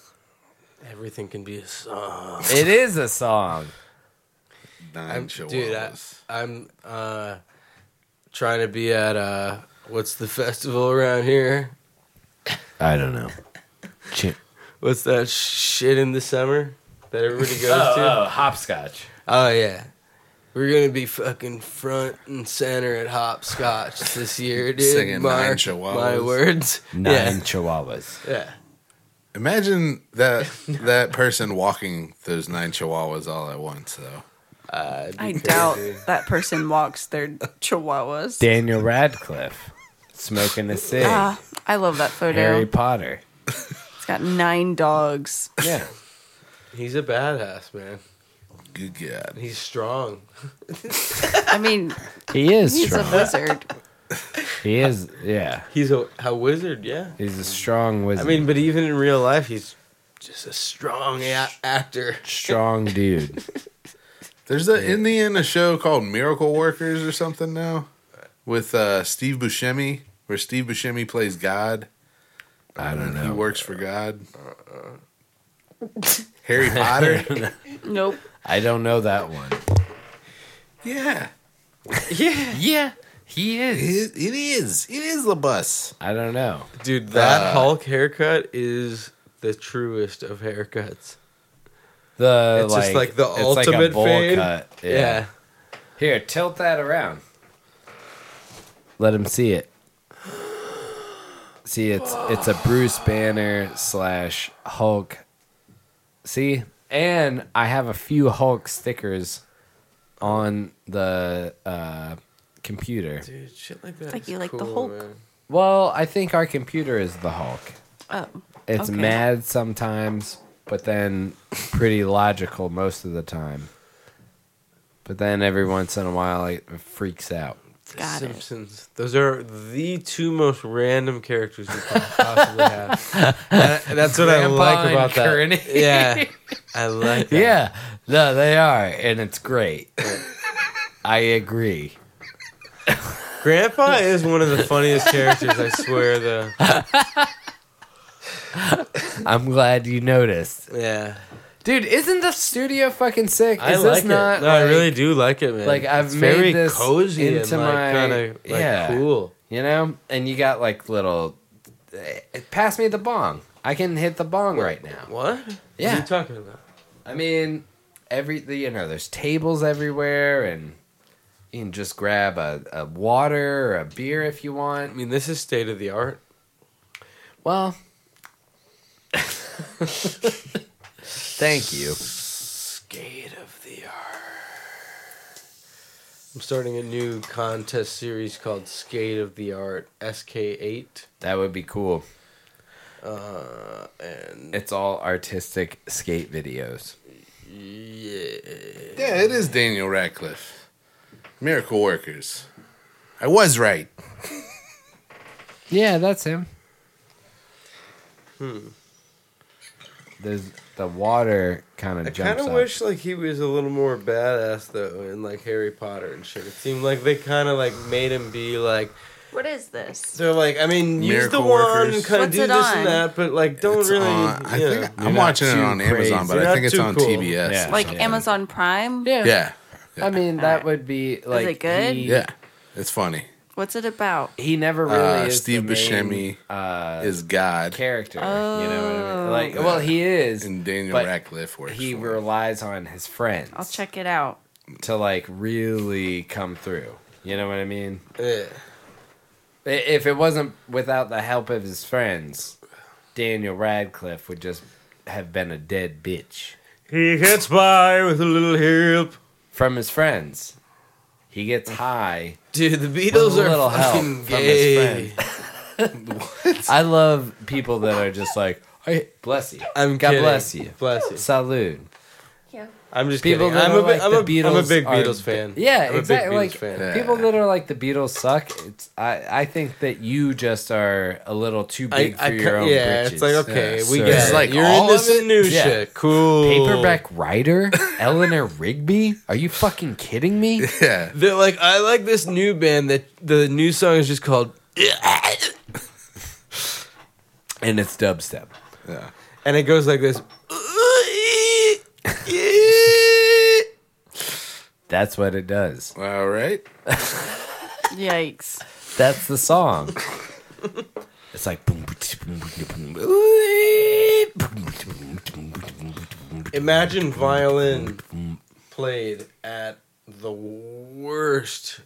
[SPEAKER 4] Everything can be a song.
[SPEAKER 1] It is a song.
[SPEAKER 2] 9
[SPEAKER 4] I'm,
[SPEAKER 2] chihuahuas.
[SPEAKER 4] dude, I, I'm uh, trying to be at uh, what's the festival around here?
[SPEAKER 1] I don't know. Ch-
[SPEAKER 4] What's that shit in the summer that everybody
[SPEAKER 1] *laughs*
[SPEAKER 4] goes to?
[SPEAKER 1] hopscotch.
[SPEAKER 4] Oh yeah. We're gonna be fucking front and center at hopscotch this year, dude.
[SPEAKER 2] Singing
[SPEAKER 4] Mark
[SPEAKER 2] Nine Chihuahuas.
[SPEAKER 4] My words.
[SPEAKER 1] Nine
[SPEAKER 4] Yeah.
[SPEAKER 1] Chihuahuas.
[SPEAKER 4] yeah.
[SPEAKER 2] Imagine that
[SPEAKER 4] *laughs*
[SPEAKER 2] that person walking those nine chihuahuas all at once, though.
[SPEAKER 4] Uh, it'd be
[SPEAKER 3] I
[SPEAKER 4] crazy.
[SPEAKER 3] doubt that person walks their chihuahuas.
[SPEAKER 1] Daniel Radcliffe smoking a cig.
[SPEAKER 3] Ah, I love that photo.
[SPEAKER 1] Harry Potter.
[SPEAKER 3] It's got nine dogs.
[SPEAKER 1] Yeah.
[SPEAKER 4] He's a badass, man.
[SPEAKER 2] Good God.
[SPEAKER 4] He's strong.
[SPEAKER 3] I mean,
[SPEAKER 1] He is
[SPEAKER 3] *laughs* he's
[SPEAKER 1] strong.
[SPEAKER 3] a wizard.
[SPEAKER 1] he is, yeah.
[SPEAKER 4] He's a, a wizard, yeah.
[SPEAKER 1] He's a strong
[SPEAKER 4] I
[SPEAKER 1] wizard.
[SPEAKER 4] mean, but even in real life, he's just a strong a- actor.
[SPEAKER 1] strong dude.
[SPEAKER 2] There's a Indiana show called Miracle Workers or something now with uh, Steve Buscemi, where Steve Buscemi plays God.
[SPEAKER 1] I don't
[SPEAKER 2] and He
[SPEAKER 1] know. Uh-uh.
[SPEAKER 2] works for God. Harry
[SPEAKER 1] *laughs*
[SPEAKER 2] Potter?
[SPEAKER 3] Nope.
[SPEAKER 1] I don't know that one.
[SPEAKER 2] yeah.
[SPEAKER 4] Yeah,
[SPEAKER 1] Yeah, he
[SPEAKER 2] It, it is. It is the bus.
[SPEAKER 1] I don't know.
[SPEAKER 4] dude, that
[SPEAKER 2] Uh,
[SPEAKER 4] Hulk haircut is the truest of haircuts.
[SPEAKER 1] The
[SPEAKER 4] It's
[SPEAKER 1] like,
[SPEAKER 4] just like the
[SPEAKER 1] it's
[SPEAKER 4] ultimate
[SPEAKER 1] bowl
[SPEAKER 4] fade.
[SPEAKER 1] cut.
[SPEAKER 4] Yeah.
[SPEAKER 1] Here, tilt that around. Let him see it. See, it's it's a Bruce Banner slash Hulk. See, and I have a few Hulk stickers on the uh, computer.
[SPEAKER 4] dude, shit like that.
[SPEAKER 3] Like
[SPEAKER 4] is
[SPEAKER 3] you like the
[SPEAKER 4] cool,
[SPEAKER 3] Hulk.
[SPEAKER 4] man.
[SPEAKER 1] Well, I think our computer is the Hulk.
[SPEAKER 3] Oh,
[SPEAKER 1] It's
[SPEAKER 3] Okay.
[SPEAKER 1] mad sometimes, but then pretty logical most of the time. But then every once in a while, it freaks out.
[SPEAKER 4] The
[SPEAKER 3] Got it.
[SPEAKER 4] Simpsons. Those are the two most random characters you can possibly have. That- that's what I
[SPEAKER 1] Grandpa
[SPEAKER 4] like
[SPEAKER 1] and
[SPEAKER 4] about that. *laughs*
[SPEAKER 1] Kearney. *laughs*
[SPEAKER 4] Yeah, I like. That.
[SPEAKER 1] Yeah, no, they are, and it's great. I agree.
[SPEAKER 4] Grandpa is one of the funniest characters. I swear, though.
[SPEAKER 1] I'm glad you noticed,
[SPEAKER 4] Yeah,
[SPEAKER 1] dude. Isn't the studio fucking sick? Is
[SPEAKER 4] I
[SPEAKER 1] this
[SPEAKER 4] like
[SPEAKER 1] not?
[SPEAKER 4] it. No, I
[SPEAKER 1] like-
[SPEAKER 4] really do like it, man.
[SPEAKER 1] like, I've
[SPEAKER 4] it's
[SPEAKER 1] made
[SPEAKER 4] very
[SPEAKER 1] this
[SPEAKER 4] cozy
[SPEAKER 1] into
[SPEAKER 4] and like,
[SPEAKER 1] my-
[SPEAKER 4] kind of like
[SPEAKER 1] yeah.
[SPEAKER 4] cool.
[SPEAKER 1] You know, and you got like little. eh, Pass me the bong. I can hit the bong right now.
[SPEAKER 4] What? What
[SPEAKER 1] Yeah.
[SPEAKER 4] are you talking about?
[SPEAKER 1] I mean, every the- you know, there's tables everywhere, and you can just grab a, a water or a beer if you
[SPEAKER 4] I
[SPEAKER 1] want.
[SPEAKER 4] mean, this is state of the art.
[SPEAKER 1] Well, thank you.
[SPEAKER 4] I'm starting a new contest series called Skate of the Art SK8.
[SPEAKER 1] That would be cool.
[SPEAKER 4] Uh, and
[SPEAKER 1] It's all artistic skate videos.
[SPEAKER 4] yeah,
[SPEAKER 2] Yeah, it is Daniel Radcliffe. Miracle Workers. I was right.
[SPEAKER 1] Yeah, that's him.
[SPEAKER 2] Hmm.
[SPEAKER 1] There's the water kind
[SPEAKER 4] I
[SPEAKER 1] of
[SPEAKER 4] kind
[SPEAKER 1] jumps
[SPEAKER 4] of
[SPEAKER 1] up.
[SPEAKER 4] wish like he was a little more badass though, in like Harry Potter and shit. It seemed like they kind of like made him be like
[SPEAKER 3] What is this?
[SPEAKER 4] they're like, I mean, use the
[SPEAKER 2] Miracle
[SPEAKER 4] wand and
[SPEAKER 2] Workers.
[SPEAKER 4] kind of
[SPEAKER 3] What's
[SPEAKER 4] do
[SPEAKER 3] it
[SPEAKER 4] this
[SPEAKER 3] on?
[SPEAKER 4] and that, but like don't
[SPEAKER 2] It's
[SPEAKER 4] really.
[SPEAKER 2] on- I
[SPEAKER 4] yeah.
[SPEAKER 2] think
[SPEAKER 1] You're
[SPEAKER 2] I'm
[SPEAKER 1] not
[SPEAKER 2] watching it
[SPEAKER 1] too
[SPEAKER 2] on Amazon,
[SPEAKER 1] crazy.
[SPEAKER 2] but
[SPEAKER 4] You're
[SPEAKER 2] I
[SPEAKER 4] not
[SPEAKER 2] think it's
[SPEAKER 4] too
[SPEAKER 2] on
[SPEAKER 4] cool.
[SPEAKER 2] TBS.
[SPEAKER 1] Yeah.
[SPEAKER 3] Like
[SPEAKER 2] Yeah.
[SPEAKER 3] Amazon Prime?
[SPEAKER 1] Yeah.
[SPEAKER 2] Yeah.
[SPEAKER 1] I mean,
[SPEAKER 2] Uh,
[SPEAKER 1] that would be like.
[SPEAKER 3] it good?
[SPEAKER 1] He,
[SPEAKER 2] Yeah. It's funny.
[SPEAKER 3] What's it about?
[SPEAKER 1] He never really
[SPEAKER 2] Uh,
[SPEAKER 1] is
[SPEAKER 2] Steve
[SPEAKER 1] the main,
[SPEAKER 2] Buscemi
[SPEAKER 1] uh,
[SPEAKER 2] Is God
[SPEAKER 1] character. You know what I mean?
[SPEAKER 3] Oh.
[SPEAKER 1] Like, well, he is,
[SPEAKER 2] and Daniel
[SPEAKER 1] but
[SPEAKER 2] Radcliffe works.
[SPEAKER 1] he
[SPEAKER 2] for him.
[SPEAKER 1] relies on his friends
[SPEAKER 3] I'll check it out.
[SPEAKER 1] to like really come through. You know what I mean?
[SPEAKER 4] Yeah.
[SPEAKER 1] I- If it wasn't without the help of his friends, Daniel Radcliffe would just have been a dead bitch.
[SPEAKER 4] He gets by with a little help.
[SPEAKER 1] From his friends, he gets high.
[SPEAKER 4] Dude, the Beatles
[SPEAKER 1] With a little
[SPEAKER 4] are
[SPEAKER 1] help
[SPEAKER 4] fucking
[SPEAKER 1] from his
[SPEAKER 4] gay.
[SPEAKER 1] I love people that are just like, "Hey, bless you,
[SPEAKER 4] I'm
[SPEAKER 1] God
[SPEAKER 4] kidding.
[SPEAKER 1] bless you,
[SPEAKER 4] Bless you.
[SPEAKER 1] salute.
[SPEAKER 4] I'm just
[SPEAKER 1] People
[SPEAKER 4] people
[SPEAKER 1] that
[SPEAKER 4] kidding. I'm
[SPEAKER 1] are
[SPEAKER 4] a, big
[SPEAKER 1] like
[SPEAKER 4] I'm,
[SPEAKER 1] the
[SPEAKER 4] a, I'm a
[SPEAKER 1] Beatles
[SPEAKER 4] big
[SPEAKER 1] are-
[SPEAKER 4] Beatles fan.
[SPEAKER 1] Yeah,
[SPEAKER 4] I'm
[SPEAKER 1] exactly.
[SPEAKER 4] A
[SPEAKER 1] Like
[SPEAKER 4] big Beatles fan.
[SPEAKER 2] Yeah.
[SPEAKER 1] people that are like the Beatles suck. It's I, I think that you just are a little too big for your
[SPEAKER 4] ca-
[SPEAKER 1] own
[SPEAKER 4] yeah,
[SPEAKER 1] britches.
[SPEAKER 4] it's like okay,
[SPEAKER 2] Yeah,
[SPEAKER 4] we
[SPEAKER 1] so-
[SPEAKER 4] get
[SPEAKER 1] It's
[SPEAKER 4] it.
[SPEAKER 2] like
[SPEAKER 4] You're
[SPEAKER 2] all
[SPEAKER 4] in
[SPEAKER 2] of
[SPEAKER 4] this
[SPEAKER 2] it?
[SPEAKER 4] new
[SPEAKER 1] Yeah.
[SPEAKER 4] shit. Cool.
[SPEAKER 1] Paperback writer, *laughs* Eleanor Rigby. Are you fucking kidding
[SPEAKER 4] *laughs*
[SPEAKER 1] me?
[SPEAKER 2] *laughs* Yeah.
[SPEAKER 4] They're like, I like this new band that the new song is just called,
[SPEAKER 1] And it's dubstep.
[SPEAKER 2] Yeah.
[SPEAKER 4] and it goes like this.
[SPEAKER 1] That's what it does.
[SPEAKER 2] All right.
[SPEAKER 3] Yikes. *sighs*
[SPEAKER 1] That's the song. it's like boom, boom, boom, boom, boom, boom, boom.
[SPEAKER 4] Imagine violin played at the worst tone,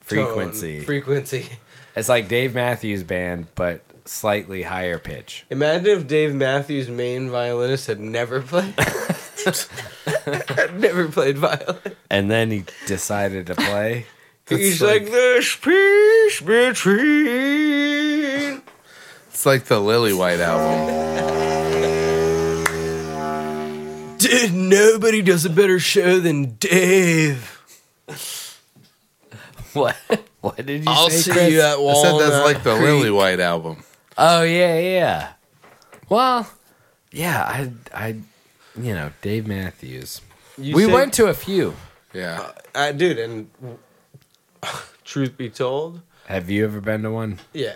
[SPEAKER 1] frequency.
[SPEAKER 4] frequency.
[SPEAKER 1] It's like Dave Matthews Band, but slightly higher pitch.
[SPEAKER 4] Imagine if Dave Matthews' main violinist had never played, *laughs* had never played violin.
[SPEAKER 1] And then he decided to
[SPEAKER 4] *laughs*
[SPEAKER 1] play.
[SPEAKER 4] He's like, this peace between.
[SPEAKER 2] It's like the Lily White album.
[SPEAKER 4] Dude, nobody does a better show than Dave.
[SPEAKER 1] What? What did you
[SPEAKER 4] I'll
[SPEAKER 1] say?
[SPEAKER 4] see
[SPEAKER 1] Chris?
[SPEAKER 4] you at
[SPEAKER 2] I
[SPEAKER 4] Walnut
[SPEAKER 2] said that's like the
[SPEAKER 4] Creek.
[SPEAKER 2] Lily White album.
[SPEAKER 1] Oh yeah, yeah. Well, yeah, I, I, you know, Dave Matthews.
[SPEAKER 4] You
[SPEAKER 1] we
[SPEAKER 4] said-
[SPEAKER 1] went to a few.
[SPEAKER 2] Yeah.
[SPEAKER 4] I dude, and *sighs* truth be told,
[SPEAKER 1] Have you ever been to one?
[SPEAKER 4] yeah.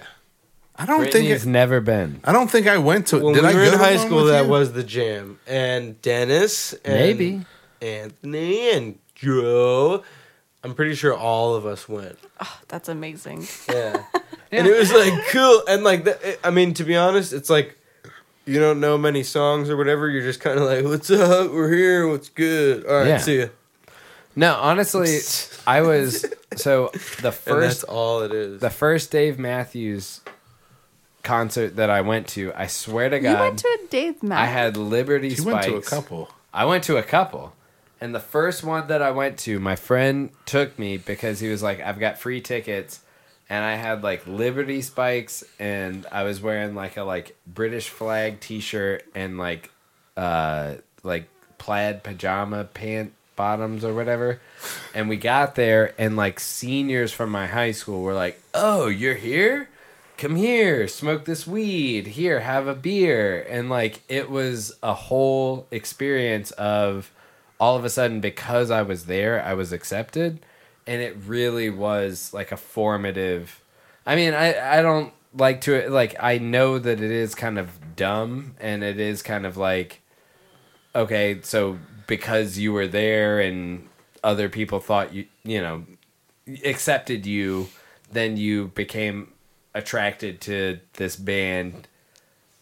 [SPEAKER 2] I don't think
[SPEAKER 1] Brittany's
[SPEAKER 2] it,
[SPEAKER 1] never been.
[SPEAKER 2] I don't think I went to.
[SPEAKER 4] When
[SPEAKER 2] did
[SPEAKER 4] we
[SPEAKER 2] I
[SPEAKER 4] were
[SPEAKER 2] go
[SPEAKER 4] in
[SPEAKER 2] to
[SPEAKER 4] high
[SPEAKER 2] one
[SPEAKER 4] school,
[SPEAKER 2] with
[SPEAKER 4] that
[SPEAKER 2] you?
[SPEAKER 4] was the jam. And Dennis, and
[SPEAKER 1] Maybe.
[SPEAKER 4] Anthony, and Joe. I'm pretty sure all of us went.
[SPEAKER 3] That's amazing.
[SPEAKER 1] *laughs*
[SPEAKER 4] Yeah. And it was like cool. And like, the, I mean, to be honest, it's like you don't know many songs or whatever. You're just kind of like, what's up? We're here. What's good? All right,
[SPEAKER 1] Yeah.
[SPEAKER 4] see ya.
[SPEAKER 1] No, *laughs* honestly, I was so the
[SPEAKER 4] And
[SPEAKER 1] first
[SPEAKER 4] that's all it is.
[SPEAKER 1] the first Dave Matthews concert that I went to. I swear to God,
[SPEAKER 3] You went to a Dave
[SPEAKER 1] I
[SPEAKER 3] Matthews.
[SPEAKER 1] had Liberty
[SPEAKER 2] You went
[SPEAKER 1] Spikes.
[SPEAKER 2] to a couple.
[SPEAKER 1] I went to a couple. And the first one that I went to, my friend took me because he was like, I've got free tickets. And I had like Liberty Spikes and I was wearing like a like British flag t shirt and like uh like plaid pajama pant bottoms or whatever. And we got there and like seniors from my high school were like, Oh, you're here? Come here, smoke this weed. Here, have a beer. And like it was a whole experience of all of a sudden because I was there, I was accepted. And it really was like a formative I mean, I I don't like to like I know that it is kind of dumb and it is kind of like okay, so because you were there and other people thought you, you know, accepted you, then you became attracted to this band.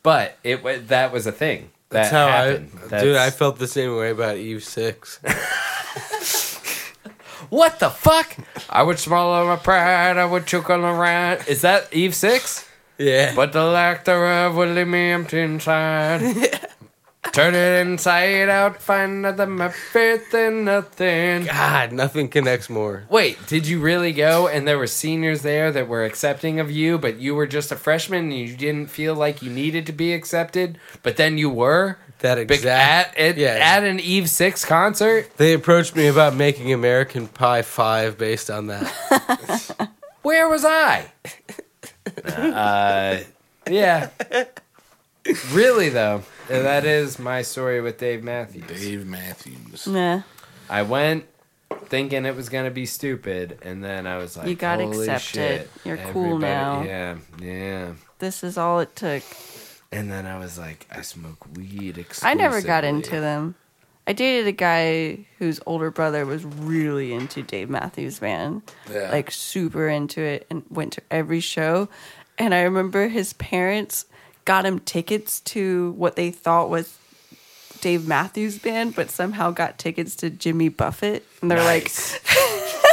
[SPEAKER 1] But it wa- that was a thing. That
[SPEAKER 4] That's how
[SPEAKER 1] happened.
[SPEAKER 4] I,
[SPEAKER 1] That's-
[SPEAKER 4] dude. I felt the same way about Eve Six. *laughs*
[SPEAKER 1] what the fuck? I would swallow my pride. I would choke on the rat. Is that Eve Six?
[SPEAKER 4] yeah, *laughs*
[SPEAKER 1] But the lack thereof would leave me empty inside. Turn it inside out, find out that my faith in nothing.
[SPEAKER 4] God, nothing connects more.
[SPEAKER 1] Wait, did you really go and there were seniors there that were accepting of you, but you were just a freshman and you didn't feel like you needed to be accepted, but then you were?
[SPEAKER 4] That
[SPEAKER 1] Big-
[SPEAKER 4] exact.
[SPEAKER 1] at, at,
[SPEAKER 4] yeah.
[SPEAKER 1] at an Eve 6 concert?
[SPEAKER 4] They approached me about making American Pie Five based on that.
[SPEAKER 1] Where was
[SPEAKER 4] *laughs*
[SPEAKER 1] I? uh, yeah. Really, though, that is my story with Dave Matthews.
[SPEAKER 2] Dave Matthews.
[SPEAKER 3] Nah.
[SPEAKER 1] I went thinking it was gonna be stupid, and then I was like,
[SPEAKER 3] You gotta
[SPEAKER 1] "Holy
[SPEAKER 3] accept
[SPEAKER 1] shit,
[SPEAKER 3] it. You're cool
[SPEAKER 1] everybody-
[SPEAKER 3] now."
[SPEAKER 1] Yeah, yeah.
[SPEAKER 3] This is all it took.
[SPEAKER 1] And then I was like, I smoke weed. Exclusively.
[SPEAKER 3] I never got into them. I dated a guy whose older brother was really into Dave Matthews Band,
[SPEAKER 2] Yeah.
[SPEAKER 3] like super into it, and went to every show. And I remember his parents got him tickets to what they thought was Dave Matthews Band, but somehow got tickets to Jimmy Buffett. And they're like,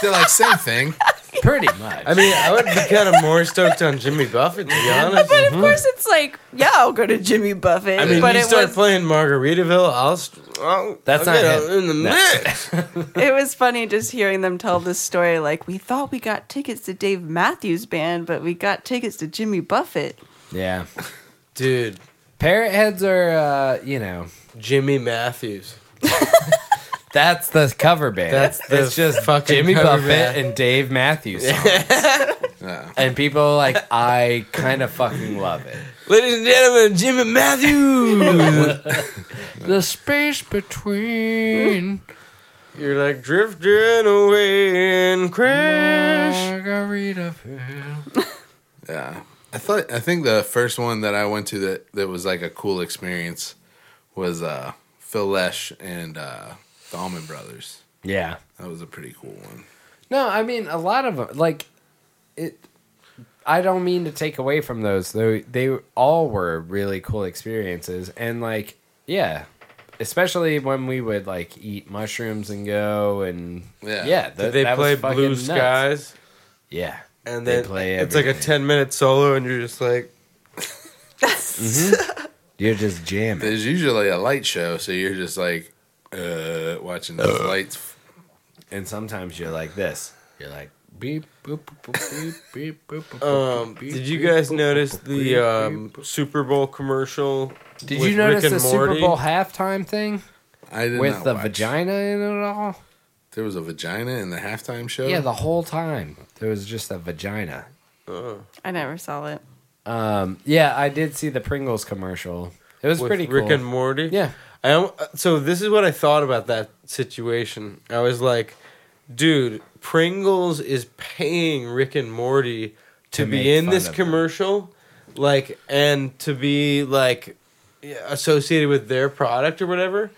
[SPEAKER 2] They're like same *laughs* thing.
[SPEAKER 1] *laughs* pretty much.
[SPEAKER 4] I mean, I would be kind of more stoked on Jimmy Buffett to be
[SPEAKER 3] *laughs* *laughs*
[SPEAKER 4] honest.
[SPEAKER 3] but of course it's like, yeah, I'll go to Jimmy Buffett.
[SPEAKER 4] I mean,
[SPEAKER 3] but
[SPEAKER 4] you
[SPEAKER 3] it
[SPEAKER 4] start
[SPEAKER 3] was
[SPEAKER 4] playing Margaritaville, I'll. St- I'll
[SPEAKER 1] That's
[SPEAKER 4] I'll
[SPEAKER 1] not
[SPEAKER 4] get
[SPEAKER 1] him.
[SPEAKER 4] in the
[SPEAKER 1] No. *laughs*
[SPEAKER 4] mix.
[SPEAKER 3] it was funny just hearing them tell this story. Like we thought we got tickets to Dave Matthews Band, but we got tickets to Jimmy Buffett.
[SPEAKER 1] yeah,
[SPEAKER 4] Dude,
[SPEAKER 1] parrot heads are. Uh, you know,
[SPEAKER 4] Jimmy Matthews.
[SPEAKER 1] that's the cover band.
[SPEAKER 4] That's the
[SPEAKER 1] it's just
[SPEAKER 4] fucking
[SPEAKER 1] Jimmy
[SPEAKER 4] cover
[SPEAKER 1] Buffett
[SPEAKER 4] band.
[SPEAKER 1] and Dave Matthews. songs.
[SPEAKER 4] *laughs*
[SPEAKER 2] Yeah.
[SPEAKER 1] and people are like, I kind of fucking love it.
[SPEAKER 4] Ladies and gentlemen, Jimmy
[SPEAKER 1] *laughs*
[SPEAKER 4] Matthews.
[SPEAKER 1] The space between
[SPEAKER 4] You're like drifting away and crash.
[SPEAKER 1] margarita.
[SPEAKER 2] Yeah. I thought I think the first one that I went to that that was like a cool experience was uh Phil Lesh and uh the Allman Brothers.
[SPEAKER 1] Yeah.
[SPEAKER 2] That was a pretty cool one.
[SPEAKER 1] No, I mean a lot of them. Like it. I don't mean to take away from those. Though they all were really cool experiences, and like yeah, especially when we would like eat mushrooms and go and
[SPEAKER 2] Yeah.
[SPEAKER 1] yeah.
[SPEAKER 4] Did they play Blue
[SPEAKER 1] Sky.
[SPEAKER 4] Skies?
[SPEAKER 1] Yeah.
[SPEAKER 4] And
[SPEAKER 1] They
[SPEAKER 4] then
[SPEAKER 1] play
[SPEAKER 4] it's like a
[SPEAKER 1] everything.
[SPEAKER 4] 10 minute solo, and you're just like,
[SPEAKER 1] You're just jamming.
[SPEAKER 2] There's usually a light show, so you're just like uh watching the lights.
[SPEAKER 1] And sometimes you're like this. You're like beep boop boop boop beep boop. boop, boop,
[SPEAKER 4] um,
[SPEAKER 1] beep,
[SPEAKER 4] did you
[SPEAKER 1] beep,
[SPEAKER 4] guys
[SPEAKER 1] boop,
[SPEAKER 4] notice
[SPEAKER 1] boop,
[SPEAKER 4] the
[SPEAKER 1] beep,
[SPEAKER 4] um,
[SPEAKER 1] beep, boop.
[SPEAKER 4] Super Bowl commercial?
[SPEAKER 1] Did
[SPEAKER 4] with
[SPEAKER 1] you notice
[SPEAKER 4] Rick
[SPEAKER 1] the
[SPEAKER 4] and
[SPEAKER 1] Super
[SPEAKER 4] Morty?
[SPEAKER 1] Bowl halftime thing
[SPEAKER 2] I did
[SPEAKER 1] with
[SPEAKER 2] not
[SPEAKER 1] the
[SPEAKER 2] watch.
[SPEAKER 1] vagina in it all?
[SPEAKER 2] There was a vagina in the halftime show.
[SPEAKER 1] Yeah, the whole time there was just a vagina.
[SPEAKER 4] Oh.
[SPEAKER 3] I never saw it.
[SPEAKER 1] Um, yeah, I did see the Pringles commercial. It was
[SPEAKER 4] with
[SPEAKER 1] pretty
[SPEAKER 4] Rick
[SPEAKER 1] cool.
[SPEAKER 4] and Morty.
[SPEAKER 1] yeah,
[SPEAKER 4] I am- so this is what I thought about that situation. I was like, dude, Pringles is paying Rick and Morty to,
[SPEAKER 1] To make
[SPEAKER 4] be in
[SPEAKER 1] fun
[SPEAKER 4] this
[SPEAKER 1] of them.
[SPEAKER 4] commercial, like, and to be like yeah, associated with their product or whatever.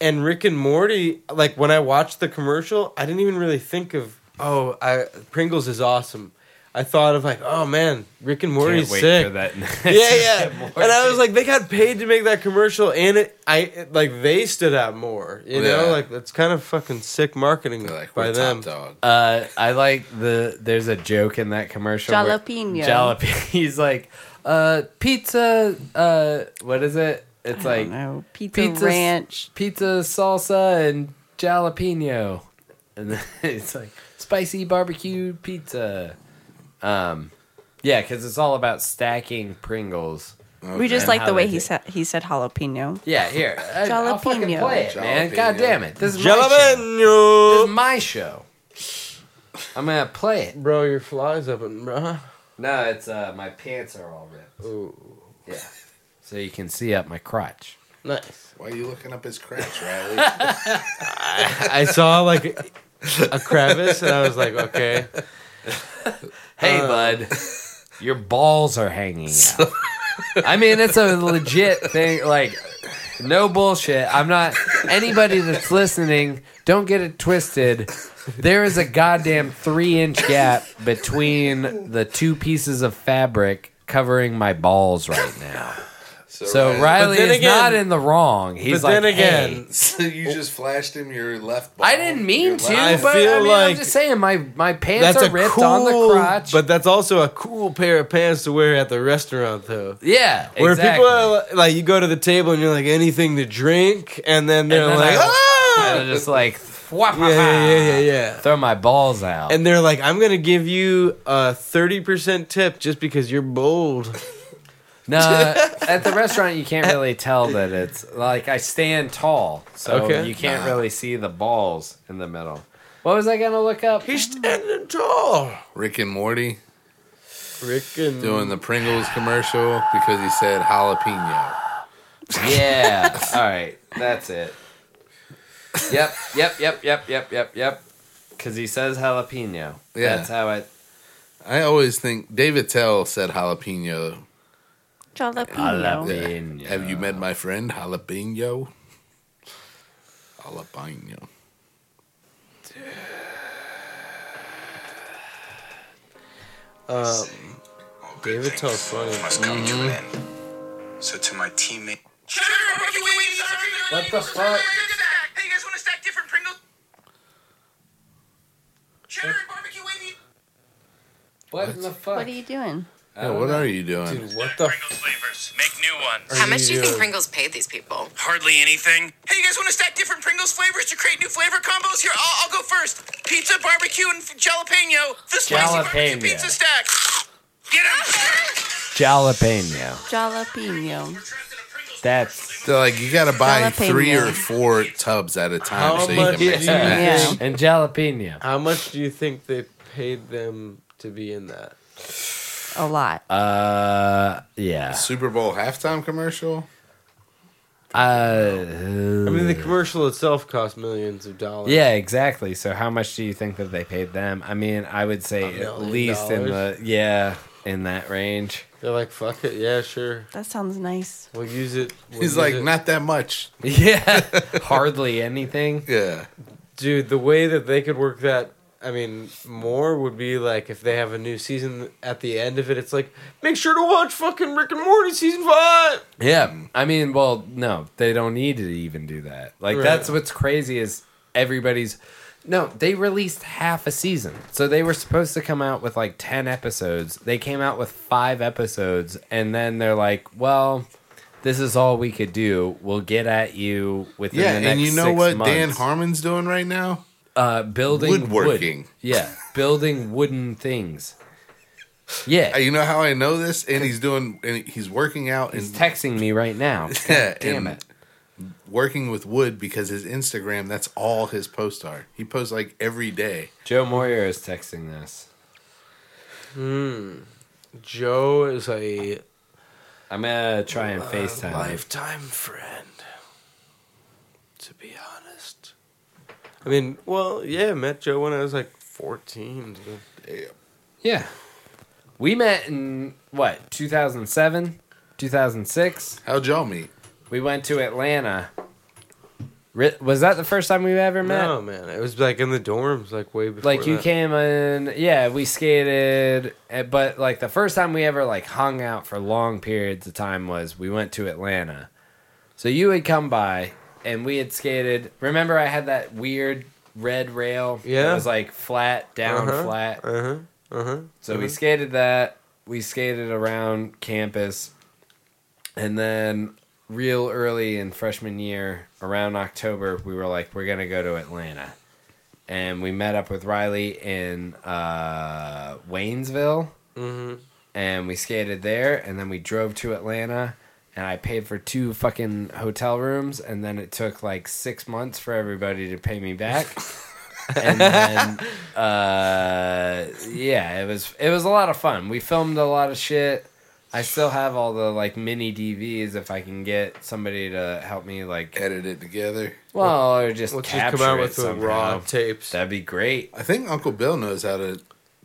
[SPEAKER 4] And Rick and Morty, like when I watched the commercial, I didn't even really think of oh, I Pringles is awesome. I thought of like, oh man, Rick and Morty's
[SPEAKER 1] Can't wait
[SPEAKER 4] sick
[SPEAKER 1] for *laughs* that.
[SPEAKER 2] *laughs*
[SPEAKER 1] next
[SPEAKER 4] yeah, yeah.
[SPEAKER 1] Rick and
[SPEAKER 4] And I
[SPEAKER 1] Morty.
[SPEAKER 4] was like, they got paid to make that commercial, and it, I, it, like, they stood out more. You know,
[SPEAKER 2] Yeah.
[SPEAKER 4] like that's kind of fucking sick marketing
[SPEAKER 2] They're like
[SPEAKER 4] by
[SPEAKER 2] we're
[SPEAKER 4] them.
[SPEAKER 2] top dog.
[SPEAKER 1] uh, I like the. There's a joke in that commercial. where-
[SPEAKER 3] Jalapeno.
[SPEAKER 1] Jalapeno. *laughs* He's like, uh, pizza. Uh, what is it? It's
[SPEAKER 3] I
[SPEAKER 1] like
[SPEAKER 3] don't know. Pizza,
[SPEAKER 1] pizza s-
[SPEAKER 3] Ranch.
[SPEAKER 1] pizza salsa and jalapeno, and then *laughs* it's like spicy barbecue pizza. Um, yeah, because it's all about stacking Pringles.
[SPEAKER 3] We just like
[SPEAKER 1] how
[SPEAKER 3] the way
[SPEAKER 1] they
[SPEAKER 3] he
[SPEAKER 1] do-
[SPEAKER 3] said he said jalapeno.
[SPEAKER 1] Yeah, here. I, I'll fucking
[SPEAKER 3] Jalapeno.
[SPEAKER 1] play it, man.
[SPEAKER 2] Jalapeno.
[SPEAKER 1] God damn it. This is my show. This is
[SPEAKER 4] Jalapeno.
[SPEAKER 1] my show. I'm gonna play it.
[SPEAKER 4] Bro, your flies up and bruh.
[SPEAKER 1] No, it's uh my pants are all ripped.
[SPEAKER 4] Ooh,
[SPEAKER 1] Yeah. So you can see up my crotch.
[SPEAKER 4] nice.
[SPEAKER 2] Why are you looking up
[SPEAKER 1] *laughs*
[SPEAKER 2] his crotch, Riley?
[SPEAKER 4] I saw like a crevice, and I was
[SPEAKER 1] *laughs*
[SPEAKER 4] like, okay.
[SPEAKER 1] Hey
[SPEAKER 4] Um, *laughs*
[SPEAKER 1] bud. Your balls are hanging out. I mean it's a legit thing like no bullshit. I'm not anybody that's listening, don't get it twisted. There is a goddamn three inch gap between the two pieces of fabric covering my balls right now. So Riley
[SPEAKER 4] then
[SPEAKER 1] is
[SPEAKER 4] again-
[SPEAKER 1] not in the wrong. He's
[SPEAKER 4] but
[SPEAKER 1] like,
[SPEAKER 4] then
[SPEAKER 1] "Hey."
[SPEAKER 4] again,
[SPEAKER 2] *laughs* So you just flashed him your left. Ball.
[SPEAKER 1] I didn't mean
[SPEAKER 2] Your
[SPEAKER 1] to,
[SPEAKER 2] left-
[SPEAKER 1] but I
[SPEAKER 4] feel
[SPEAKER 1] mean, I'm
[SPEAKER 4] like
[SPEAKER 1] just saying my my pants
[SPEAKER 4] that's
[SPEAKER 1] are
[SPEAKER 4] a
[SPEAKER 1] ripped
[SPEAKER 4] cool,
[SPEAKER 1] on the crotch.
[SPEAKER 4] but that's also a cool pair of pants to wear at the restaurant, though.
[SPEAKER 1] yeah,
[SPEAKER 4] Where
[SPEAKER 1] exactly.
[SPEAKER 4] people are li- like, you go to the table and you're like, anything to drink, and then they're
[SPEAKER 1] then
[SPEAKER 4] like,
[SPEAKER 1] I-
[SPEAKER 4] ah,
[SPEAKER 1] And I just like yeah,
[SPEAKER 4] yeah, yeah, yeah, yeah, yeah.
[SPEAKER 1] throw my balls out.
[SPEAKER 4] and they're like, "I'm gonna give you a thirty percent tip just because you're bold." *laughs*
[SPEAKER 1] no, at the restaurant you can't really tell that it's like I stand tall, so
[SPEAKER 4] Okay.
[SPEAKER 1] you can't really see the balls in the middle. What was I gonna look up?
[SPEAKER 4] He's standing tall.
[SPEAKER 2] Rick and Morty
[SPEAKER 4] Rick and
[SPEAKER 2] doing the Pringles commercial because he said jalapeno.
[SPEAKER 1] *laughs* Yeah. All right. That's it. Yep. Yep. Yep. Yep. Yep. Yep. Yep. Because he says jalapeno.
[SPEAKER 2] Yeah.
[SPEAKER 1] That's how I.
[SPEAKER 2] I always think David Tell said jalapeno.
[SPEAKER 3] Jalapeno.
[SPEAKER 2] Have you met my friend jalapeno? Jalapeno.
[SPEAKER 4] um,
[SPEAKER 6] All good
[SPEAKER 4] David
[SPEAKER 6] things
[SPEAKER 4] Tell's funny.
[SPEAKER 6] Must come
[SPEAKER 1] Mm-hmm.
[SPEAKER 6] to an end. So to my teammate.
[SPEAKER 1] What the fuck?
[SPEAKER 5] Hey, you guys want to stack different Pringles? Cheddar and barbecue wavy.
[SPEAKER 1] What in the fuck?
[SPEAKER 3] What are you doing?
[SPEAKER 2] Yeah, what are you doing?
[SPEAKER 4] dude, what the? F-
[SPEAKER 5] Pringles flavors. Make new ones.
[SPEAKER 7] How much do you
[SPEAKER 4] Yeah.
[SPEAKER 7] think Pringles paid these people?
[SPEAKER 5] Hardly anything. Hey, you guys want to stack different Pringles flavors to create new flavor combos? Here, I'll, I'll go first. Pizza, barbecue, and f- jalapeno. The spicy barbecue
[SPEAKER 1] Jalapeno.
[SPEAKER 5] pizza stack. Get him! *laughs*
[SPEAKER 1] Jalapeno.
[SPEAKER 3] Jalapeno.
[SPEAKER 1] That's
[SPEAKER 2] So like you gotta buy
[SPEAKER 3] Jalapeno.
[SPEAKER 2] three or four tubs at a time
[SPEAKER 4] How
[SPEAKER 2] so you
[SPEAKER 4] much
[SPEAKER 2] can mix
[SPEAKER 4] is-
[SPEAKER 2] and match.
[SPEAKER 3] Yeah.
[SPEAKER 1] *laughs* and jalapeno.
[SPEAKER 4] how much do you think they paid them to be in that?
[SPEAKER 3] A lot.
[SPEAKER 1] Uh, yeah.
[SPEAKER 2] Super Bowl halftime commercial.
[SPEAKER 1] Uh,
[SPEAKER 4] I mean, the commercial itself cost millions of dollars.
[SPEAKER 1] yeah, exactly. So how much do you think that they paid them? I mean, I would say at
[SPEAKER 4] million
[SPEAKER 1] least in the
[SPEAKER 4] dollars?
[SPEAKER 1] yeah in that range. *laughs*
[SPEAKER 4] they're like, "Fuck it, yeah, sure,
[SPEAKER 3] That sounds nice.
[SPEAKER 4] we'll use it." We'll
[SPEAKER 2] He's
[SPEAKER 4] use
[SPEAKER 2] like,
[SPEAKER 4] it."
[SPEAKER 2] not that much.
[SPEAKER 1] Yeah, hardly anything.
[SPEAKER 2] Yeah.
[SPEAKER 4] dude, the way that they could work that. I mean, more would be like if they have a new season at the end of it. It's like, make sure to watch fucking Rick and Morty season five.
[SPEAKER 1] Yeah, I mean, well, no, they don't need to even do that. Like
[SPEAKER 4] Right.
[SPEAKER 1] that's what's crazy is everybody's. No, they released half a season, so they were supposed to come out with like ten episodes. They came out with five episodes, and then they're like, "Well, this is all we could do. We'll get at you within
[SPEAKER 2] Yeah,
[SPEAKER 1] the next
[SPEAKER 2] and you know
[SPEAKER 1] six
[SPEAKER 2] what
[SPEAKER 1] months."
[SPEAKER 2] Dan Harmon's doing right now?
[SPEAKER 1] uh, building wood.
[SPEAKER 2] Woodworking.
[SPEAKER 1] Yeah, building wooden things. Yeah,
[SPEAKER 2] Uh, You know how I know this? And he's doing, and he's working out
[SPEAKER 1] he's
[SPEAKER 2] and
[SPEAKER 1] texting me right now.
[SPEAKER 2] *laughs* Yeah,
[SPEAKER 1] *laughs* Damn
[SPEAKER 2] and
[SPEAKER 1] it.
[SPEAKER 2] working with wood because his Instagram, that's all his posts are. He posts like every day.
[SPEAKER 1] Joe Moyer is texting this.
[SPEAKER 4] Joe is a
[SPEAKER 1] I'm gonna try
[SPEAKER 2] Uh,
[SPEAKER 1] and FaceTime.
[SPEAKER 4] lifetime friend. To be honest, I mean, well, yeah, met Joe when I was like fourteen. dude.
[SPEAKER 1] Yeah. We met in what, 2007, 2006.
[SPEAKER 2] Howd y'all meet?
[SPEAKER 1] We went to Atlanta. Ri- Was that the first time we ever met?
[SPEAKER 4] No, man, it was like in the dorms, like way before.
[SPEAKER 1] Like you
[SPEAKER 4] that.
[SPEAKER 1] came in, yeah, we skated, eh, but like the first time we ever like hung out for long periods of time was we went to Atlanta. So you had come by and we had skated. Remember I had that weird red rail that
[SPEAKER 4] Yeah.
[SPEAKER 1] was like flat down
[SPEAKER 4] Uh-huh.
[SPEAKER 1] flat.
[SPEAKER 4] Uh huh. Uh huh.
[SPEAKER 1] So we skated that. We skated around campus, and then real early in freshman year, around October, we were like, we're gonna go to Atlanta, and we met up with Riley in uh, Waynesville, and we skated there, and then we drove to Atlanta. And I paid for two fucking hotel rooms, and then it took like six months for everybody to pay me
[SPEAKER 4] *laughs*
[SPEAKER 1] back. and then uh yeah it was it was a lot of fun we filmed a lot of shit i still have all the like mini dvs if i can get somebody to help me like
[SPEAKER 2] Edit it together.
[SPEAKER 1] well or just
[SPEAKER 4] Let's just
[SPEAKER 1] capture
[SPEAKER 4] come out
[SPEAKER 1] it
[SPEAKER 4] with the raw
[SPEAKER 1] somehow.
[SPEAKER 4] tapes.
[SPEAKER 1] that'd be great
[SPEAKER 2] I think Uncle Bill knows how to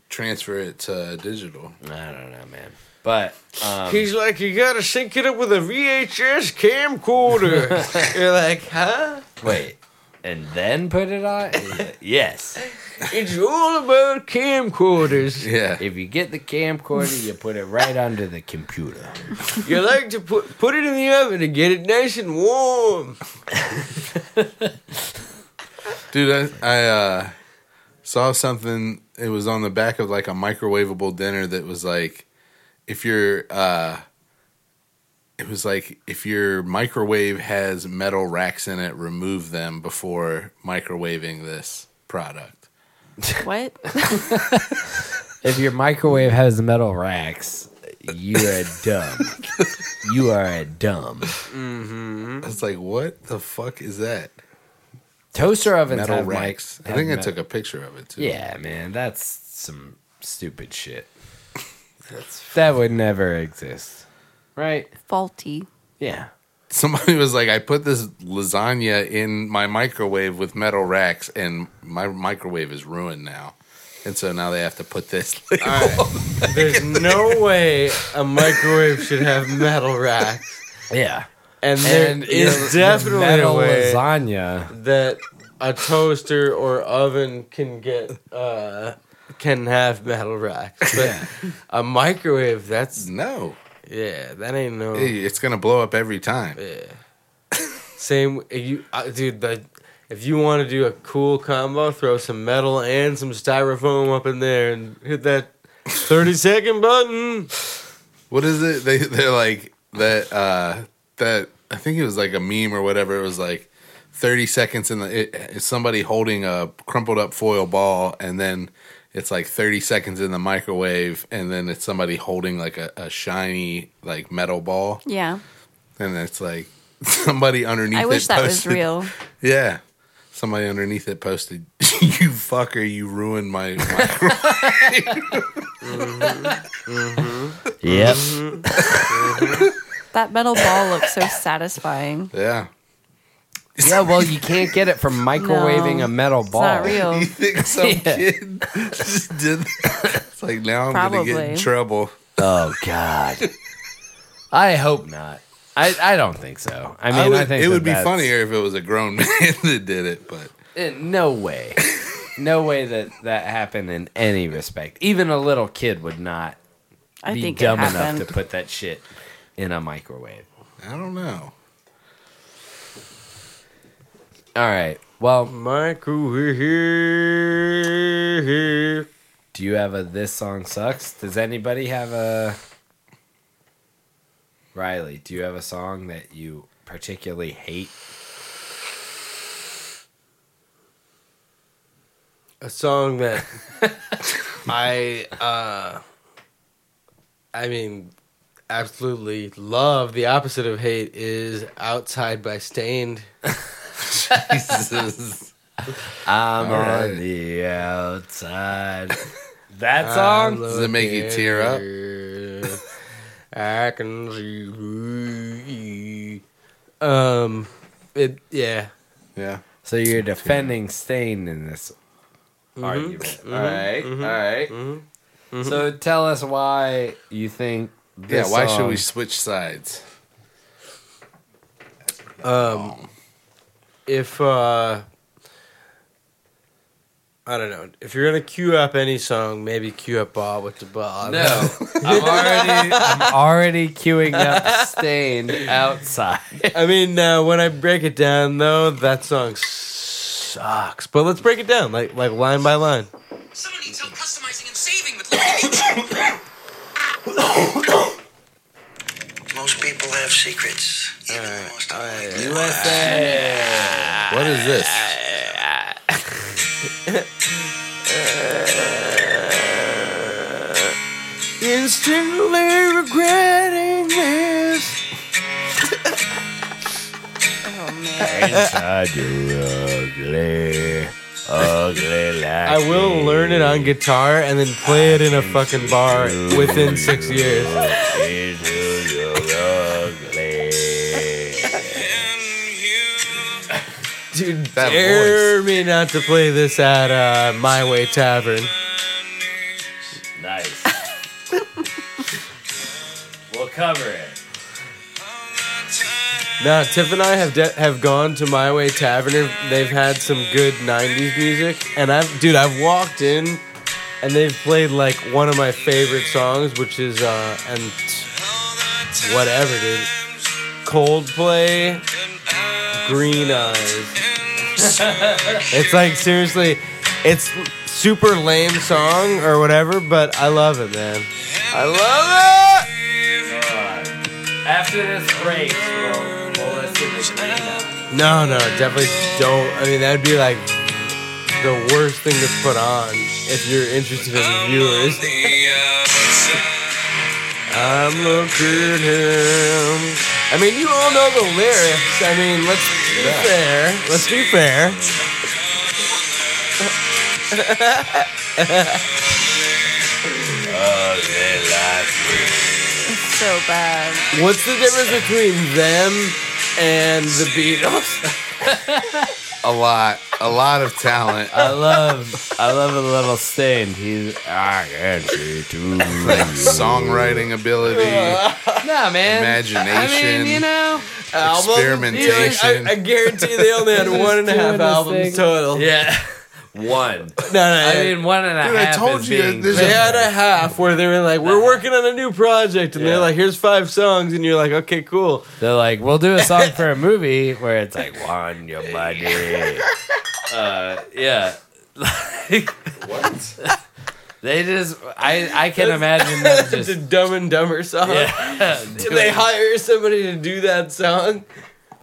[SPEAKER 2] transfer it to digital.
[SPEAKER 1] i don't know man but um
[SPEAKER 4] He's like, you gotta sync
[SPEAKER 1] *laughs*
[SPEAKER 4] it up with a VHS camcorder. You're like, huh? *laughs*
[SPEAKER 1] wait and then put it on? *laughs* yes.
[SPEAKER 4] It's all about camcorders.
[SPEAKER 2] Yeah.
[SPEAKER 1] If you get the camcorder, you put it right under the computer.
[SPEAKER 4] You like to put put it in the oven to get it nice and warm.
[SPEAKER 2] Dude, I, I uh, saw something. It was on the back of like a microwavable dinner that was like, if your, uh, it was like if your microwave has metal racks in it, remove them before microwaving this product.
[SPEAKER 3] What?
[SPEAKER 1] If your microwave has metal racks, you are
[SPEAKER 2] *laughs*
[SPEAKER 1] dumb. you are a dumb. Mm-hmm.
[SPEAKER 2] It's like, what the fuck is that?
[SPEAKER 1] Toaster ovens
[SPEAKER 2] Metal
[SPEAKER 1] have mic-
[SPEAKER 2] racks. I
[SPEAKER 1] have
[SPEAKER 2] think I
[SPEAKER 1] me-
[SPEAKER 2] took a picture of it too.
[SPEAKER 1] Yeah, man, that's some stupid shit.
[SPEAKER 2] *laughs*
[SPEAKER 1] That's *laughs* that would never exist, right?
[SPEAKER 3] *laughs* Faulty.
[SPEAKER 1] Yeah.
[SPEAKER 2] Somebody *laughs* was like, I put this lasagna in my microwave with metal racks, and my microwave is ruined now. And so now they have to put this. *laughs* label.
[SPEAKER 4] There's no way a microwave should have metal racks.
[SPEAKER 1] Yeah.
[SPEAKER 4] And there is definitely
[SPEAKER 1] metal
[SPEAKER 4] a way
[SPEAKER 1] lasagna.
[SPEAKER 4] that a toaster or oven can get uh, can have metal racks. But a microwave, that's
[SPEAKER 2] No,
[SPEAKER 4] yeah, that ain't no.
[SPEAKER 2] Hey, it's gonna blow up every time.
[SPEAKER 4] Yeah. Same, you, uh, dude. The, if you want to do a cool combo, throw some metal and some styrofoam up in there and hit that thirty second button.
[SPEAKER 2] What is it? They they're like that. uh That I think it was like a meme or whatever. It was like thirty seconds in the. It, it's somebody holding a crumpled up foil ball, and then it's like thirty seconds in the microwave, and then it's somebody holding like a, a shiny like metal ball.
[SPEAKER 3] Yeah.
[SPEAKER 2] and it's like *laughs* somebody underneath.
[SPEAKER 3] I wish
[SPEAKER 2] it
[SPEAKER 3] that was
[SPEAKER 2] posted,
[SPEAKER 3] real.
[SPEAKER 2] *laughs* Yeah, somebody underneath it posted, *laughs* "You fucker, you ruined my."
[SPEAKER 3] *laughs*
[SPEAKER 2] my
[SPEAKER 1] Yep.
[SPEAKER 3] That metal ball looks so satisfying.
[SPEAKER 2] yeah, *laughs*
[SPEAKER 1] yeah, well, you can't get it from microwaving
[SPEAKER 3] *laughs* No,
[SPEAKER 1] a metal
[SPEAKER 3] It's
[SPEAKER 1] ball.
[SPEAKER 3] not
[SPEAKER 1] *laughs*
[SPEAKER 3] real.
[SPEAKER 2] you think some
[SPEAKER 1] Yeah.
[SPEAKER 2] kid *laughs* just did? That? *laughs* It's like now I'm gonna get in
[SPEAKER 3] Probably.
[SPEAKER 2] trouble.
[SPEAKER 1] Oh God. I hope not. I, I don't think so. I mean, I,
[SPEAKER 2] would,
[SPEAKER 1] think
[SPEAKER 2] it
[SPEAKER 1] that
[SPEAKER 2] would be
[SPEAKER 1] that's-
[SPEAKER 2] funnier if it was a grown *laughs* man that did it, but
[SPEAKER 1] Eh, No way. No way that that happened in any respect. Even a little kid would not
[SPEAKER 3] I
[SPEAKER 1] be
[SPEAKER 3] think
[SPEAKER 1] dumb
[SPEAKER 3] it
[SPEAKER 1] enough
[SPEAKER 3] happened.
[SPEAKER 1] to put that shit in a microwave.
[SPEAKER 2] I don't know.
[SPEAKER 1] All right. Well,
[SPEAKER 4] Microwave.
[SPEAKER 1] do you have a this song sucks? Does anybody have a Riley, do you have a song that you particularly hate?
[SPEAKER 4] A
[SPEAKER 2] *laughs*
[SPEAKER 4] song that I uh, I mean, absolutely love. The opposite of hate is "Outside" by Stained.
[SPEAKER 2] Jesus.
[SPEAKER 1] I'm
[SPEAKER 2] All
[SPEAKER 1] on
[SPEAKER 2] right.
[SPEAKER 1] the
[SPEAKER 2] *laughs*
[SPEAKER 1] outside. That song?
[SPEAKER 2] Does it make you tear up?
[SPEAKER 4] up? I can see. Um, it yeah.
[SPEAKER 2] Yeah.
[SPEAKER 1] So you're defending Stain in this argument. right, all right. So tell us why you think.
[SPEAKER 2] Yeah,
[SPEAKER 1] This
[SPEAKER 2] why should
[SPEAKER 1] song-
[SPEAKER 2] we switch sides?
[SPEAKER 4] If uh, I don't know. If you're gonna queue up any song, maybe queue up "Bob with the
[SPEAKER 1] *laughs*
[SPEAKER 4] Bob."
[SPEAKER 1] No, *laughs* I'm already, I'm already queuing up Stain *laughs* outside.
[SPEAKER 4] I mean, uh, when I break it down, though, that song sucks. But let's break it down, like like line by line.
[SPEAKER 5] Someone needs help customizing and saving with
[SPEAKER 1] *coughs*
[SPEAKER 5] Lucky Beach.
[SPEAKER 6] Most people have secrets. Even the most unlikely ones.
[SPEAKER 2] What is this?
[SPEAKER 4] Instantly regretting this.
[SPEAKER 3] Oh man.
[SPEAKER 1] Inside you ugly, ugly like
[SPEAKER 4] I will learn it on guitar and then play it in a fucking bar within six years.
[SPEAKER 1] into your ugly.
[SPEAKER 4] Dude,
[SPEAKER 2] That
[SPEAKER 4] dare me not to play this at uh, My Way Tavern.
[SPEAKER 1] Nice. *laughs* we'll cover it.
[SPEAKER 6] All the time.
[SPEAKER 4] No, Tiff and I have de- have gone to My Way Tavern. They've had some good '90s music, and I've dude, I've walked in, and they've played like one of my favorite songs, which is uh and whatever, dude. Coldplay, Green Eyes.
[SPEAKER 1] *laughs*
[SPEAKER 4] it's like seriously, it's super lame song or whatever, but I love it, man. I love it.
[SPEAKER 1] After this break, we'll, we'll listen to Green Eyes.
[SPEAKER 4] No, no, definitely don't. I mean, that'd be like the worst thing to put on if you're interested in viewers. I'm looking him. I mean, you all know the lyrics. I mean, let's be fair. Let's be fair.
[SPEAKER 3] It's so bad.
[SPEAKER 4] What's the difference between them and the *laughs* Beatles?
[SPEAKER 2] A lot, a lot of talent.
[SPEAKER 1] *laughs* I love, I love a little stain. He's I can see too.
[SPEAKER 2] like songwriting
[SPEAKER 3] *laughs*
[SPEAKER 2] ability,
[SPEAKER 1] no man.
[SPEAKER 2] imagination.
[SPEAKER 1] I mean, you know.
[SPEAKER 4] Albums?
[SPEAKER 2] Experimentation.
[SPEAKER 4] I, I guarantee they only had one and a
[SPEAKER 1] doing
[SPEAKER 4] half
[SPEAKER 1] this thing.
[SPEAKER 4] albums total.
[SPEAKER 1] Yeah. *laughs* One.
[SPEAKER 4] No, no,
[SPEAKER 1] I
[SPEAKER 4] yeah.
[SPEAKER 1] mean, one and a half.
[SPEAKER 2] Dude, I told
[SPEAKER 1] is
[SPEAKER 2] you,
[SPEAKER 1] being
[SPEAKER 2] there's a-
[SPEAKER 4] They
[SPEAKER 1] generous.
[SPEAKER 4] had a half where they were like, "We're working on a new project," and
[SPEAKER 1] Yeah.
[SPEAKER 4] they're like, "Here's five songs," and you're like, "Okay, cool."
[SPEAKER 1] They're like, we'll do a song for a
[SPEAKER 4] *laughs*
[SPEAKER 1] movie where it's like, one your money. Uh, yeah. Like,
[SPEAKER 2] what?
[SPEAKER 1] *laughs* they just, I, I can imagine them
[SPEAKER 4] It's a *laughs*
[SPEAKER 1] just. *laughs*
[SPEAKER 4] Dumb and Dumber song.
[SPEAKER 1] Yeah,
[SPEAKER 4] Did *laughs* they hire somebody to do that song?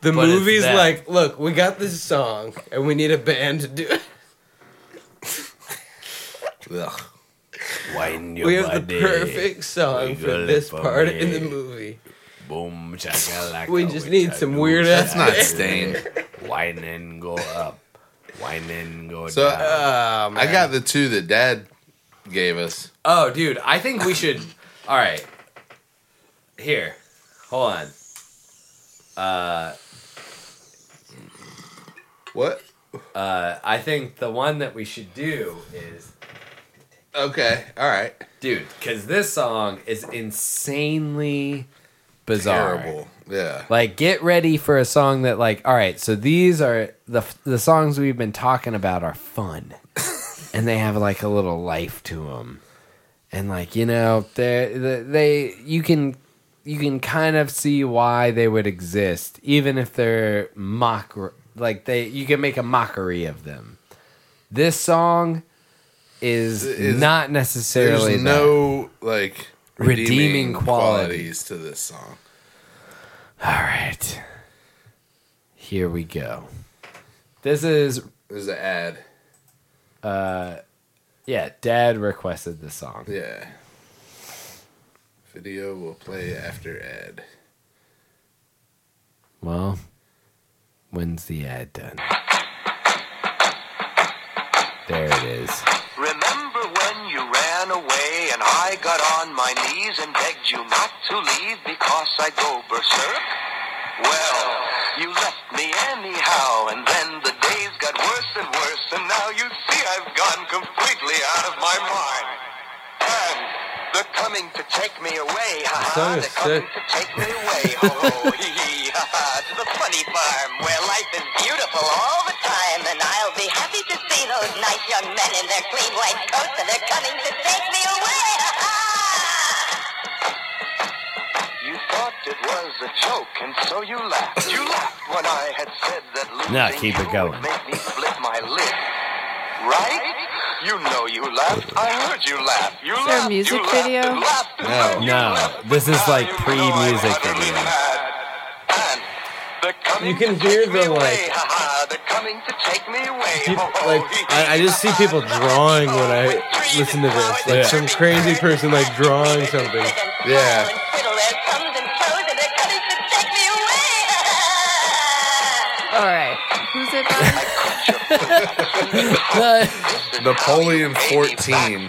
[SPEAKER 4] The
[SPEAKER 1] But it's
[SPEAKER 4] movie's
[SPEAKER 1] them.
[SPEAKER 4] like, "Look, we got this song, and we need a band to do it.
[SPEAKER 2] Ugh.
[SPEAKER 1] Wine your
[SPEAKER 4] We have
[SPEAKER 1] body.
[SPEAKER 4] the perfect song for
[SPEAKER 1] Wiggle
[SPEAKER 4] this part
[SPEAKER 1] body.
[SPEAKER 4] in the movie.
[SPEAKER 1] Boom, chakalaka,
[SPEAKER 4] We just need some weird
[SPEAKER 1] wicka-doo,
[SPEAKER 4] ass-
[SPEAKER 2] That's not
[SPEAKER 1] chakalaka.
[SPEAKER 2] stained.
[SPEAKER 1] Wine and go up. Wine and go
[SPEAKER 2] So, uh,
[SPEAKER 1] down.
[SPEAKER 4] Oh, man.
[SPEAKER 2] I got the two that Dad gave us.
[SPEAKER 1] Oh, dude, I think we should. All right, here, hold on. Uh,
[SPEAKER 2] What?
[SPEAKER 1] uh, I think the one that we should do is,
[SPEAKER 2] Okay, all right.
[SPEAKER 1] dude, because this song is insanely bizarre.
[SPEAKER 2] Terrible. Yeah.
[SPEAKER 1] Like, get ready for a song that, like, all right, so these are the the songs we've been talking about are
[SPEAKER 2] *laughs*
[SPEAKER 1] fun, and they have like a little life to them, and like you know, they they you can you can kind of see why they would exist, even if they're mock like they you can make a mockery of them. This song is,
[SPEAKER 2] Is-
[SPEAKER 1] not necessarily
[SPEAKER 2] There's
[SPEAKER 1] that.
[SPEAKER 2] no like
[SPEAKER 1] Redeeming quality.
[SPEAKER 2] qualities to this song.
[SPEAKER 1] All right. Here we go. This is
[SPEAKER 2] There's an ad.
[SPEAKER 1] yeah, dad requested this song.
[SPEAKER 2] Yeah. Video will play after ad.
[SPEAKER 1] Well, when's the ad done? There it is.
[SPEAKER 5] *laughs* Remember when you ran away and I got on my knees and begged you not to leave because I go berserk? Well, you left me anyhow, and then the days got worse and worse, and now you see I've gone completely out of my mind. And they're coming to take me away,
[SPEAKER 4] song
[SPEAKER 5] ha ha.
[SPEAKER 4] is
[SPEAKER 5] They're coming
[SPEAKER 4] sick.
[SPEAKER 5] to take me away, ho ho *laughs* hee hee, ha ha. To the funny farm where life is beautiful all the time, and I'll be happy to see those nice young men in their clean white coats, and they're coming to take me away, ha ha. You thought it was a joke, and so you laughed. You laughed when I had said that losing
[SPEAKER 1] Now keep it
[SPEAKER 5] you
[SPEAKER 1] going.
[SPEAKER 5] would make me split my lip. Right? You know you laughed. I heard you laugh. You
[SPEAKER 3] there a
[SPEAKER 5] laughed.
[SPEAKER 3] music
[SPEAKER 5] you laughed
[SPEAKER 3] video?
[SPEAKER 5] and laughed and
[SPEAKER 2] No.
[SPEAKER 5] laughed. You
[SPEAKER 1] No,
[SPEAKER 5] laughed,
[SPEAKER 1] this
[SPEAKER 5] but
[SPEAKER 1] is
[SPEAKER 5] now
[SPEAKER 1] like
[SPEAKER 5] you know
[SPEAKER 1] pre-music
[SPEAKER 5] I'm utterly
[SPEAKER 1] video.
[SPEAKER 5] mad. And they're coming
[SPEAKER 4] You can
[SPEAKER 5] to
[SPEAKER 4] hear
[SPEAKER 5] take me
[SPEAKER 4] the,
[SPEAKER 5] away.
[SPEAKER 4] like-
[SPEAKER 5] Ha-ha, They're coming to take me away. Oh,
[SPEAKER 4] People,
[SPEAKER 5] Ho-ho,
[SPEAKER 4] like
[SPEAKER 5] hee-hee,
[SPEAKER 4] I, I just see people
[SPEAKER 5] ha-ha.
[SPEAKER 4] drawing when I
[SPEAKER 5] With trees
[SPEAKER 4] listen to
[SPEAKER 5] and
[SPEAKER 4] this,
[SPEAKER 5] flowers
[SPEAKER 4] like
[SPEAKER 5] and
[SPEAKER 4] some
[SPEAKER 5] chirping
[SPEAKER 4] crazy
[SPEAKER 5] birds.
[SPEAKER 4] person like drawing something.
[SPEAKER 2] Yeah.
[SPEAKER 3] All right. Who's it by?
[SPEAKER 2] Napoleon 14.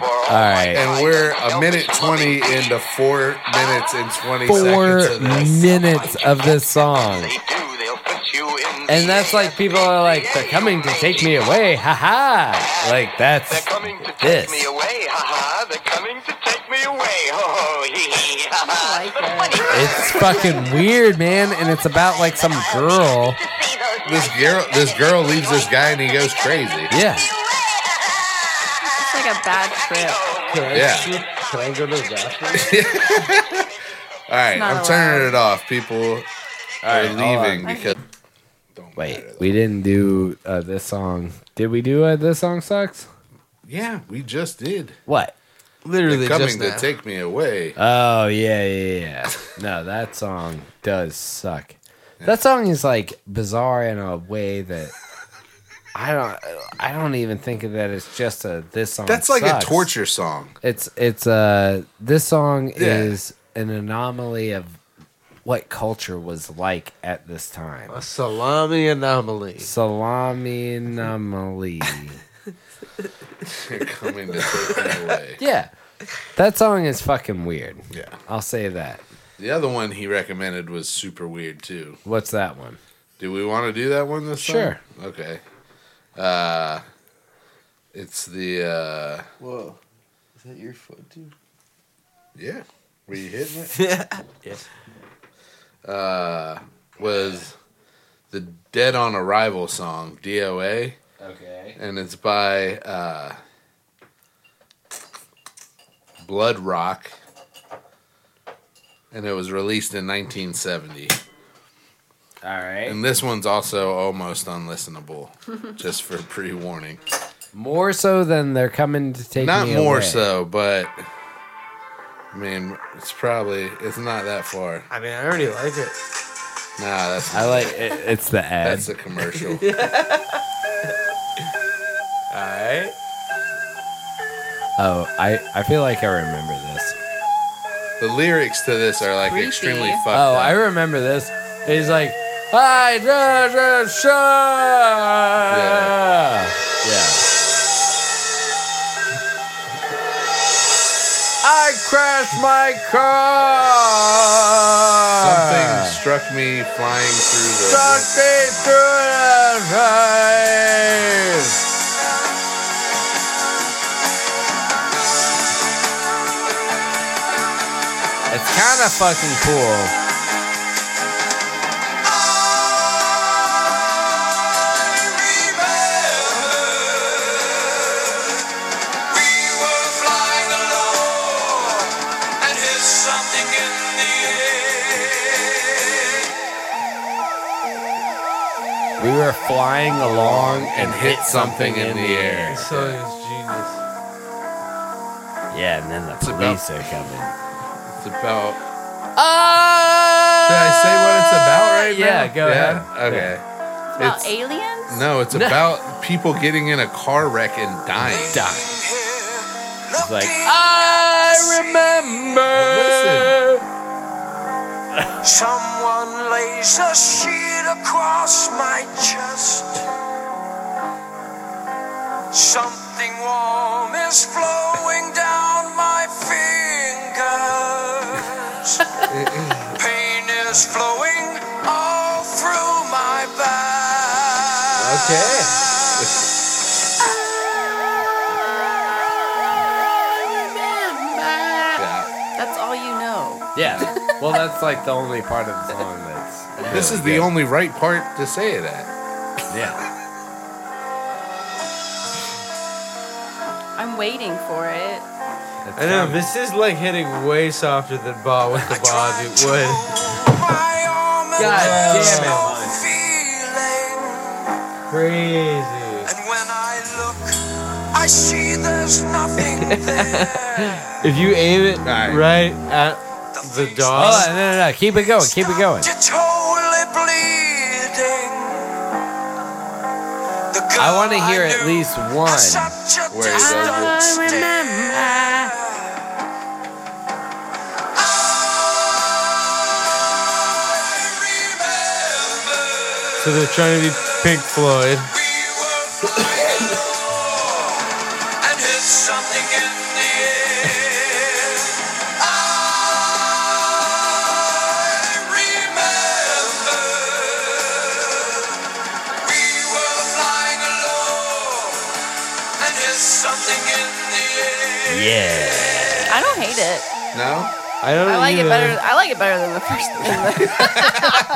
[SPEAKER 1] All right.
[SPEAKER 2] And we're a minute 20 into four minutes and 20 seconds
[SPEAKER 1] Four
[SPEAKER 2] of this.
[SPEAKER 1] minutes of this song.
[SPEAKER 5] They do, they'll put you in
[SPEAKER 1] And
[SPEAKER 5] the
[SPEAKER 1] that's like people are like, they're coming to take me away. Haha. Like
[SPEAKER 5] They're
[SPEAKER 1] that's
[SPEAKER 5] coming to take
[SPEAKER 1] this.
[SPEAKER 5] me away, haha. They're coming to take me away, oh, hee, ha, ha.
[SPEAKER 3] *laughs* I like it.
[SPEAKER 1] It's fucking weird, man, and it's about like some girl.
[SPEAKER 2] This girl, this girl leaves this guy and he goes crazy.
[SPEAKER 1] Yeah.
[SPEAKER 3] It's like a bad trip.
[SPEAKER 4] Can *laughs*
[SPEAKER 2] Yeah.
[SPEAKER 4] I, can I go to the bathroom?
[SPEAKER 2] *laughs* All right,
[SPEAKER 3] not
[SPEAKER 2] I'm turning
[SPEAKER 3] allowed.
[SPEAKER 2] it off. People are leaving because. Don't
[SPEAKER 1] Wait,
[SPEAKER 2] matter.
[SPEAKER 1] we didn't do uh, this song. Did we do uh, this song sucks?
[SPEAKER 2] Yeah, we just did.
[SPEAKER 1] What?
[SPEAKER 4] Literally
[SPEAKER 2] Coming
[SPEAKER 4] just
[SPEAKER 2] to
[SPEAKER 4] now.
[SPEAKER 2] take me away.
[SPEAKER 1] Oh yeah, yeah,
[SPEAKER 2] *laughs*
[SPEAKER 1] yeah. No, that song does suck. That song is like bizarre in a way that I don't. I don't even think of that as just a this song.
[SPEAKER 2] That's like
[SPEAKER 1] sucks.
[SPEAKER 2] a torture song.
[SPEAKER 1] It's it's uh this song
[SPEAKER 2] Yeah.
[SPEAKER 1] is an anomaly of what culture was like at this time.
[SPEAKER 4] A salami anomaly.
[SPEAKER 1] Salami
[SPEAKER 2] *laughs*
[SPEAKER 1] anomaly.
[SPEAKER 2] You're coming to take me away. *laughs*
[SPEAKER 1] yeah, that song is fucking weird.
[SPEAKER 2] Yeah.
[SPEAKER 1] I'll say that.
[SPEAKER 2] The other one he recommended was super weird too.
[SPEAKER 1] What's that one?
[SPEAKER 2] Do we want to do that one this
[SPEAKER 1] Sure.
[SPEAKER 2] time? Okay. Uh, it's the uh,
[SPEAKER 7] Whoa. Is that your foot, dude?
[SPEAKER 2] yeah. Were you hitting it?
[SPEAKER 4] Yes.
[SPEAKER 2] Uh, was the Dead on Arrival song DOA,
[SPEAKER 1] Okay.
[SPEAKER 2] and it's by uh, Blood Rock, and it was released in 1970.
[SPEAKER 1] All right.
[SPEAKER 2] And this one's also almost unlistenable, just for pre warning.
[SPEAKER 1] More so than they're coming to take
[SPEAKER 2] Not
[SPEAKER 1] me
[SPEAKER 2] more
[SPEAKER 1] away.
[SPEAKER 2] so, but I mean, it's probably it's not that far.
[SPEAKER 4] I mean, I already like it.
[SPEAKER 2] Nah, that's
[SPEAKER 1] I like it, it's the ad.
[SPEAKER 2] that's a commercial.
[SPEAKER 4] All right.
[SPEAKER 1] oh, I I feel like I remember this.
[SPEAKER 2] the lyrics to this are like
[SPEAKER 3] Creepy.
[SPEAKER 2] extremely fucked
[SPEAKER 1] Oh, I
[SPEAKER 2] up.
[SPEAKER 1] remember this. He's like, I just show. Yeah. I crashed my ah. car.
[SPEAKER 2] Something struck me flying through the.
[SPEAKER 1] Sucked me through the face. It's kind of fucking cool. We were flying along and hit something in the air.
[SPEAKER 4] This song is genius.
[SPEAKER 1] Yeah, and then the
[SPEAKER 2] about-
[SPEAKER 1] police are coming.
[SPEAKER 2] It's about.
[SPEAKER 1] Ah!
[SPEAKER 2] Should I say what it's about right now?
[SPEAKER 1] Yeah, go ahead.
[SPEAKER 2] Okay.
[SPEAKER 3] It's about
[SPEAKER 2] It's-
[SPEAKER 3] aliens?
[SPEAKER 2] No, it's about people getting in a car wreck and dying.
[SPEAKER 1] Die. It's like, I remember.
[SPEAKER 6] Someone lays a sheet across my chest. Something warm is flowing down
[SPEAKER 1] *laughs*
[SPEAKER 6] my fingers. Pain is flowing all through my back.
[SPEAKER 4] Okay.
[SPEAKER 2] Yeah.
[SPEAKER 3] That's all you know.
[SPEAKER 1] Yeah. *laughs* Well, that's like the only part of the song that's.
[SPEAKER 2] This is the only right part to say it at.
[SPEAKER 1] Yeah.
[SPEAKER 3] I'm waiting for it.
[SPEAKER 1] That's
[SPEAKER 4] I know
[SPEAKER 1] fine.
[SPEAKER 4] this is like hitting way softer than Bob with the Bob it would.
[SPEAKER 1] God damn it, Mike.
[SPEAKER 6] Feeling
[SPEAKER 4] Crazy.
[SPEAKER 6] And when I look, I see there's
[SPEAKER 1] *laughs*
[SPEAKER 6] nothing there.
[SPEAKER 4] If you aim it
[SPEAKER 2] right.
[SPEAKER 4] right, at the
[SPEAKER 1] Oh,
[SPEAKER 4] dog,
[SPEAKER 1] no, no, no. Keep it going. Keep it going.
[SPEAKER 6] You're totally bleeding. The girl
[SPEAKER 1] I want to hear at
[SPEAKER 6] knew
[SPEAKER 1] least
[SPEAKER 6] had
[SPEAKER 1] one.
[SPEAKER 6] such a
[SPEAKER 2] Where he does it.
[SPEAKER 6] distant
[SPEAKER 3] I remember.
[SPEAKER 4] so they're trying to be Pink Floyd.
[SPEAKER 6] We were flying low and hit something in the air. I remember we were flying low and hit something in the air.
[SPEAKER 1] Yeah.
[SPEAKER 3] I don't hate it.
[SPEAKER 2] No?
[SPEAKER 4] I don't.
[SPEAKER 3] I like it
[SPEAKER 4] even-
[SPEAKER 3] better. I like it better than the first one.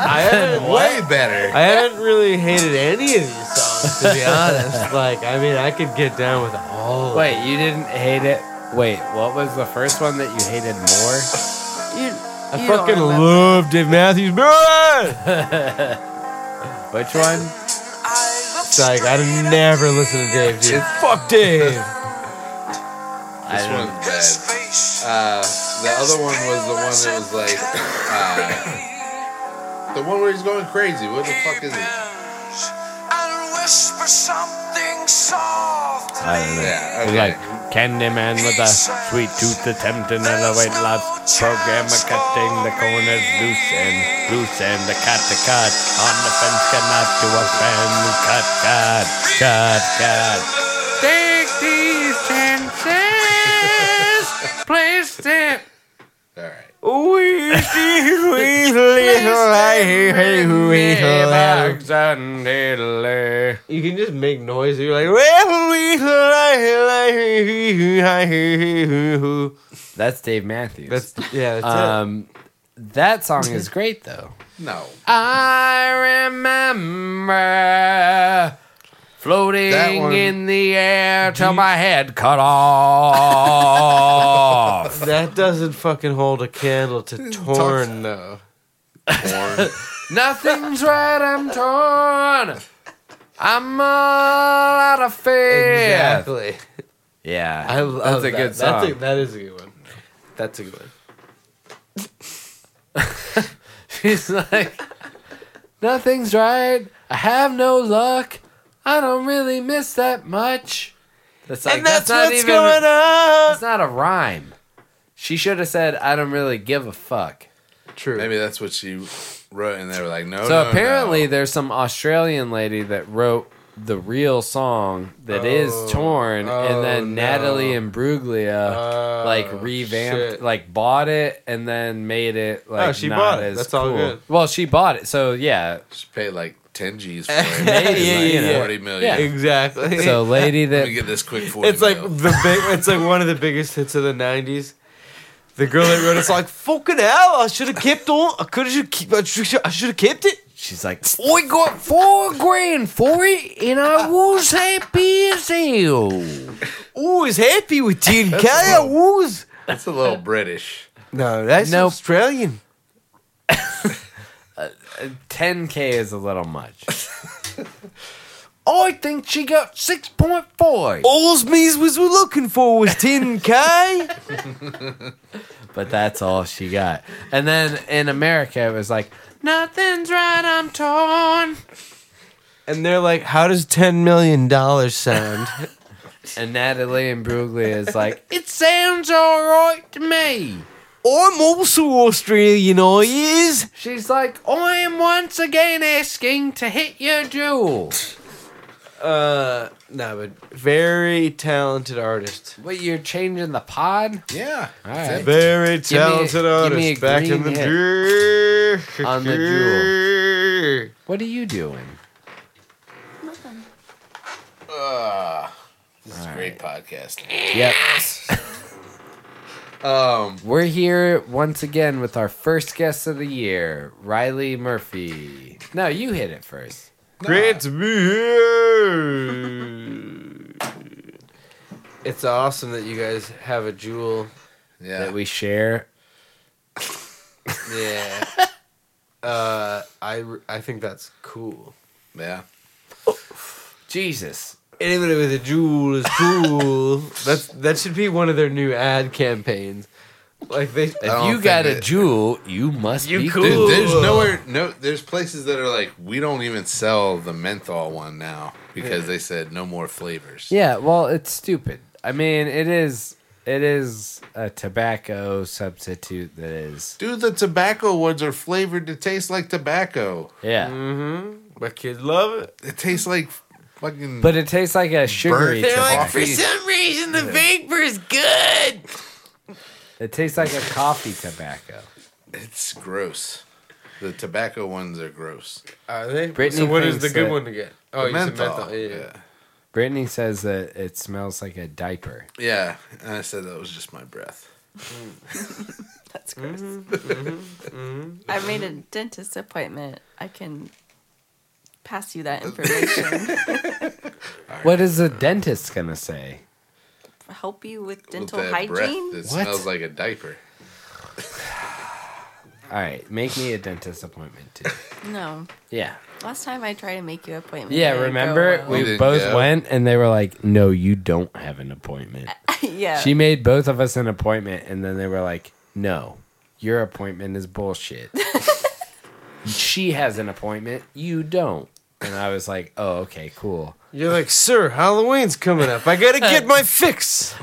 [SPEAKER 4] I haven't,
[SPEAKER 2] Way better.
[SPEAKER 4] I haven't really hated any of these songs to be *laughs* honest. Like, I mean, I could get down with all. of
[SPEAKER 1] Wait, you didn't hate it? Wait, what was the first one that you hated more?
[SPEAKER 3] you,
[SPEAKER 4] I
[SPEAKER 3] you don't
[SPEAKER 4] fucking
[SPEAKER 3] remember.
[SPEAKER 4] love Dave Matthews Band.
[SPEAKER 1] Which one?
[SPEAKER 4] It's like I never listen to Dave. Dude. Fuck Dave.
[SPEAKER 2] This
[SPEAKER 1] don't-
[SPEAKER 2] one's bad. Uh, the other one was the one that was
[SPEAKER 6] *laughs*
[SPEAKER 2] like, uh, the one where he's going crazy. What the fuck is it?
[SPEAKER 6] And whisper something soft.
[SPEAKER 1] I don't know.
[SPEAKER 2] Yeah,
[SPEAKER 1] It's
[SPEAKER 2] okay.
[SPEAKER 1] like Candyman with a sweet tooth attempting at a weight loss program, a cutting the corners loose and loose and the cut the cut on the fence cannot do a fan cut cut cut cut. Take these chances, place them.
[SPEAKER 2] All right.
[SPEAKER 4] Sweet, sweet little I hate You can just make noise. You're like, "Well, we like-
[SPEAKER 1] *laughs* That's Dave Matthews.
[SPEAKER 4] that's yeah. That's it.
[SPEAKER 1] um, that song *laughs* is great though.
[SPEAKER 2] No.
[SPEAKER 1] I remember floating
[SPEAKER 2] one-
[SPEAKER 1] in the air till my head cut *laughs* off.
[SPEAKER 4] That doesn't fucking hold a candle to Torn though.
[SPEAKER 2] Porn.
[SPEAKER 1] Nothing's right, I'm torn. I'm all out of faith.
[SPEAKER 4] Exactly.
[SPEAKER 1] Yeah,
[SPEAKER 4] I love
[SPEAKER 1] that's a
[SPEAKER 4] that.
[SPEAKER 1] good song.
[SPEAKER 4] That's a, that is a good one. That's a good one.
[SPEAKER 1] She's *laughs* like, nothing's right. I have no luck. I don't really miss that much. That's like,
[SPEAKER 4] and that's,
[SPEAKER 1] not
[SPEAKER 4] what's
[SPEAKER 1] even,
[SPEAKER 4] going on.
[SPEAKER 1] That's not a rhyme. She should have said, I don't really give a fuck.
[SPEAKER 4] True.
[SPEAKER 2] Maybe that's what she wrote, and they were like,
[SPEAKER 4] Oh,
[SPEAKER 2] no.
[SPEAKER 1] so
[SPEAKER 2] no,
[SPEAKER 1] apparently,
[SPEAKER 2] no.
[SPEAKER 1] there's some Australian lady that wrote the real song that is
[SPEAKER 4] Oh.
[SPEAKER 1] torn,
[SPEAKER 4] Oh,
[SPEAKER 1] and then
[SPEAKER 4] no. Uh,
[SPEAKER 1] Natalie and Bruglia. like revamped,
[SPEAKER 4] shit.
[SPEAKER 1] like bought it and then made it like
[SPEAKER 4] Oh, she
[SPEAKER 1] not
[SPEAKER 4] bought it.
[SPEAKER 1] as
[SPEAKER 4] That's all
[SPEAKER 1] cool.
[SPEAKER 4] good.
[SPEAKER 1] Well, she bought it, so
[SPEAKER 4] *laughs*
[SPEAKER 1] yeah.
[SPEAKER 2] she paid like ten
[SPEAKER 1] *laughs*
[SPEAKER 2] G's for it.
[SPEAKER 1] Yeah,
[SPEAKER 2] It's like
[SPEAKER 1] yeah, yeah.
[SPEAKER 2] Forty million.
[SPEAKER 1] Yeah.
[SPEAKER 4] exactly. *laughs*
[SPEAKER 1] So lady
[SPEAKER 2] Let me
[SPEAKER 1] that
[SPEAKER 2] get this quick forty.
[SPEAKER 4] it's like
[SPEAKER 2] mil.
[SPEAKER 4] the big. It's like one of the biggest hits of the '90s. The girl that wrote it's like fucking hell. I should have kept on. I could have keep. I should have kept it.
[SPEAKER 1] she's like, we got four grand for it, and I was happy as hell.
[SPEAKER 4] Always happy with Teen K. I was.
[SPEAKER 2] that's a
[SPEAKER 1] *laughs*
[SPEAKER 2] little British.
[SPEAKER 4] No, that's
[SPEAKER 1] Nope.
[SPEAKER 4] Australian.
[SPEAKER 1] 10k is a little much. I think she got 6.5.
[SPEAKER 4] All's me's was we're looking for was Tin K.
[SPEAKER 1] But that's all she got. And then in America, it was like, nothing's right, I'm torn.
[SPEAKER 4] and they're like, how does ten million dollars sound?
[SPEAKER 1] And Natalie and Bruglia is like, it sounds all right to me.
[SPEAKER 4] *laughs* I'm also Australian. I is.
[SPEAKER 1] She's like, I am once again asking to hit your jewel.
[SPEAKER 4] Uh, no, but very talented artist.
[SPEAKER 1] What, you're changing the pod?
[SPEAKER 2] Yeah.
[SPEAKER 1] All right.
[SPEAKER 4] Very
[SPEAKER 1] me-
[SPEAKER 4] talented
[SPEAKER 1] give me
[SPEAKER 4] artist.
[SPEAKER 1] a
[SPEAKER 4] Back in the
[SPEAKER 1] green
[SPEAKER 4] day.
[SPEAKER 1] On the
[SPEAKER 4] jewel.
[SPEAKER 1] What are you doing?
[SPEAKER 2] Uh, this is great podcast.
[SPEAKER 1] Yep. *laughs*
[SPEAKER 2] Um,
[SPEAKER 1] We're here once again with our first guest of the year, Riley Murphy. No, you hit it first.
[SPEAKER 4] Great to be here. It's awesome that you guys have a jewel.
[SPEAKER 2] yeah.
[SPEAKER 1] That we share.
[SPEAKER 4] *laughs* Yeah. uh, I, I think that's cool.
[SPEAKER 2] yeah.
[SPEAKER 1] Jesus.
[SPEAKER 4] Anybody with a jewel is cool. that's that should be one of their new ad campaigns. Like they,
[SPEAKER 1] If
[SPEAKER 2] don't
[SPEAKER 1] you got
[SPEAKER 2] think
[SPEAKER 1] a
[SPEAKER 2] it-
[SPEAKER 1] jewel, you must
[SPEAKER 4] You
[SPEAKER 1] be
[SPEAKER 4] cool.
[SPEAKER 2] Dude, there's
[SPEAKER 4] Ooh.
[SPEAKER 2] nowhere. No, there's places that are like we don't even sell the menthol one now because they said no more flavors.
[SPEAKER 1] Yeah, well, it's stupid. I mean, it is it is a tobacco substitute that is.
[SPEAKER 2] Dude, the tobacco ones are flavored to taste like tobacco.
[SPEAKER 1] Yeah.
[SPEAKER 2] Mm.
[SPEAKER 4] my kids love it.
[SPEAKER 2] It tastes like fucking.
[SPEAKER 1] But it tastes like a sugary
[SPEAKER 2] Burnt. They're
[SPEAKER 1] tobacco.
[SPEAKER 2] like- For
[SPEAKER 4] some reason, the vapor is good.
[SPEAKER 1] it tastes like a coffee tobacco.
[SPEAKER 2] it's gross. The tobacco ones are gross.
[SPEAKER 4] Are Uh, they?
[SPEAKER 1] Brittany
[SPEAKER 4] so what is the
[SPEAKER 1] thinks
[SPEAKER 4] good
[SPEAKER 1] that-
[SPEAKER 4] one to get? Oh,
[SPEAKER 2] The
[SPEAKER 4] you said menthol. Yeah.
[SPEAKER 1] Brittany says that it smells like a diaper.
[SPEAKER 2] Yeah, and I said that was just my breath.
[SPEAKER 3] That's gross. I made a dentist appointment. I can pass you that information.
[SPEAKER 1] What is the dentist gonna say?
[SPEAKER 3] Help you with
[SPEAKER 2] With
[SPEAKER 3] dental
[SPEAKER 2] that
[SPEAKER 3] hygiene.
[SPEAKER 2] breath that
[SPEAKER 1] What?
[SPEAKER 2] smells like a diaper.
[SPEAKER 1] All right, make me a dentist appointment too.
[SPEAKER 3] No.
[SPEAKER 1] Yeah,
[SPEAKER 3] Last time I tried to make you an appointment. it
[SPEAKER 1] yeah.
[SPEAKER 3] didn't
[SPEAKER 1] Remember,
[SPEAKER 3] go
[SPEAKER 2] You
[SPEAKER 1] we
[SPEAKER 2] didn't
[SPEAKER 1] both
[SPEAKER 2] go?
[SPEAKER 1] went, and they were like, "No, you don't have an appointment."
[SPEAKER 3] well. *laughs* yeah.
[SPEAKER 1] She made both of us an appointment, and then they were like, "No, your appointment is
[SPEAKER 3] *laughs*
[SPEAKER 1] bullshit." she has an appointment, you don't. And I was like, "Oh, okay, cool."
[SPEAKER 4] You're like, sir, Halloween's coming up. I gotta get my *laughs* fix.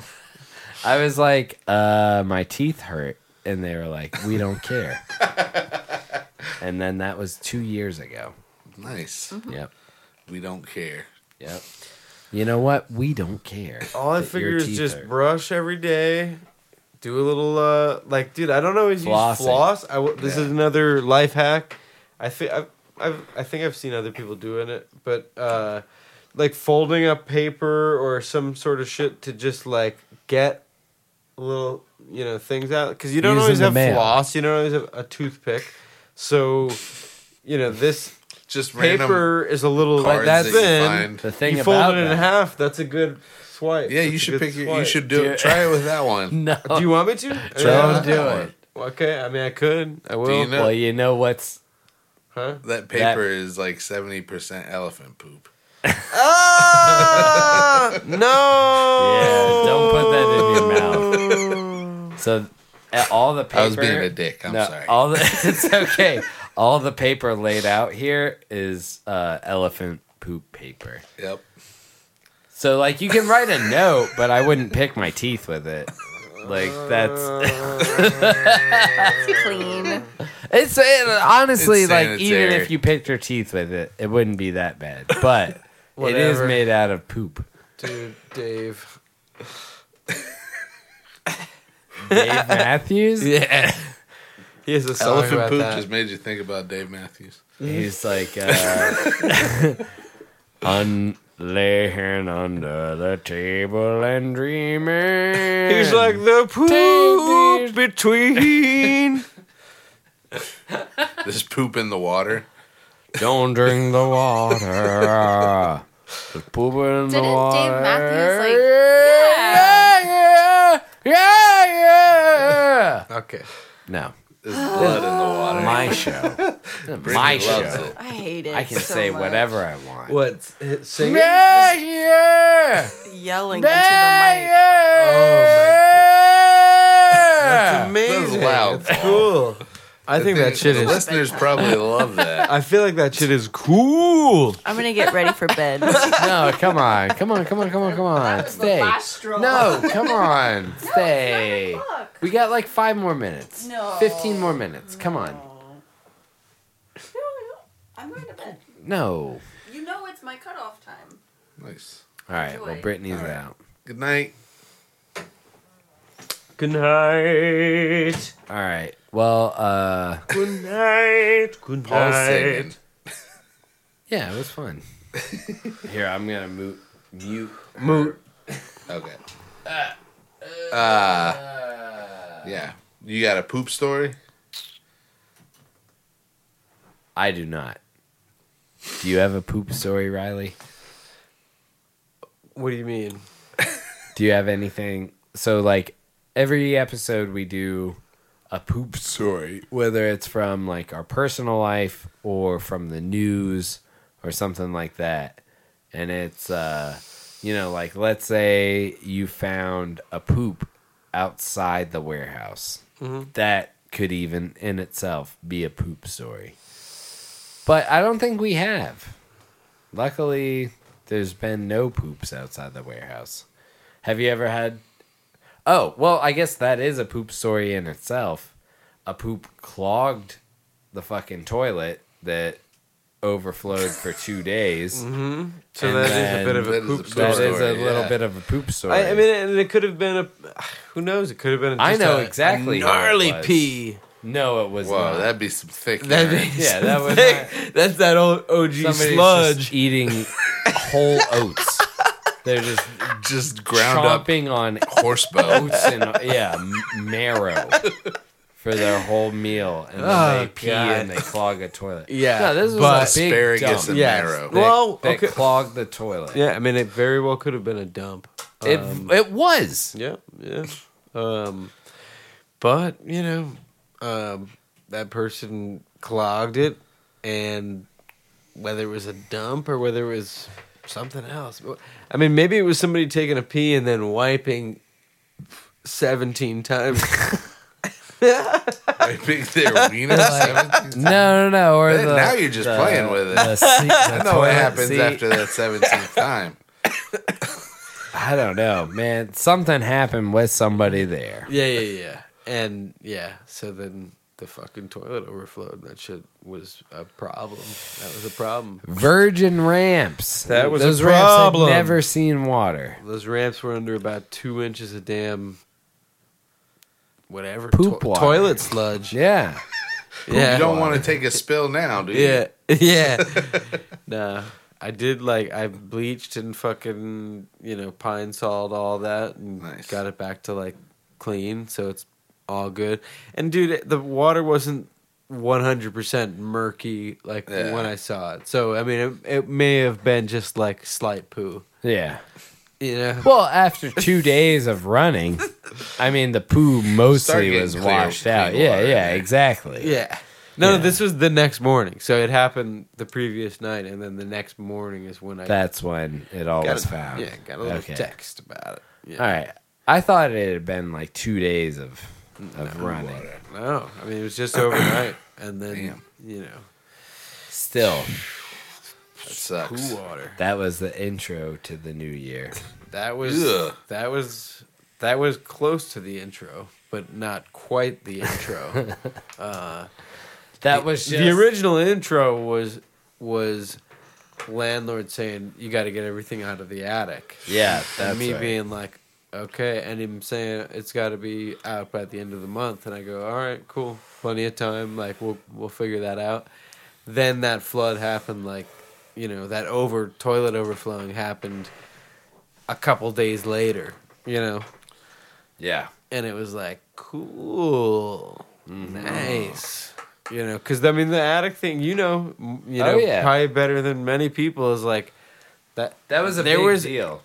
[SPEAKER 1] I was like, uh, "My teeth hurt," and they were like, "We don't
[SPEAKER 3] *laughs*
[SPEAKER 1] care." and then that was two years ago.
[SPEAKER 2] Nice.
[SPEAKER 1] Yep.
[SPEAKER 2] We don't care.
[SPEAKER 1] Yep. You know what? We don't care.
[SPEAKER 4] All I
[SPEAKER 1] that your
[SPEAKER 4] figure is
[SPEAKER 1] teeth
[SPEAKER 4] just
[SPEAKER 1] hurt.
[SPEAKER 4] brush every day. Do a little, uh, like, dude, I don't always use
[SPEAKER 1] Flossing.
[SPEAKER 4] floss. I w- this is another life hack. I think I've, I've, I think I've seen other people doing it, but uh, like folding up paper or some sort of shit to just like get little, you know, things out because you don't
[SPEAKER 1] Using
[SPEAKER 4] always
[SPEAKER 1] the
[SPEAKER 4] have
[SPEAKER 1] mail.
[SPEAKER 4] floss. You don't always have a toothpick, so you know this
[SPEAKER 2] Just random
[SPEAKER 4] paper is a little
[SPEAKER 2] cards
[SPEAKER 1] that's
[SPEAKER 2] that
[SPEAKER 4] thin.
[SPEAKER 2] you find.
[SPEAKER 1] the thing
[SPEAKER 4] you
[SPEAKER 1] about
[SPEAKER 4] fold it in
[SPEAKER 1] that-
[SPEAKER 4] half. That's a good swipe.
[SPEAKER 2] Yeah,
[SPEAKER 4] That's
[SPEAKER 2] you
[SPEAKER 4] a
[SPEAKER 2] should
[SPEAKER 4] good
[SPEAKER 2] pick your, you
[SPEAKER 4] swipe.
[SPEAKER 2] should do it. Try it with that
[SPEAKER 4] *laughs*
[SPEAKER 1] *laughs*
[SPEAKER 2] one.
[SPEAKER 1] No,
[SPEAKER 4] Do you want me to?
[SPEAKER 1] don't
[SPEAKER 4] Yeah.
[SPEAKER 1] do it.
[SPEAKER 4] Okay, I mean I could. I will.
[SPEAKER 2] Do you know
[SPEAKER 1] Well, you know what's
[SPEAKER 4] Huh?
[SPEAKER 2] that paper is like seventy percent elephant poop?
[SPEAKER 4] Ah, *laughs* no.
[SPEAKER 1] Yeah, don't put that in
[SPEAKER 4] Oh.
[SPEAKER 1] your mouth. So uh, all the paper.
[SPEAKER 2] I was being a dick. I'm
[SPEAKER 1] no,
[SPEAKER 2] sorry.
[SPEAKER 1] All the
[SPEAKER 2] *laughs*
[SPEAKER 1] it's okay. All the paper laid out here is uh, elephant poop paper.
[SPEAKER 2] yep.
[SPEAKER 1] So like you can write a note, but I wouldn't pick my teeth with it. Like that's
[SPEAKER 3] It's clean.
[SPEAKER 1] it's it, honestly
[SPEAKER 2] It's
[SPEAKER 1] like even
[SPEAKER 2] sanitary.
[SPEAKER 1] if you picked your teeth with it, it wouldn't be that bad.
[SPEAKER 4] *laughs*
[SPEAKER 1] But it is
[SPEAKER 4] Whatever.
[SPEAKER 1] made out of poop.
[SPEAKER 4] Dude, Dave.
[SPEAKER 1] Dave
[SPEAKER 4] *laughs*
[SPEAKER 1] Matthews.
[SPEAKER 4] Yeah. He has a song
[SPEAKER 2] Elephant
[SPEAKER 4] about
[SPEAKER 2] poop
[SPEAKER 4] that.
[SPEAKER 2] just made you think about Dave Matthews.
[SPEAKER 1] He's like, uh, *laughs* un- laying under the table and dreaming.
[SPEAKER 4] He's like the poop between.
[SPEAKER 2] There's poop in the water.
[SPEAKER 1] don't drink the water. Just poop it in the
[SPEAKER 3] Didn't Dave
[SPEAKER 1] water.
[SPEAKER 3] Matthews, like-
[SPEAKER 1] yeah, yeah, yeah, yeah.
[SPEAKER 4] okay.
[SPEAKER 1] No,
[SPEAKER 2] There's blood in the water.
[SPEAKER 1] my show. my
[SPEAKER 2] Brittany loves
[SPEAKER 1] show.
[SPEAKER 3] *laughs*
[SPEAKER 2] it.
[SPEAKER 3] I hate it.
[SPEAKER 1] I can
[SPEAKER 3] so
[SPEAKER 1] say
[SPEAKER 3] much.
[SPEAKER 1] whatever I want.
[SPEAKER 4] What? Singing?
[SPEAKER 1] Yeah, yeah.
[SPEAKER 3] Yelling into the
[SPEAKER 1] Oh my god.
[SPEAKER 4] Amazing.
[SPEAKER 2] That's loud.
[SPEAKER 4] That's cool. I think that shit
[SPEAKER 2] the
[SPEAKER 4] is.
[SPEAKER 2] listeners probably love that.
[SPEAKER 4] I feel like that shit is cool.
[SPEAKER 3] mic. I'm gonna get ready for *laughs*
[SPEAKER 1] *laughs*
[SPEAKER 3] bed.
[SPEAKER 1] No, come on. Come on, come on, come on, come on. Stay. No, come
[SPEAKER 3] *laughs*
[SPEAKER 1] on. Stay. We got like five more minutes.
[SPEAKER 3] No.
[SPEAKER 1] 15 more minutes. Come on.
[SPEAKER 3] I'm going to bed.
[SPEAKER 1] No.
[SPEAKER 3] You know it's my cutoff time.
[SPEAKER 2] Nice.
[SPEAKER 1] All right. Well, Brittany's out.
[SPEAKER 2] Good night.
[SPEAKER 4] Good night.
[SPEAKER 1] All right. Well, uh,
[SPEAKER 4] Good night. Good night.
[SPEAKER 2] Paul's singing.
[SPEAKER 1] yeah, it was fun. *laughs* Here, I'm going to mute. Mute.
[SPEAKER 4] Moot.
[SPEAKER 2] Okay. Uh, yeah. You got a poop story?
[SPEAKER 1] I do not. Do you have a poop story, Riley?
[SPEAKER 4] What do you mean?
[SPEAKER 1] Do you have anything? So, like, every episode we do a poop story, whether it's from like our personal life or from the news or something like that. And it's, uh, you know, like, let's say you found a poop outside the warehouse. That could even in itself be a poop story. But I don't think we have. Luckily, there's been no poops outside the warehouse. Have you ever had? Oh, well, I guess that is a poop story in itself. A poop clogged the fucking toilet that overflowed for
[SPEAKER 4] *laughs*
[SPEAKER 1] two days.
[SPEAKER 4] So
[SPEAKER 1] And
[SPEAKER 4] that is
[SPEAKER 1] then-
[SPEAKER 4] a bit of
[SPEAKER 2] that
[SPEAKER 4] a
[SPEAKER 2] is a
[SPEAKER 4] poop
[SPEAKER 2] poop
[SPEAKER 4] story.
[SPEAKER 1] That is a
[SPEAKER 2] Story,
[SPEAKER 1] little
[SPEAKER 2] yeah.
[SPEAKER 1] bit of a poop story.
[SPEAKER 4] I, I mean, and it could have been a. *sighs* Who knows? It could have been. Just
[SPEAKER 1] I know
[SPEAKER 4] a,
[SPEAKER 1] exactly
[SPEAKER 4] A
[SPEAKER 1] what it
[SPEAKER 4] gnarly
[SPEAKER 1] was.
[SPEAKER 4] pee.
[SPEAKER 1] no, it was
[SPEAKER 2] Whoa,
[SPEAKER 1] not.
[SPEAKER 2] that'd be some thick.
[SPEAKER 4] That
[SPEAKER 2] urine.
[SPEAKER 4] is *laughs*
[SPEAKER 1] Yeah, that was
[SPEAKER 4] thick. That's that old OG e-
[SPEAKER 1] Somebody's
[SPEAKER 4] sludge. *laughs*
[SPEAKER 1] just eating whole oats. They're just
[SPEAKER 2] Just ground up
[SPEAKER 1] chomping on
[SPEAKER 2] horse bow.
[SPEAKER 1] oats and yeah, m- marrow for their whole meal, and then
[SPEAKER 4] Oh,
[SPEAKER 1] they pee
[SPEAKER 4] God.
[SPEAKER 1] and they clog a toilet.
[SPEAKER 4] Yeah,
[SPEAKER 1] no, this
[SPEAKER 4] but-
[SPEAKER 1] was a big
[SPEAKER 2] Asparagus
[SPEAKER 1] dump
[SPEAKER 2] and
[SPEAKER 4] Yes.
[SPEAKER 2] marrow.
[SPEAKER 1] that-
[SPEAKER 4] Well,
[SPEAKER 1] that
[SPEAKER 4] okay.
[SPEAKER 1] clogged the toilet. Um,
[SPEAKER 4] Yeah, I mean, it very well could have been a dump.
[SPEAKER 1] It it was.
[SPEAKER 4] Yeah, yeah. Um, but you know, um, that person clogged it, and whether it was a dump or whether it was something else, I mean, maybe it was somebody taking a pee and then wiping seventeen times.
[SPEAKER 2] I think
[SPEAKER 4] *laughs*
[SPEAKER 2] they're wiener seventeen.
[SPEAKER 1] No, no, no. Or
[SPEAKER 2] Hey,
[SPEAKER 1] the,
[SPEAKER 2] now you're just
[SPEAKER 1] the-
[SPEAKER 2] playing with it. *laughs*
[SPEAKER 1] the seat-
[SPEAKER 2] I
[SPEAKER 1] the
[SPEAKER 2] know what
[SPEAKER 1] toilet
[SPEAKER 2] happens
[SPEAKER 1] seat.
[SPEAKER 2] after that
[SPEAKER 4] *laughs*
[SPEAKER 2] seventeenth time.
[SPEAKER 1] I don't know, man. Something happened with somebody there.
[SPEAKER 4] yeah, yeah, yeah. And yeah, so then the fucking toilet overflowed. That shit was a problem. That was a problem.
[SPEAKER 1] Virgin ramps.
[SPEAKER 4] That was a
[SPEAKER 1] Those ramps had
[SPEAKER 4] problem.
[SPEAKER 1] never seen water.
[SPEAKER 4] Those ramps were under about two inches of damn whatever
[SPEAKER 1] Poop water.
[SPEAKER 4] toilet sludge.
[SPEAKER 1] Yeah.
[SPEAKER 4] yeah,
[SPEAKER 2] You don't want to take a spill now, do you?
[SPEAKER 4] yeah, yeah.
[SPEAKER 2] *laughs*
[SPEAKER 4] nah, I did like I bleached and fucking you know pine salt all that and
[SPEAKER 2] Nice.
[SPEAKER 4] got it back to like clean, so it's all good. And dude, the water wasn't. 100% murky like
[SPEAKER 2] Yeah.
[SPEAKER 4] when i saw it so i mean it, it may have been just like slight poo
[SPEAKER 1] Yeah.
[SPEAKER 4] you know
[SPEAKER 1] Well, after
[SPEAKER 2] *laughs*
[SPEAKER 1] two days of running, I mean, the poo
[SPEAKER 2] Started
[SPEAKER 1] mostly
[SPEAKER 2] getting
[SPEAKER 1] was
[SPEAKER 2] clear-
[SPEAKER 1] washed out.
[SPEAKER 2] clean
[SPEAKER 1] Yeah,
[SPEAKER 2] water in
[SPEAKER 1] yeah,
[SPEAKER 2] there.
[SPEAKER 1] exactly.
[SPEAKER 4] Yeah. No, no, this was the next morning. So it happened the previous night, and then the next morning is when I
[SPEAKER 1] That's when it all
[SPEAKER 4] got
[SPEAKER 1] was
[SPEAKER 4] a,
[SPEAKER 1] found.
[SPEAKER 4] Yeah, got a little
[SPEAKER 1] Okay.
[SPEAKER 4] text about it. Yeah.
[SPEAKER 1] All right. I thought it had been like two days of of running.
[SPEAKER 4] No, I mean it was just overnight, and then
[SPEAKER 2] Damn.
[SPEAKER 4] you know,
[SPEAKER 1] Still,
[SPEAKER 2] That sucks.
[SPEAKER 4] poo water.
[SPEAKER 1] that was the intro to the new year.
[SPEAKER 4] That was
[SPEAKER 2] Ugh.
[SPEAKER 4] that was that was close to the intro, but not quite the *laughs* intro.
[SPEAKER 1] That was just
[SPEAKER 4] the original intro was was landlord saying you got to get everything out of the attic.
[SPEAKER 1] Yeah,
[SPEAKER 4] and
[SPEAKER 1] that's
[SPEAKER 4] me
[SPEAKER 1] right.
[SPEAKER 4] being like, okay, and him saying it's got to be out by the end of the month, and I go, all right, cool, plenty of time. Like we'll we'll figure that out. Then that flood happened. Like you know that over toilet overflowing happened a couple days later. You know,
[SPEAKER 1] yeah.
[SPEAKER 4] and it was like cool,
[SPEAKER 1] Mm-hmm.
[SPEAKER 4] nice. You know, because I mean the attic thing, you know, m- you know,
[SPEAKER 1] Oh, yeah.
[SPEAKER 4] probably better than many people is like that.
[SPEAKER 1] That was a
[SPEAKER 4] there
[SPEAKER 1] big
[SPEAKER 4] was
[SPEAKER 1] deal.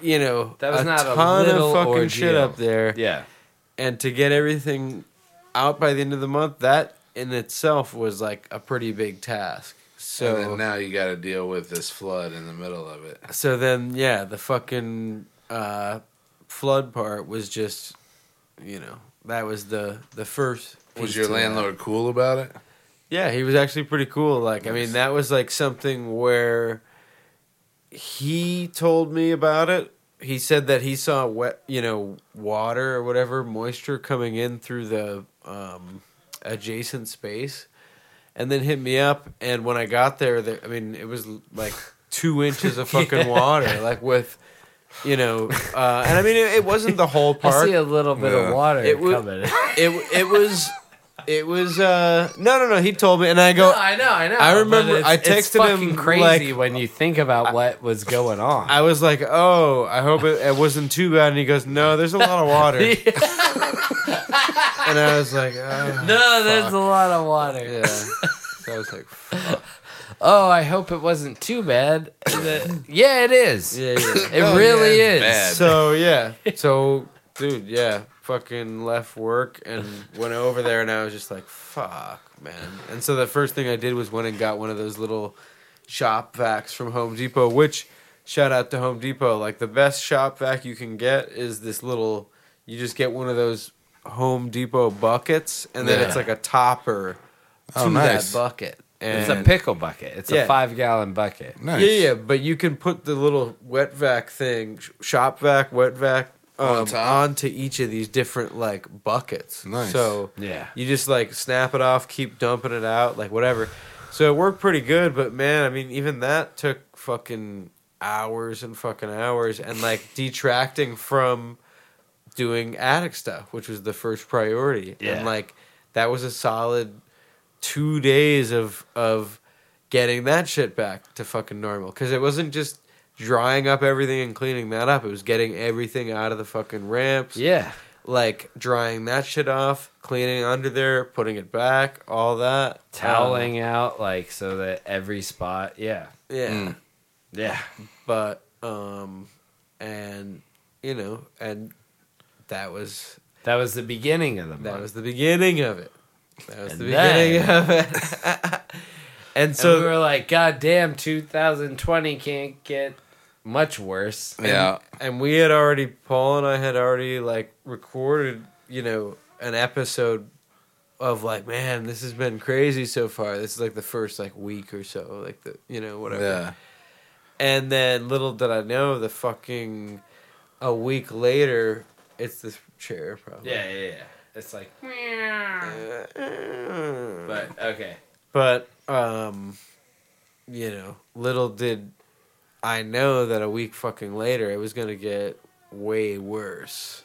[SPEAKER 4] you know,
[SPEAKER 1] That was
[SPEAKER 4] a
[SPEAKER 1] not a
[SPEAKER 4] ton
[SPEAKER 1] little
[SPEAKER 4] of fucking
[SPEAKER 1] ordeal.
[SPEAKER 4] shit up there.
[SPEAKER 1] Yeah.
[SPEAKER 4] And to get everything out by the end of the month, that in itself was like a pretty big task.
[SPEAKER 2] And
[SPEAKER 4] So
[SPEAKER 2] then now you got to deal with this flood in the middle of it.
[SPEAKER 4] so then yeah, the fucking uh, flood part was just you know, that was the the first
[SPEAKER 2] Was
[SPEAKER 4] piece
[SPEAKER 2] your
[SPEAKER 4] to that.
[SPEAKER 2] landlord cool about it?
[SPEAKER 4] Yeah, he was actually pretty cool. Like, I mean, that was like something where he told me about it. He said that he saw wet, you know, water or whatever moisture coming in through the um, adjacent space, and then hit me up. And when I got there, there I mean, it was like two
[SPEAKER 1] *laughs*
[SPEAKER 4] inches of fucking water, like with, you know, uh, and I mean, it, it wasn't the
[SPEAKER 1] *laughs*
[SPEAKER 4] whole
[SPEAKER 1] I
[SPEAKER 4] park
[SPEAKER 1] see a little bit
[SPEAKER 2] Yeah.
[SPEAKER 1] of water
[SPEAKER 4] It wa-
[SPEAKER 1] *laughs* coming.
[SPEAKER 4] it it was it was uh no no no he told me and I go
[SPEAKER 1] I know, I know.
[SPEAKER 4] I remember
[SPEAKER 1] but it's-
[SPEAKER 4] I
[SPEAKER 1] it's
[SPEAKER 4] texted him,
[SPEAKER 1] fucking crazy
[SPEAKER 4] like-
[SPEAKER 1] when you think about what was going *laughs* on.
[SPEAKER 4] I was like oh I hope it, it wasn't too bad and he goes no there's a lot of *laughs* water and I was like oh,
[SPEAKER 1] no, there's a lot of water.
[SPEAKER 4] yeah so I was like fuck.
[SPEAKER 1] Oh, I hope it wasn't too *coughs* bad. The- yeah, it is.
[SPEAKER 4] yeah yeah
[SPEAKER 1] It really
[SPEAKER 2] yeah, it's
[SPEAKER 1] is.
[SPEAKER 2] bad.
[SPEAKER 4] so yeah so dude yeah fucking left work and went over there and I was just like fuck man and so the first thing I did was went and got one of those little shop vacs from Home Depot which shout out to Home Depot like the best shop vac you can get is this little you just get one of those Home Depot buckets and then
[SPEAKER 2] Yeah.
[SPEAKER 4] it's like a topper
[SPEAKER 2] Oh,
[SPEAKER 4] to
[SPEAKER 2] nice.
[SPEAKER 4] that bucket
[SPEAKER 1] It's
[SPEAKER 4] and
[SPEAKER 1] a pickle bucket. It's
[SPEAKER 4] Yeah.
[SPEAKER 1] a five gallon bucket.
[SPEAKER 2] Nice.
[SPEAKER 4] yeah, yeah, but you can put the little wet vac thing, sh- shop vac, wet vac, um,
[SPEAKER 2] On top?
[SPEAKER 4] onto each of these different like buckets.
[SPEAKER 2] Nice.
[SPEAKER 4] So
[SPEAKER 1] Yeah.
[SPEAKER 4] you just like snap it off, keep dumping it out, like whatever. So it worked pretty good, but man, I mean, even that took fucking hours and fucking hours, and like detracting from doing attic stuff, which was the first priority.
[SPEAKER 1] Yeah.
[SPEAKER 4] And like that was a solid two days of of getting that shit back to fucking normal because it wasn't just drying up everything and cleaning that up. It was getting everything out of the fucking ramps.
[SPEAKER 1] Yeah.
[SPEAKER 4] Like drying that shit off, cleaning under there, putting it back, all that.
[SPEAKER 1] Toweling out like so that every spot. Yeah.
[SPEAKER 4] Uh, yeah.
[SPEAKER 1] Mm. Yeah.
[SPEAKER 4] But um and you know, and that was
[SPEAKER 1] That was the beginning of the month.
[SPEAKER 4] that was the beginning of it. That was
[SPEAKER 1] And
[SPEAKER 4] the
[SPEAKER 1] then-
[SPEAKER 4] beginning of it. *laughs* and
[SPEAKER 1] so
[SPEAKER 4] so
[SPEAKER 1] we were like, God damn, 2020 can't get much worse.
[SPEAKER 2] yeah.
[SPEAKER 4] and we had already Paul and I had already like recorded, you know, an episode of like, man, this has been crazy so far. This is like the first like week or so, like the you know whatever.
[SPEAKER 2] Yeah.
[SPEAKER 4] And then little did I know, the fucking a week later, it's this chair probably.
[SPEAKER 1] Yeah, yeah, yeah. It's like,
[SPEAKER 4] But
[SPEAKER 1] but okay.
[SPEAKER 4] but um, you know, little did I know that a week fucking later it was gonna get way worse.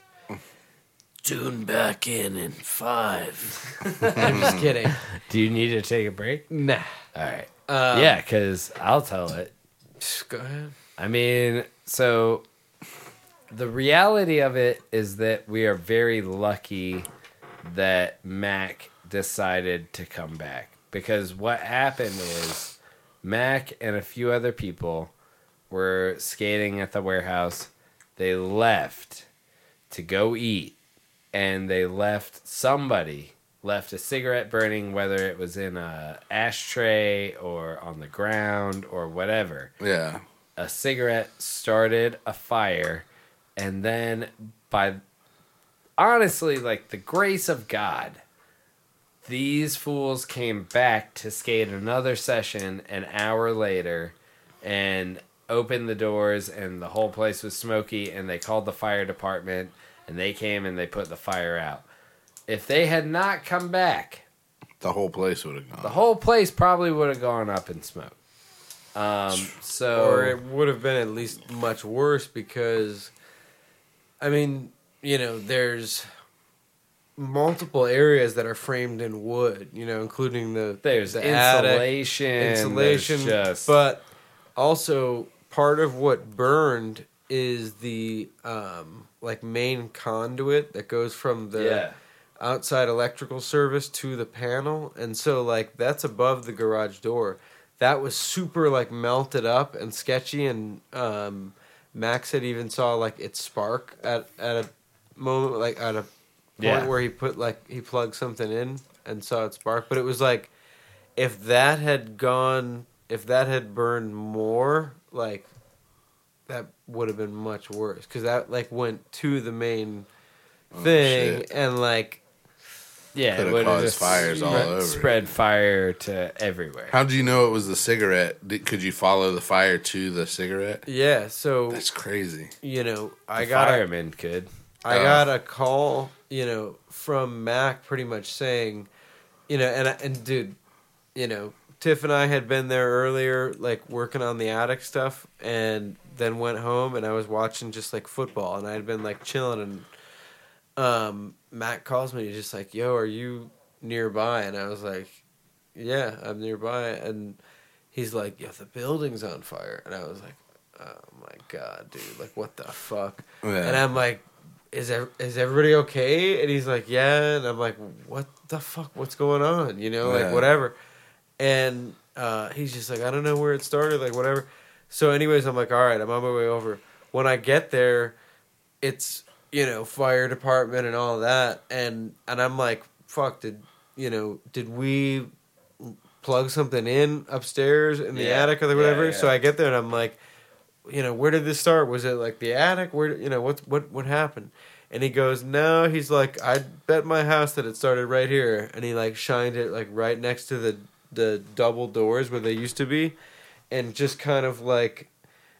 [SPEAKER 4] Tune back in in five. I'm just kidding.
[SPEAKER 1] *laughs* Do you need to take a break? Um,
[SPEAKER 4] Nah.
[SPEAKER 1] All right.
[SPEAKER 4] Uh,
[SPEAKER 1] yeah, because I'll tell it.
[SPEAKER 4] psh, Go ahead.
[SPEAKER 1] I mean, so the reality of it is that we are very lucky that Mac decided to come back because what happened is Mac and a few other people were skating at the warehouse. They left to go eat and they left somebody left a cigarette burning whether it was in a ashtray or on the ground or whatever
[SPEAKER 2] Yeah.
[SPEAKER 1] a cigarette started a fire and then by honestly like the grace of god these fools came back to skate another session an hour later and opened the doors and the whole place was smoky and they called the fire department and they came and they put the fire out if they had not come back
[SPEAKER 2] The whole place would have gone.
[SPEAKER 1] the whole place probably would have gone up in smoke um so
[SPEAKER 4] or it would have been at least much worse because i mean you know there's multiple areas that are framed in wood you know including the
[SPEAKER 1] There's
[SPEAKER 4] the attic,
[SPEAKER 1] insulation.
[SPEAKER 4] insulation
[SPEAKER 1] there's just-
[SPEAKER 4] but also part of what burned is the um like main conduit that goes from the
[SPEAKER 1] yeah,
[SPEAKER 4] outside electrical service to the panel and so like that's above the garage door that was super like melted up and sketchy and um max had even saw like it spark at at a moment like at a point
[SPEAKER 1] Yeah.
[SPEAKER 4] where he put like he plugged something in and saw it spark but it was like if that had gone if that had burned more like that would have been much worse because that like went to the main thing
[SPEAKER 2] shit.
[SPEAKER 4] and like
[SPEAKER 1] yeah,
[SPEAKER 2] Could've
[SPEAKER 1] would've
[SPEAKER 2] caused
[SPEAKER 1] just
[SPEAKER 2] fires all
[SPEAKER 1] spread,
[SPEAKER 2] over it.
[SPEAKER 1] Spread fire to everywhere.
[SPEAKER 2] How do you know it was the cigarette? Did, could you follow the fire to the cigarette?
[SPEAKER 4] Yeah, so
[SPEAKER 2] That's crazy.
[SPEAKER 4] you know, I
[SPEAKER 1] The
[SPEAKER 4] got a,
[SPEAKER 1] firemen could.
[SPEAKER 4] I
[SPEAKER 2] Oh.
[SPEAKER 4] got a call, you know, from Mac pretty much saying, you know, and I- and dude, you know, Tiff and I had been there earlier, like working on the attic stuff, and then went home and I was watching just like football, and I had been like chilling, and um, Mac calls me, he's just like, "Yo, are you nearby?" And I was like, "Yeah, I'm nearby," and he's like, "Yeah, the building's on fire," and I was like, "Oh my god, dude! Like, what the fuck?"
[SPEAKER 2] Yeah.
[SPEAKER 4] And I'm like, is, ev- is everybody okay? And he's like, yeah. And I'm like, what the fuck? What's going on? You know, like
[SPEAKER 2] Yeah.
[SPEAKER 4] whatever. And uh, he's just like, I don't know where it started, like whatever. So, anyways, I'm like, all right, I'm on my way over. When I get there, it's you know fire department and all that, and and I'm like, fuck, did you know? Did we plug something in upstairs in the
[SPEAKER 1] Yeah.
[SPEAKER 4] attic or
[SPEAKER 1] Yeah,
[SPEAKER 4] whatever?
[SPEAKER 1] yeah.
[SPEAKER 4] So I get there and I'm like, you know, where did this start? Was it like the attic? Where you know what what what happened? And he goes, no. He's like, I bet my house that it started right here, and he like shined it like right next to the the double doors where they used to be, and just kind of like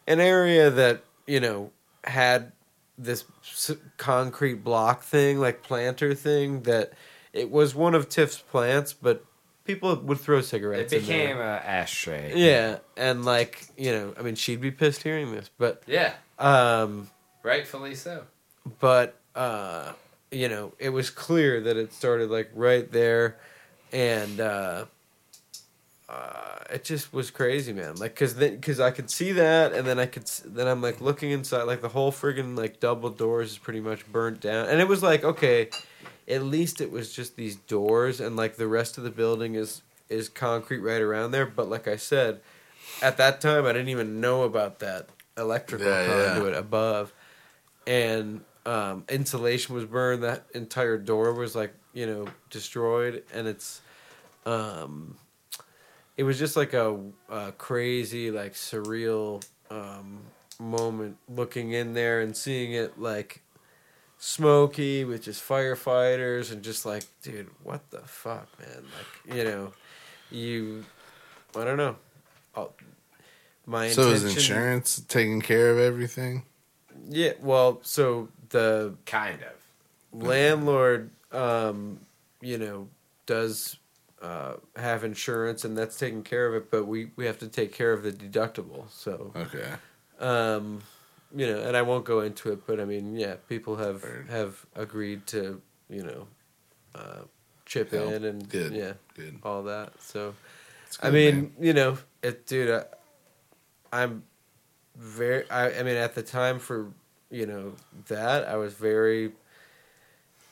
[SPEAKER 4] an area that you know had this s- concrete block thing, like planter thing that. It was one of Tiff's plants, but people would throw
[SPEAKER 1] It
[SPEAKER 4] cigarettes. in there.
[SPEAKER 1] became a ashtray.
[SPEAKER 4] Yeah, and like you know, I mean, she'd be pissed hearing this, but
[SPEAKER 1] yeah,
[SPEAKER 4] um,
[SPEAKER 1] rightfully so.
[SPEAKER 4] but uh, you know, it was clear that it started like right there, and uh, it just was crazy, man. Like, cause then, cause I could see that, and then I could, s- then I'm like looking inside, like the whole friggin' like double doors is pretty much burnt down, and it was like, okay, at least it was just these doors, and like the rest of the building is is concrete right around there. But like I said, at that time I didn't even know about that electrical
[SPEAKER 2] Yeah, yeah.
[SPEAKER 4] conduit above, and um, insulation was burned. That entire door was like you know destroyed, and it's. Um, it was just like a, a crazy, like surreal um, moment looking in there and seeing it like smoky with just firefighters and just like, dude, what the fuck, man? Like, you know, you, I don't know. I'll- my
[SPEAKER 2] So is
[SPEAKER 4] intention-
[SPEAKER 2] insurance taking care of everything?
[SPEAKER 4] Yeah, well, so the
[SPEAKER 1] Kind of.
[SPEAKER 4] landlord um you know does uh have insurance and that's taking care of it but we we have to take care of the deductible so
[SPEAKER 2] Okay.
[SPEAKER 4] um you know and i won't go into it but i mean yeah people have
[SPEAKER 2] Word.
[SPEAKER 4] have agreed to you know uh chip
[SPEAKER 2] Help.
[SPEAKER 4] in and
[SPEAKER 2] Good.
[SPEAKER 4] yeah
[SPEAKER 2] Good.
[SPEAKER 4] all that so
[SPEAKER 2] It's
[SPEAKER 4] I
[SPEAKER 2] good,
[SPEAKER 4] mean,
[SPEAKER 2] man.
[SPEAKER 4] you know, it, dude, I, I'm very. I, I mean, at the time for you know that I was very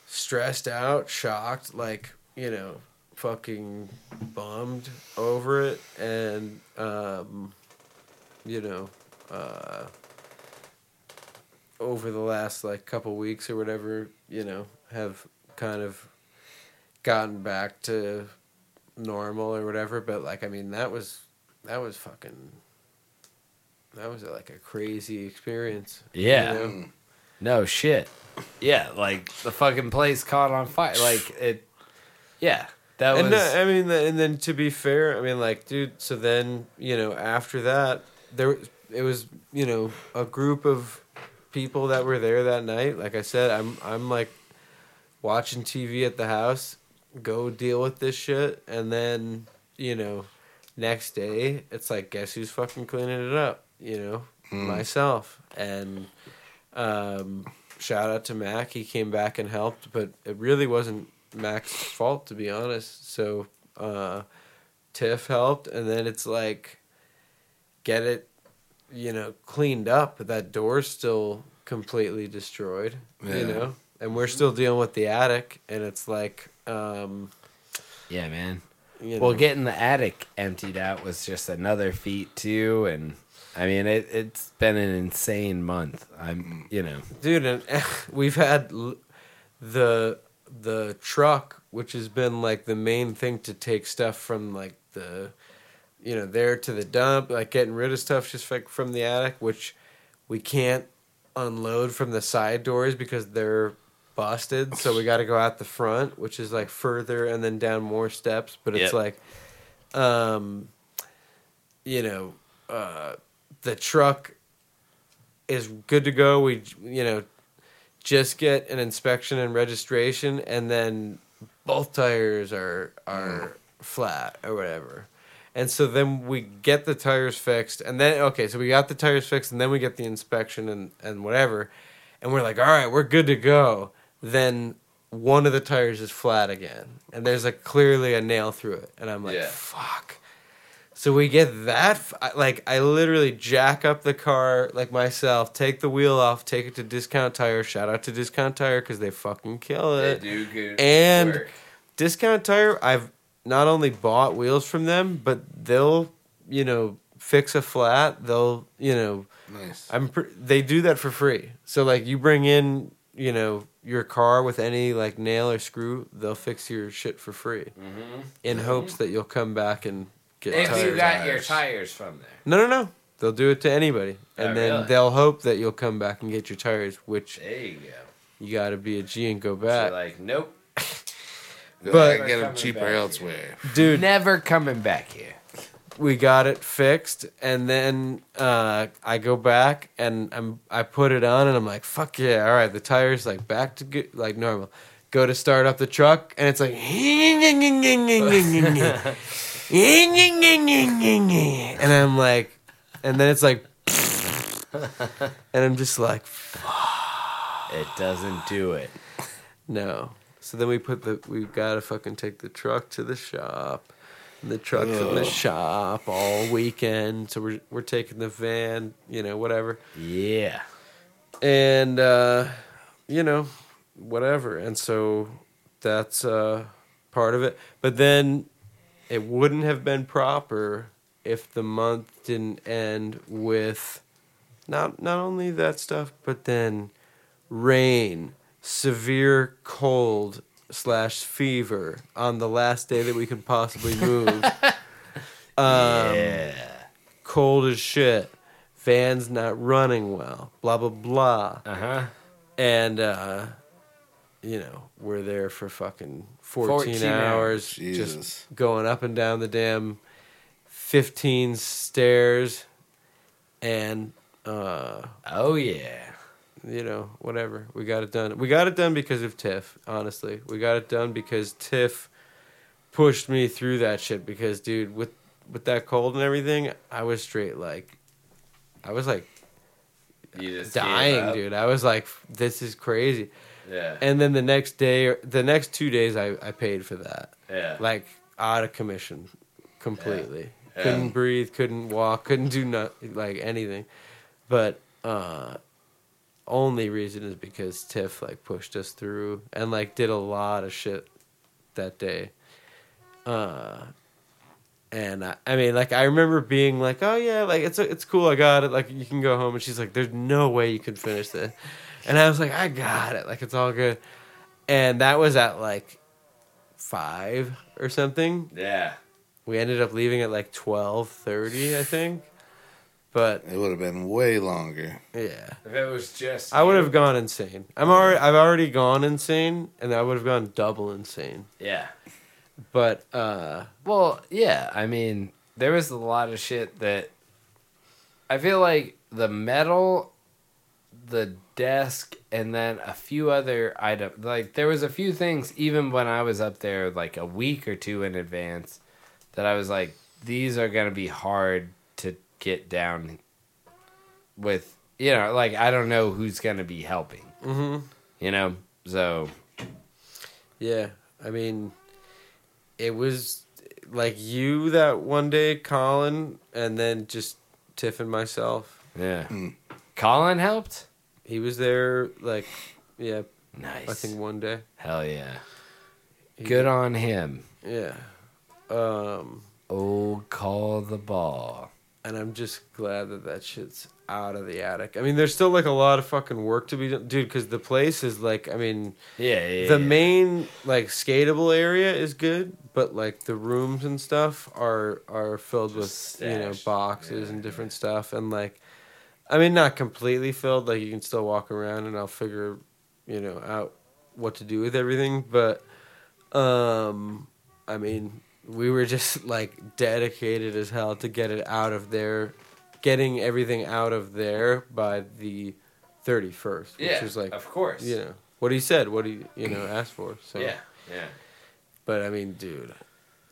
[SPEAKER 4] stressed out, shocked, like you know, fucking bummed over it, and um, you know, uh, over the last like couple weeks or whatever, you know, have kind of gotten back to normal or whatever but like i mean that was that was fucking that was like a crazy experience
[SPEAKER 1] Yeah.
[SPEAKER 4] you know?
[SPEAKER 1] No shit. Yeah, like the fucking place caught on fire. Like it. Yeah, that was.
[SPEAKER 4] and no, i mean and then to be fair i mean like dude so then you know after that there was- it was you know a group of people that were there that night like i said i'm i'm like watching tv at the house go deal with this shit and then you know next day it's like guess who's fucking cleaning it up you know
[SPEAKER 1] Hmm.
[SPEAKER 4] myself and um shout out to mac he came back and helped but it really wasn't mac's fault to be honest so uh tiff helped and then it's like get it you know cleaned up but that door's still completely destroyed
[SPEAKER 2] Yeah.
[SPEAKER 4] you know and we're still dealing with the attic and it's like um
[SPEAKER 1] yeah, man.
[SPEAKER 4] you
[SPEAKER 1] Well,
[SPEAKER 4] know,
[SPEAKER 1] getting the attic emptied out was just another feat too, and I mean it. It's been an insane month. I'm,
[SPEAKER 2] Mm.
[SPEAKER 1] you know,
[SPEAKER 4] dude and *laughs* we've had l- the the truck which has been like the main thing to take stuff from like the you know there to the dump like getting rid of stuff just like from the attic which we can't unload from the side doors because they're busted so we got to go out the front which is like further and then down more steps but it's
[SPEAKER 1] Yep.
[SPEAKER 4] like um you know uh the truck is good to go. We you know just get an inspection and registration, and then both tires are are flat or whatever. And so then we get the tires fixed, and then okay, so we got the tires fixed, and then we get the inspection and and whatever, and we're like, all right, we're good to go. Then one of the tires is flat again, and there's like clearly a nail through it, and I'm like,
[SPEAKER 7] Yeah.
[SPEAKER 4] fuck. So we get that. f- I- Like, I literally jack up the car, like myself, take the wheel off, take it to Discount Tire. Shout out to Discount Tire because they fucking kill
[SPEAKER 7] They
[SPEAKER 4] it.
[SPEAKER 7] do good
[SPEAKER 4] and-
[SPEAKER 7] work.
[SPEAKER 4] Discount Tire, I've not only bought wheels from them, but they'll, you know, fix a flat. They'll, you know,
[SPEAKER 2] Nice.
[SPEAKER 4] I'm pr- they do that for free. So like you bring in, you know, your car with any like nail or screw, they'll fix your shit for free
[SPEAKER 1] Mm-hmm.
[SPEAKER 4] in hopes that you'll come back and get tires.
[SPEAKER 1] your tires from there,
[SPEAKER 4] No, no, no. They'll do it to anybody, and
[SPEAKER 1] Oh,
[SPEAKER 4] then
[SPEAKER 1] really?
[SPEAKER 4] they'll hope that you'll come back and get your tires. Which
[SPEAKER 1] there you go.
[SPEAKER 4] you got to be a G and go
[SPEAKER 1] So
[SPEAKER 4] back,
[SPEAKER 1] like, nope,
[SPEAKER 2] but
[SPEAKER 4] but-
[SPEAKER 2] get
[SPEAKER 1] Coming
[SPEAKER 2] them cheaper
[SPEAKER 1] back
[SPEAKER 2] elsewhere.
[SPEAKER 4] dude.
[SPEAKER 1] never coming back here.
[SPEAKER 4] we got it fixed and then uh, i go back and I'm, i put it on and i'm like fuck yeah all right the tires like back to good like normal go to start up the truck and it's like *laughs* and i'm like and then it's like *laughs* and i'm just like
[SPEAKER 1] It doesn't do it.
[SPEAKER 4] no so then we put the we've got to fucking take the truck to the shop the truck from the shop all weekend. So we're we're taking the van, you know, whatever,
[SPEAKER 1] Yeah.
[SPEAKER 4] and uh, you know, whatever. And so that's uh, part of it. But then it wouldn't have been proper if the month didn't end with not not only that stuff, but then rain, severe cold slash fever on the last day that we could possibly move. um, Cold as shit. Fans not running well. Blah blah blah.
[SPEAKER 1] Uh huh.
[SPEAKER 4] And uh, you know we're there for fucking fourteen,
[SPEAKER 1] 14
[SPEAKER 4] hours,
[SPEAKER 1] hours.
[SPEAKER 2] Jesus.
[SPEAKER 4] just going up and down the damn fifteen stairs, and uh,
[SPEAKER 1] Oh yeah.
[SPEAKER 4] you know, whatever. We got it done. We got it done because of Tiff, honestly. We got it done because Tiff pushed me through that shit because dude, with with that cold and everything, I was straight like I was like
[SPEAKER 1] You just gave
[SPEAKER 4] dying,
[SPEAKER 1] up.
[SPEAKER 4] dude. I was like this is crazy.
[SPEAKER 1] Yeah.
[SPEAKER 4] And then the next day or the next 2 days I I paid for that.
[SPEAKER 1] yeah.
[SPEAKER 4] Like out of commission completely. Couldn't breathe, couldn't walk, *laughs* couldn't do not like anything. But uh only reason is because Tiff like pushed us through and like did a lot of shit that day. Uh and I, I mean like I remember being like, "Oh yeah, like it's it's cool. I got it. Like you can go home." And she's like, "There's no way you can finish this." And I was like, "I got it. Like it's all good." And that was at like 5 or something
[SPEAKER 1] yeah.
[SPEAKER 4] we ended up leaving at like 12:30 I think. But
[SPEAKER 2] It would have been way longer. *laughs*
[SPEAKER 4] yeah.
[SPEAKER 1] If it was just
[SPEAKER 4] I would have gone insane. I'm already I've already gone insane and I would have gone double insane.
[SPEAKER 1] Yeah.
[SPEAKER 4] But uh
[SPEAKER 1] Well, yeah. I mean, there was a lot of shit that I feel like the metal, the desk, and then a few other items. Like there was a few things even when I was up there like a week or two in advance that I was like, these are gonna be hard to get down with. You know, like I don't know who's gonna be helping. Mm-hmm. You know, so
[SPEAKER 4] yeah, I mean it was like you that one day Colin and then just Tiff and myself.
[SPEAKER 1] yeah. Colin helped.
[SPEAKER 4] He was there like yeah,
[SPEAKER 1] Nice.
[SPEAKER 4] I think one day.
[SPEAKER 1] Hell yeah. Good on him.
[SPEAKER 4] Yeah. Um
[SPEAKER 1] Oh, call the ball.
[SPEAKER 4] and I'm just glad that that shit's out of the attic. I mean, there's still like a lot of fucking work to be done, dude, because the place is like, I mean,
[SPEAKER 1] Yeah, yeah.
[SPEAKER 4] the
[SPEAKER 1] yeah.
[SPEAKER 4] main like skatable area is good, but like the rooms and stuff are are filled with
[SPEAKER 1] Just
[SPEAKER 4] you know
[SPEAKER 1] stashed.
[SPEAKER 4] boxes and different stuff, and like, I mean, not completely filled. Like you can still walk around, and I'll figure, you know, out what to do with everything, but um, I mean, we were just *laughs* like dedicated as hell to get it out of there, getting everything out of there by the 31st, which
[SPEAKER 1] yeah,
[SPEAKER 4] is like,
[SPEAKER 1] of course.
[SPEAKER 4] you know, what he said, what he, you know, asked for. So,
[SPEAKER 1] yeah, yeah.
[SPEAKER 4] but I mean, dude,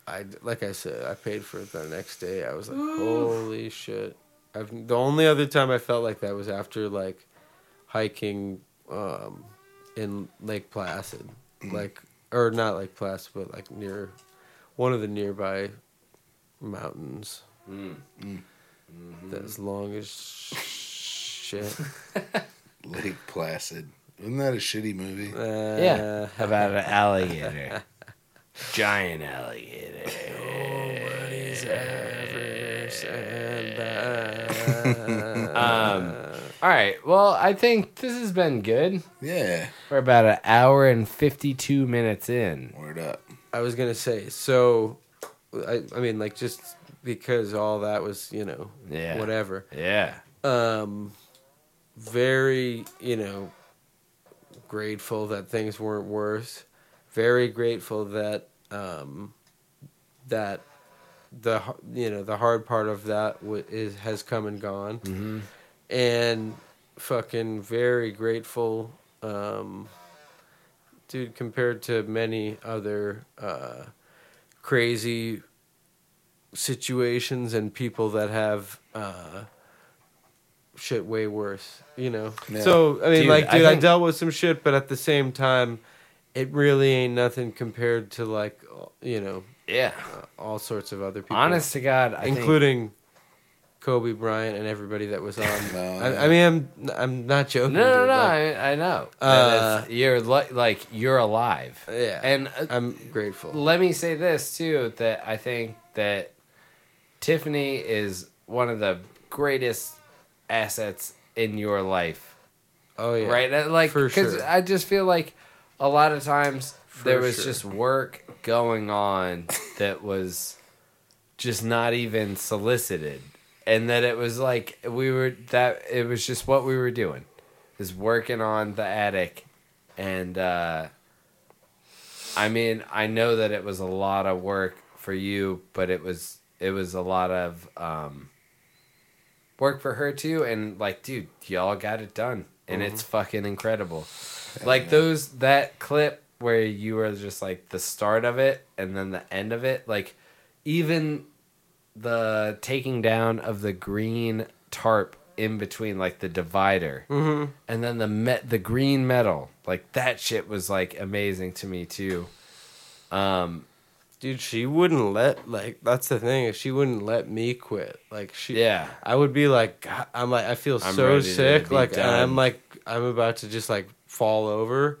[SPEAKER 4] I, like I said, I paid for it the next day. I was like, holy shit. I've, the only other time I felt like that was after like hiking um, in Lake Placid,
[SPEAKER 1] Mm-hmm.
[SPEAKER 4] like or not Lake Placid, but like near one of the nearby mountains.
[SPEAKER 1] Mm. Mm-hmm.
[SPEAKER 4] That's long as *laughs* shit.
[SPEAKER 2] Lake Placid. Isn't that a shitty movie?
[SPEAKER 1] *laughs*
[SPEAKER 4] Uh,
[SPEAKER 1] Yeah. About an *laughs* alligator. Giant alligator. *laughs* Um, all right. Well, I think this has been good.
[SPEAKER 2] Yeah.
[SPEAKER 1] We're about an hour and 52 minutes in.
[SPEAKER 2] Word up.
[SPEAKER 4] I was gonna say so. I I mean like just because all that was you know
[SPEAKER 1] Yeah.
[SPEAKER 4] whatever.
[SPEAKER 1] Yeah.
[SPEAKER 4] Um, very you know grateful that things weren't worse. Very grateful that um that the h- you know the hard part of that wa is has come and gone,
[SPEAKER 1] Mm-hmm.
[SPEAKER 4] and fucking very grateful. Um, dude compared to many other uh, crazy situations and people that have uh, shit way worse you know
[SPEAKER 2] Yeah.
[SPEAKER 4] so i mean
[SPEAKER 1] Dude,
[SPEAKER 4] like
[SPEAKER 1] I
[SPEAKER 4] dude I,
[SPEAKER 1] think-
[SPEAKER 4] dealt with some shit but at the same time it really ain't nothing compared to like uh, you know
[SPEAKER 1] Yeah.
[SPEAKER 4] all sorts of other people.
[SPEAKER 1] Honest to God, I including
[SPEAKER 4] including Kobe Bryant and everybody that was on.
[SPEAKER 2] No,
[SPEAKER 4] I, I mean, I'm I'm not joking.
[SPEAKER 1] no, no,
[SPEAKER 4] dude,
[SPEAKER 1] no.
[SPEAKER 4] like,
[SPEAKER 1] I, I know.
[SPEAKER 4] Uh,
[SPEAKER 1] And it's- you're li- like you're alive.
[SPEAKER 4] Yeah.
[SPEAKER 1] and uh,
[SPEAKER 4] I'm grateful.
[SPEAKER 1] let me say this too that I think that Tiffany is one of the greatest assets in your life
[SPEAKER 4] Oh yeah,
[SPEAKER 1] right? Uh, Like,
[SPEAKER 4] For
[SPEAKER 1] because
[SPEAKER 4] sure.
[SPEAKER 1] I just feel like a lot of times there was
[SPEAKER 4] sure.
[SPEAKER 1] just work going on that was just not even solicited, and that it was like we were that it was just what we were doing is working on the attic, and uh, I mean I know that it was a lot of work for you, but it was it was a lot of um, work for her too and like dude y'all got it done and it's fucking incredible like those that clip where you were just like the start of it and then the end of it like even the taking down of the green tarp in between like the divider and then the met the green metal like that shit was like amazing to me too um
[SPEAKER 4] dude. She wouldn't let like that's the thing. If she wouldn't let me quit, like she
[SPEAKER 1] yeah
[SPEAKER 4] I would be like, God, I'm like, I feel
[SPEAKER 1] I'm
[SPEAKER 4] so
[SPEAKER 1] ready to
[SPEAKER 4] sick.
[SPEAKER 1] be
[SPEAKER 4] Like, and
[SPEAKER 1] done.
[SPEAKER 4] I'm like, I'm about to just like fall over,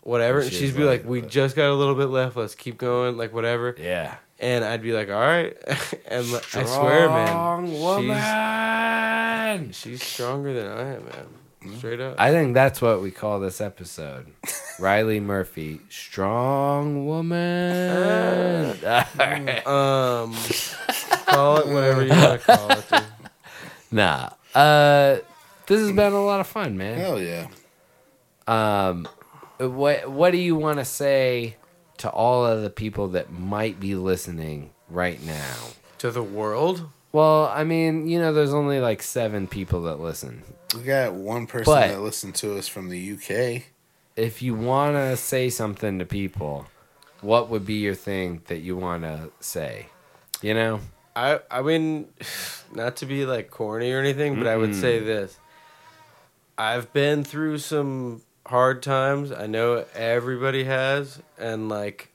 [SPEAKER 4] whatever.
[SPEAKER 1] And
[SPEAKER 4] And
[SPEAKER 1] she's
[SPEAKER 4] she'd be
[SPEAKER 1] like,
[SPEAKER 4] like, we
[SPEAKER 1] "What?"
[SPEAKER 4] just got a little bit left. Let's keep going, like whatever.
[SPEAKER 1] yeah
[SPEAKER 4] And I'd be like, all right. *laughs* and like, I swear, man,
[SPEAKER 1] Strong woman!
[SPEAKER 4] she's she's stronger than I am, man. Straight up.
[SPEAKER 1] I think that's what we call this episode. Riley Murphy, strong woman. *laughs* Alright.
[SPEAKER 4] um, *laughs* call it whatever you want to call it. Dude.
[SPEAKER 1] Nah. Uh, this has been a lot of fun, man.
[SPEAKER 2] Hell yeah.
[SPEAKER 1] Um, what What do you want to say to all of the people that might be listening right now?
[SPEAKER 4] To the world.
[SPEAKER 1] Well, I mean, you know, there's only like seven people that listen.
[SPEAKER 2] We got one person
[SPEAKER 1] But-
[SPEAKER 2] that listened to us from the UK.
[SPEAKER 1] If you want to say something to people, what would be your thing that you want to say? You know?
[SPEAKER 4] I I mean, *sighs* not to be like corny or anything, but I would say this. I've been through some hard times. I know everybody has, and like,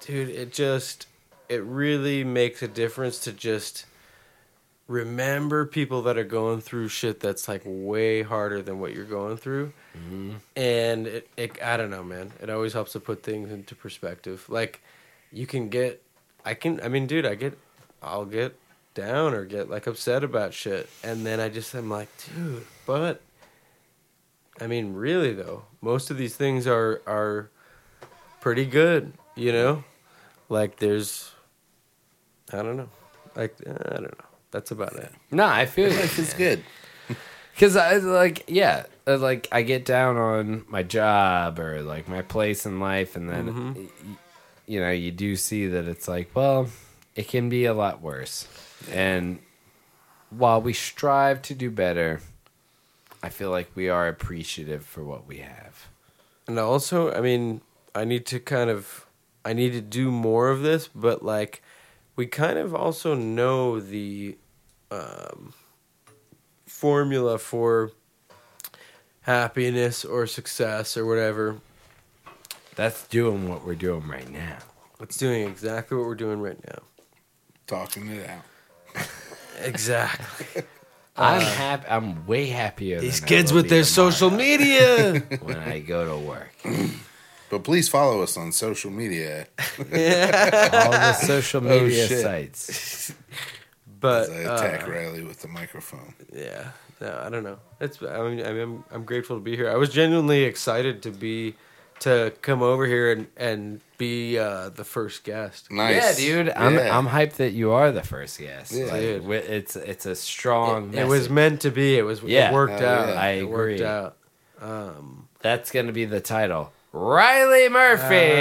[SPEAKER 4] dude, it just it really makes a difference to just remember people that are going through shit that's like way harder than what you're going through and it, it i don't know man it always helps to put things into perspective like you can get i can i mean dude i get i'll get down or get like upset about shit and then i just am like dude but i mean really though most of these things are are pretty good you know like there's i don't know like eh, i don't know that's about it
[SPEAKER 1] No, I feel you.
[SPEAKER 2] Life is good.
[SPEAKER 1] *laughs* Because I like, yeah, uh, like I get down on my job or like my place in life, and then
[SPEAKER 4] Mm-hmm.
[SPEAKER 1] y- y- you know you do see that it's like, well, it can be a lot worse. And while we strive to do better, I feel like we are appreciative for what we have.
[SPEAKER 4] And also, I mean, I need to kind of I need to do more of this, but like we kind of also know the um formula for happiness or success or whatever.
[SPEAKER 1] That's doing what we're doing right now.
[SPEAKER 4] It's doing exactly what we're doing right now.
[SPEAKER 2] Talking it out.
[SPEAKER 4] Exactly.
[SPEAKER 1] I'm happy. I'm way happier.
[SPEAKER 4] Uh, These
[SPEAKER 1] than I
[SPEAKER 4] kids
[SPEAKER 1] will
[SPEAKER 4] with
[SPEAKER 1] be
[SPEAKER 4] their
[SPEAKER 1] tomorrow
[SPEAKER 4] social media.
[SPEAKER 1] when I go to work.
[SPEAKER 4] *laughs*
[SPEAKER 2] But please follow us on social media.
[SPEAKER 1] All the social media
[SPEAKER 4] Oh, shit.
[SPEAKER 1] sites.
[SPEAKER 2] As
[SPEAKER 4] But
[SPEAKER 2] I attack
[SPEAKER 4] uh,
[SPEAKER 2] Riley with the microphone.
[SPEAKER 4] yeah no i don't know it's i mean I mean, i'm, I'm grateful to be here i was genuinely excited to be to come over here and and be uh the first guest
[SPEAKER 1] Yeah,
[SPEAKER 2] Nice.
[SPEAKER 1] dude. I'm
[SPEAKER 2] Yeah.
[SPEAKER 1] I'm hyped that you are the first guest.
[SPEAKER 2] Yeah.
[SPEAKER 1] Like,
[SPEAKER 4] Dude.
[SPEAKER 1] wi- it's it's a strong.
[SPEAKER 4] it, it was
[SPEAKER 1] message.
[SPEAKER 4] meant to be it was
[SPEAKER 1] Yeah.
[SPEAKER 4] it worked
[SPEAKER 2] Hell
[SPEAKER 4] out
[SPEAKER 2] yeah.
[SPEAKER 1] I
[SPEAKER 4] it
[SPEAKER 1] agree.
[SPEAKER 4] worked out um
[SPEAKER 1] That's gonna be the title. Riley Murphy.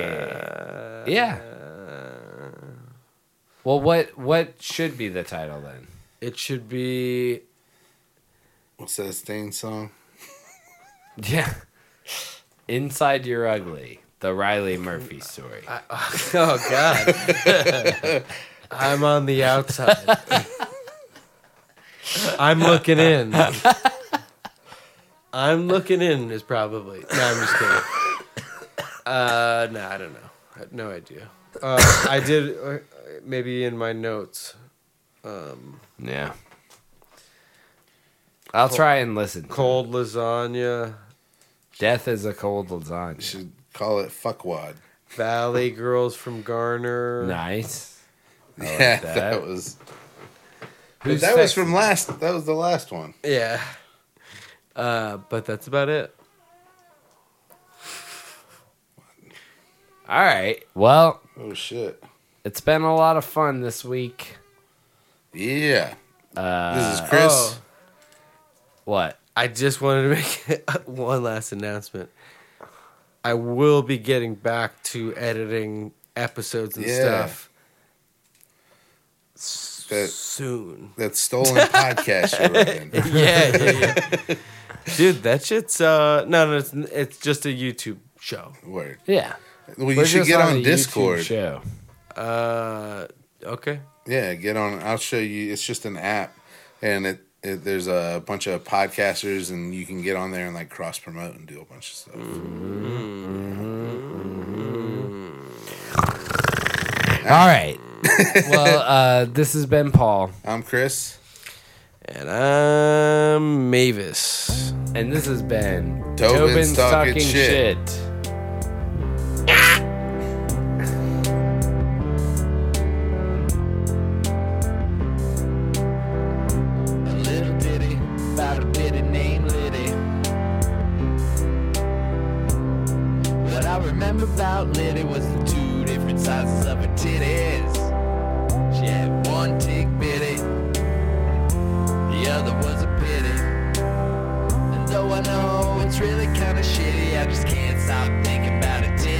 [SPEAKER 4] uh,
[SPEAKER 1] yeah. Well, what what should be the title then?
[SPEAKER 4] it should be
[SPEAKER 2] What's that Stain song?
[SPEAKER 1] Yeah. Inside Your Ugly, the Riley Murphy story.
[SPEAKER 4] oh god *laughs* i'm on the outside i'm looking in i'm looking in is probably no i'm just kidding uh no i don't know I have no idea Uh, I did uh, maybe in my notes. Um,
[SPEAKER 1] Yeah. I'll try and listen.
[SPEAKER 4] cold lasagna,
[SPEAKER 1] Death is a cold lasagna.
[SPEAKER 2] should call it fuckwad.
[SPEAKER 4] Valley Girls from Garner.
[SPEAKER 1] Nice.
[SPEAKER 2] *laughs* yeah,
[SPEAKER 1] that.
[SPEAKER 2] that. was.
[SPEAKER 1] Who's
[SPEAKER 2] that was
[SPEAKER 1] sexy?
[SPEAKER 2] from last. That was the last one.
[SPEAKER 4] Yeah. Uh, but that's about it.
[SPEAKER 1] All right. Well,
[SPEAKER 2] Oh shit.
[SPEAKER 1] it's been a lot of fun this week.
[SPEAKER 2] Yeah.
[SPEAKER 1] Uh,
[SPEAKER 2] this is Chris.
[SPEAKER 4] oh.
[SPEAKER 1] what?
[SPEAKER 4] I just wanted to *laughs* make one last announcement. I will be getting back to editing episodes and
[SPEAKER 2] Yeah.
[SPEAKER 4] stuff
[SPEAKER 2] That
[SPEAKER 4] soon.
[SPEAKER 2] that stolen podcast
[SPEAKER 1] *laughs*
[SPEAKER 2] you're running.
[SPEAKER 4] Yeah, yeah, yeah. Dude, that shit's uh no, no, it's it's just a YouTube show.
[SPEAKER 2] Word.
[SPEAKER 1] Yeah.
[SPEAKER 2] Well, you
[SPEAKER 1] We're
[SPEAKER 2] should
[SPEAKER 1] just
[SPEAKER 2] get
[SPEAKER 1] a
[SPEAKER 2] on,
[SPEAKER 1] YouTube
[SPEAKER 2] Discord.
[SPEAKER 1] Show.
[SPEAKER 4] Uh okay.
[SPEAKER 2] Yeah, get on. I'll show you. It's just an app, and it, it there's a bunch of podcasters, and you can get on there and like cross promote and do a bunch of stuff.
[SPEAKER 1] Mm. All
[SPEAKER 2] *laughs*
[SPEAKER 1] right. well, uh, this has been Paul,
[SPEAKER 2] I'm Chris.
[SPEAKER 4] And I'm Mavis.
[SPEAKER 1] and this has been Tobin's,
[SPEAKER 2] Tobin's Talking Shit.
[SPEAKER 1] shit.
[SPEAKER 6] A little ditty about a bitty named Liddy. What I remember about Liddy was the two different sizes of her titties. She had one tick bitty, the other was a pity. And though I know it's really kinda shitty, I just can't stop thinking about it.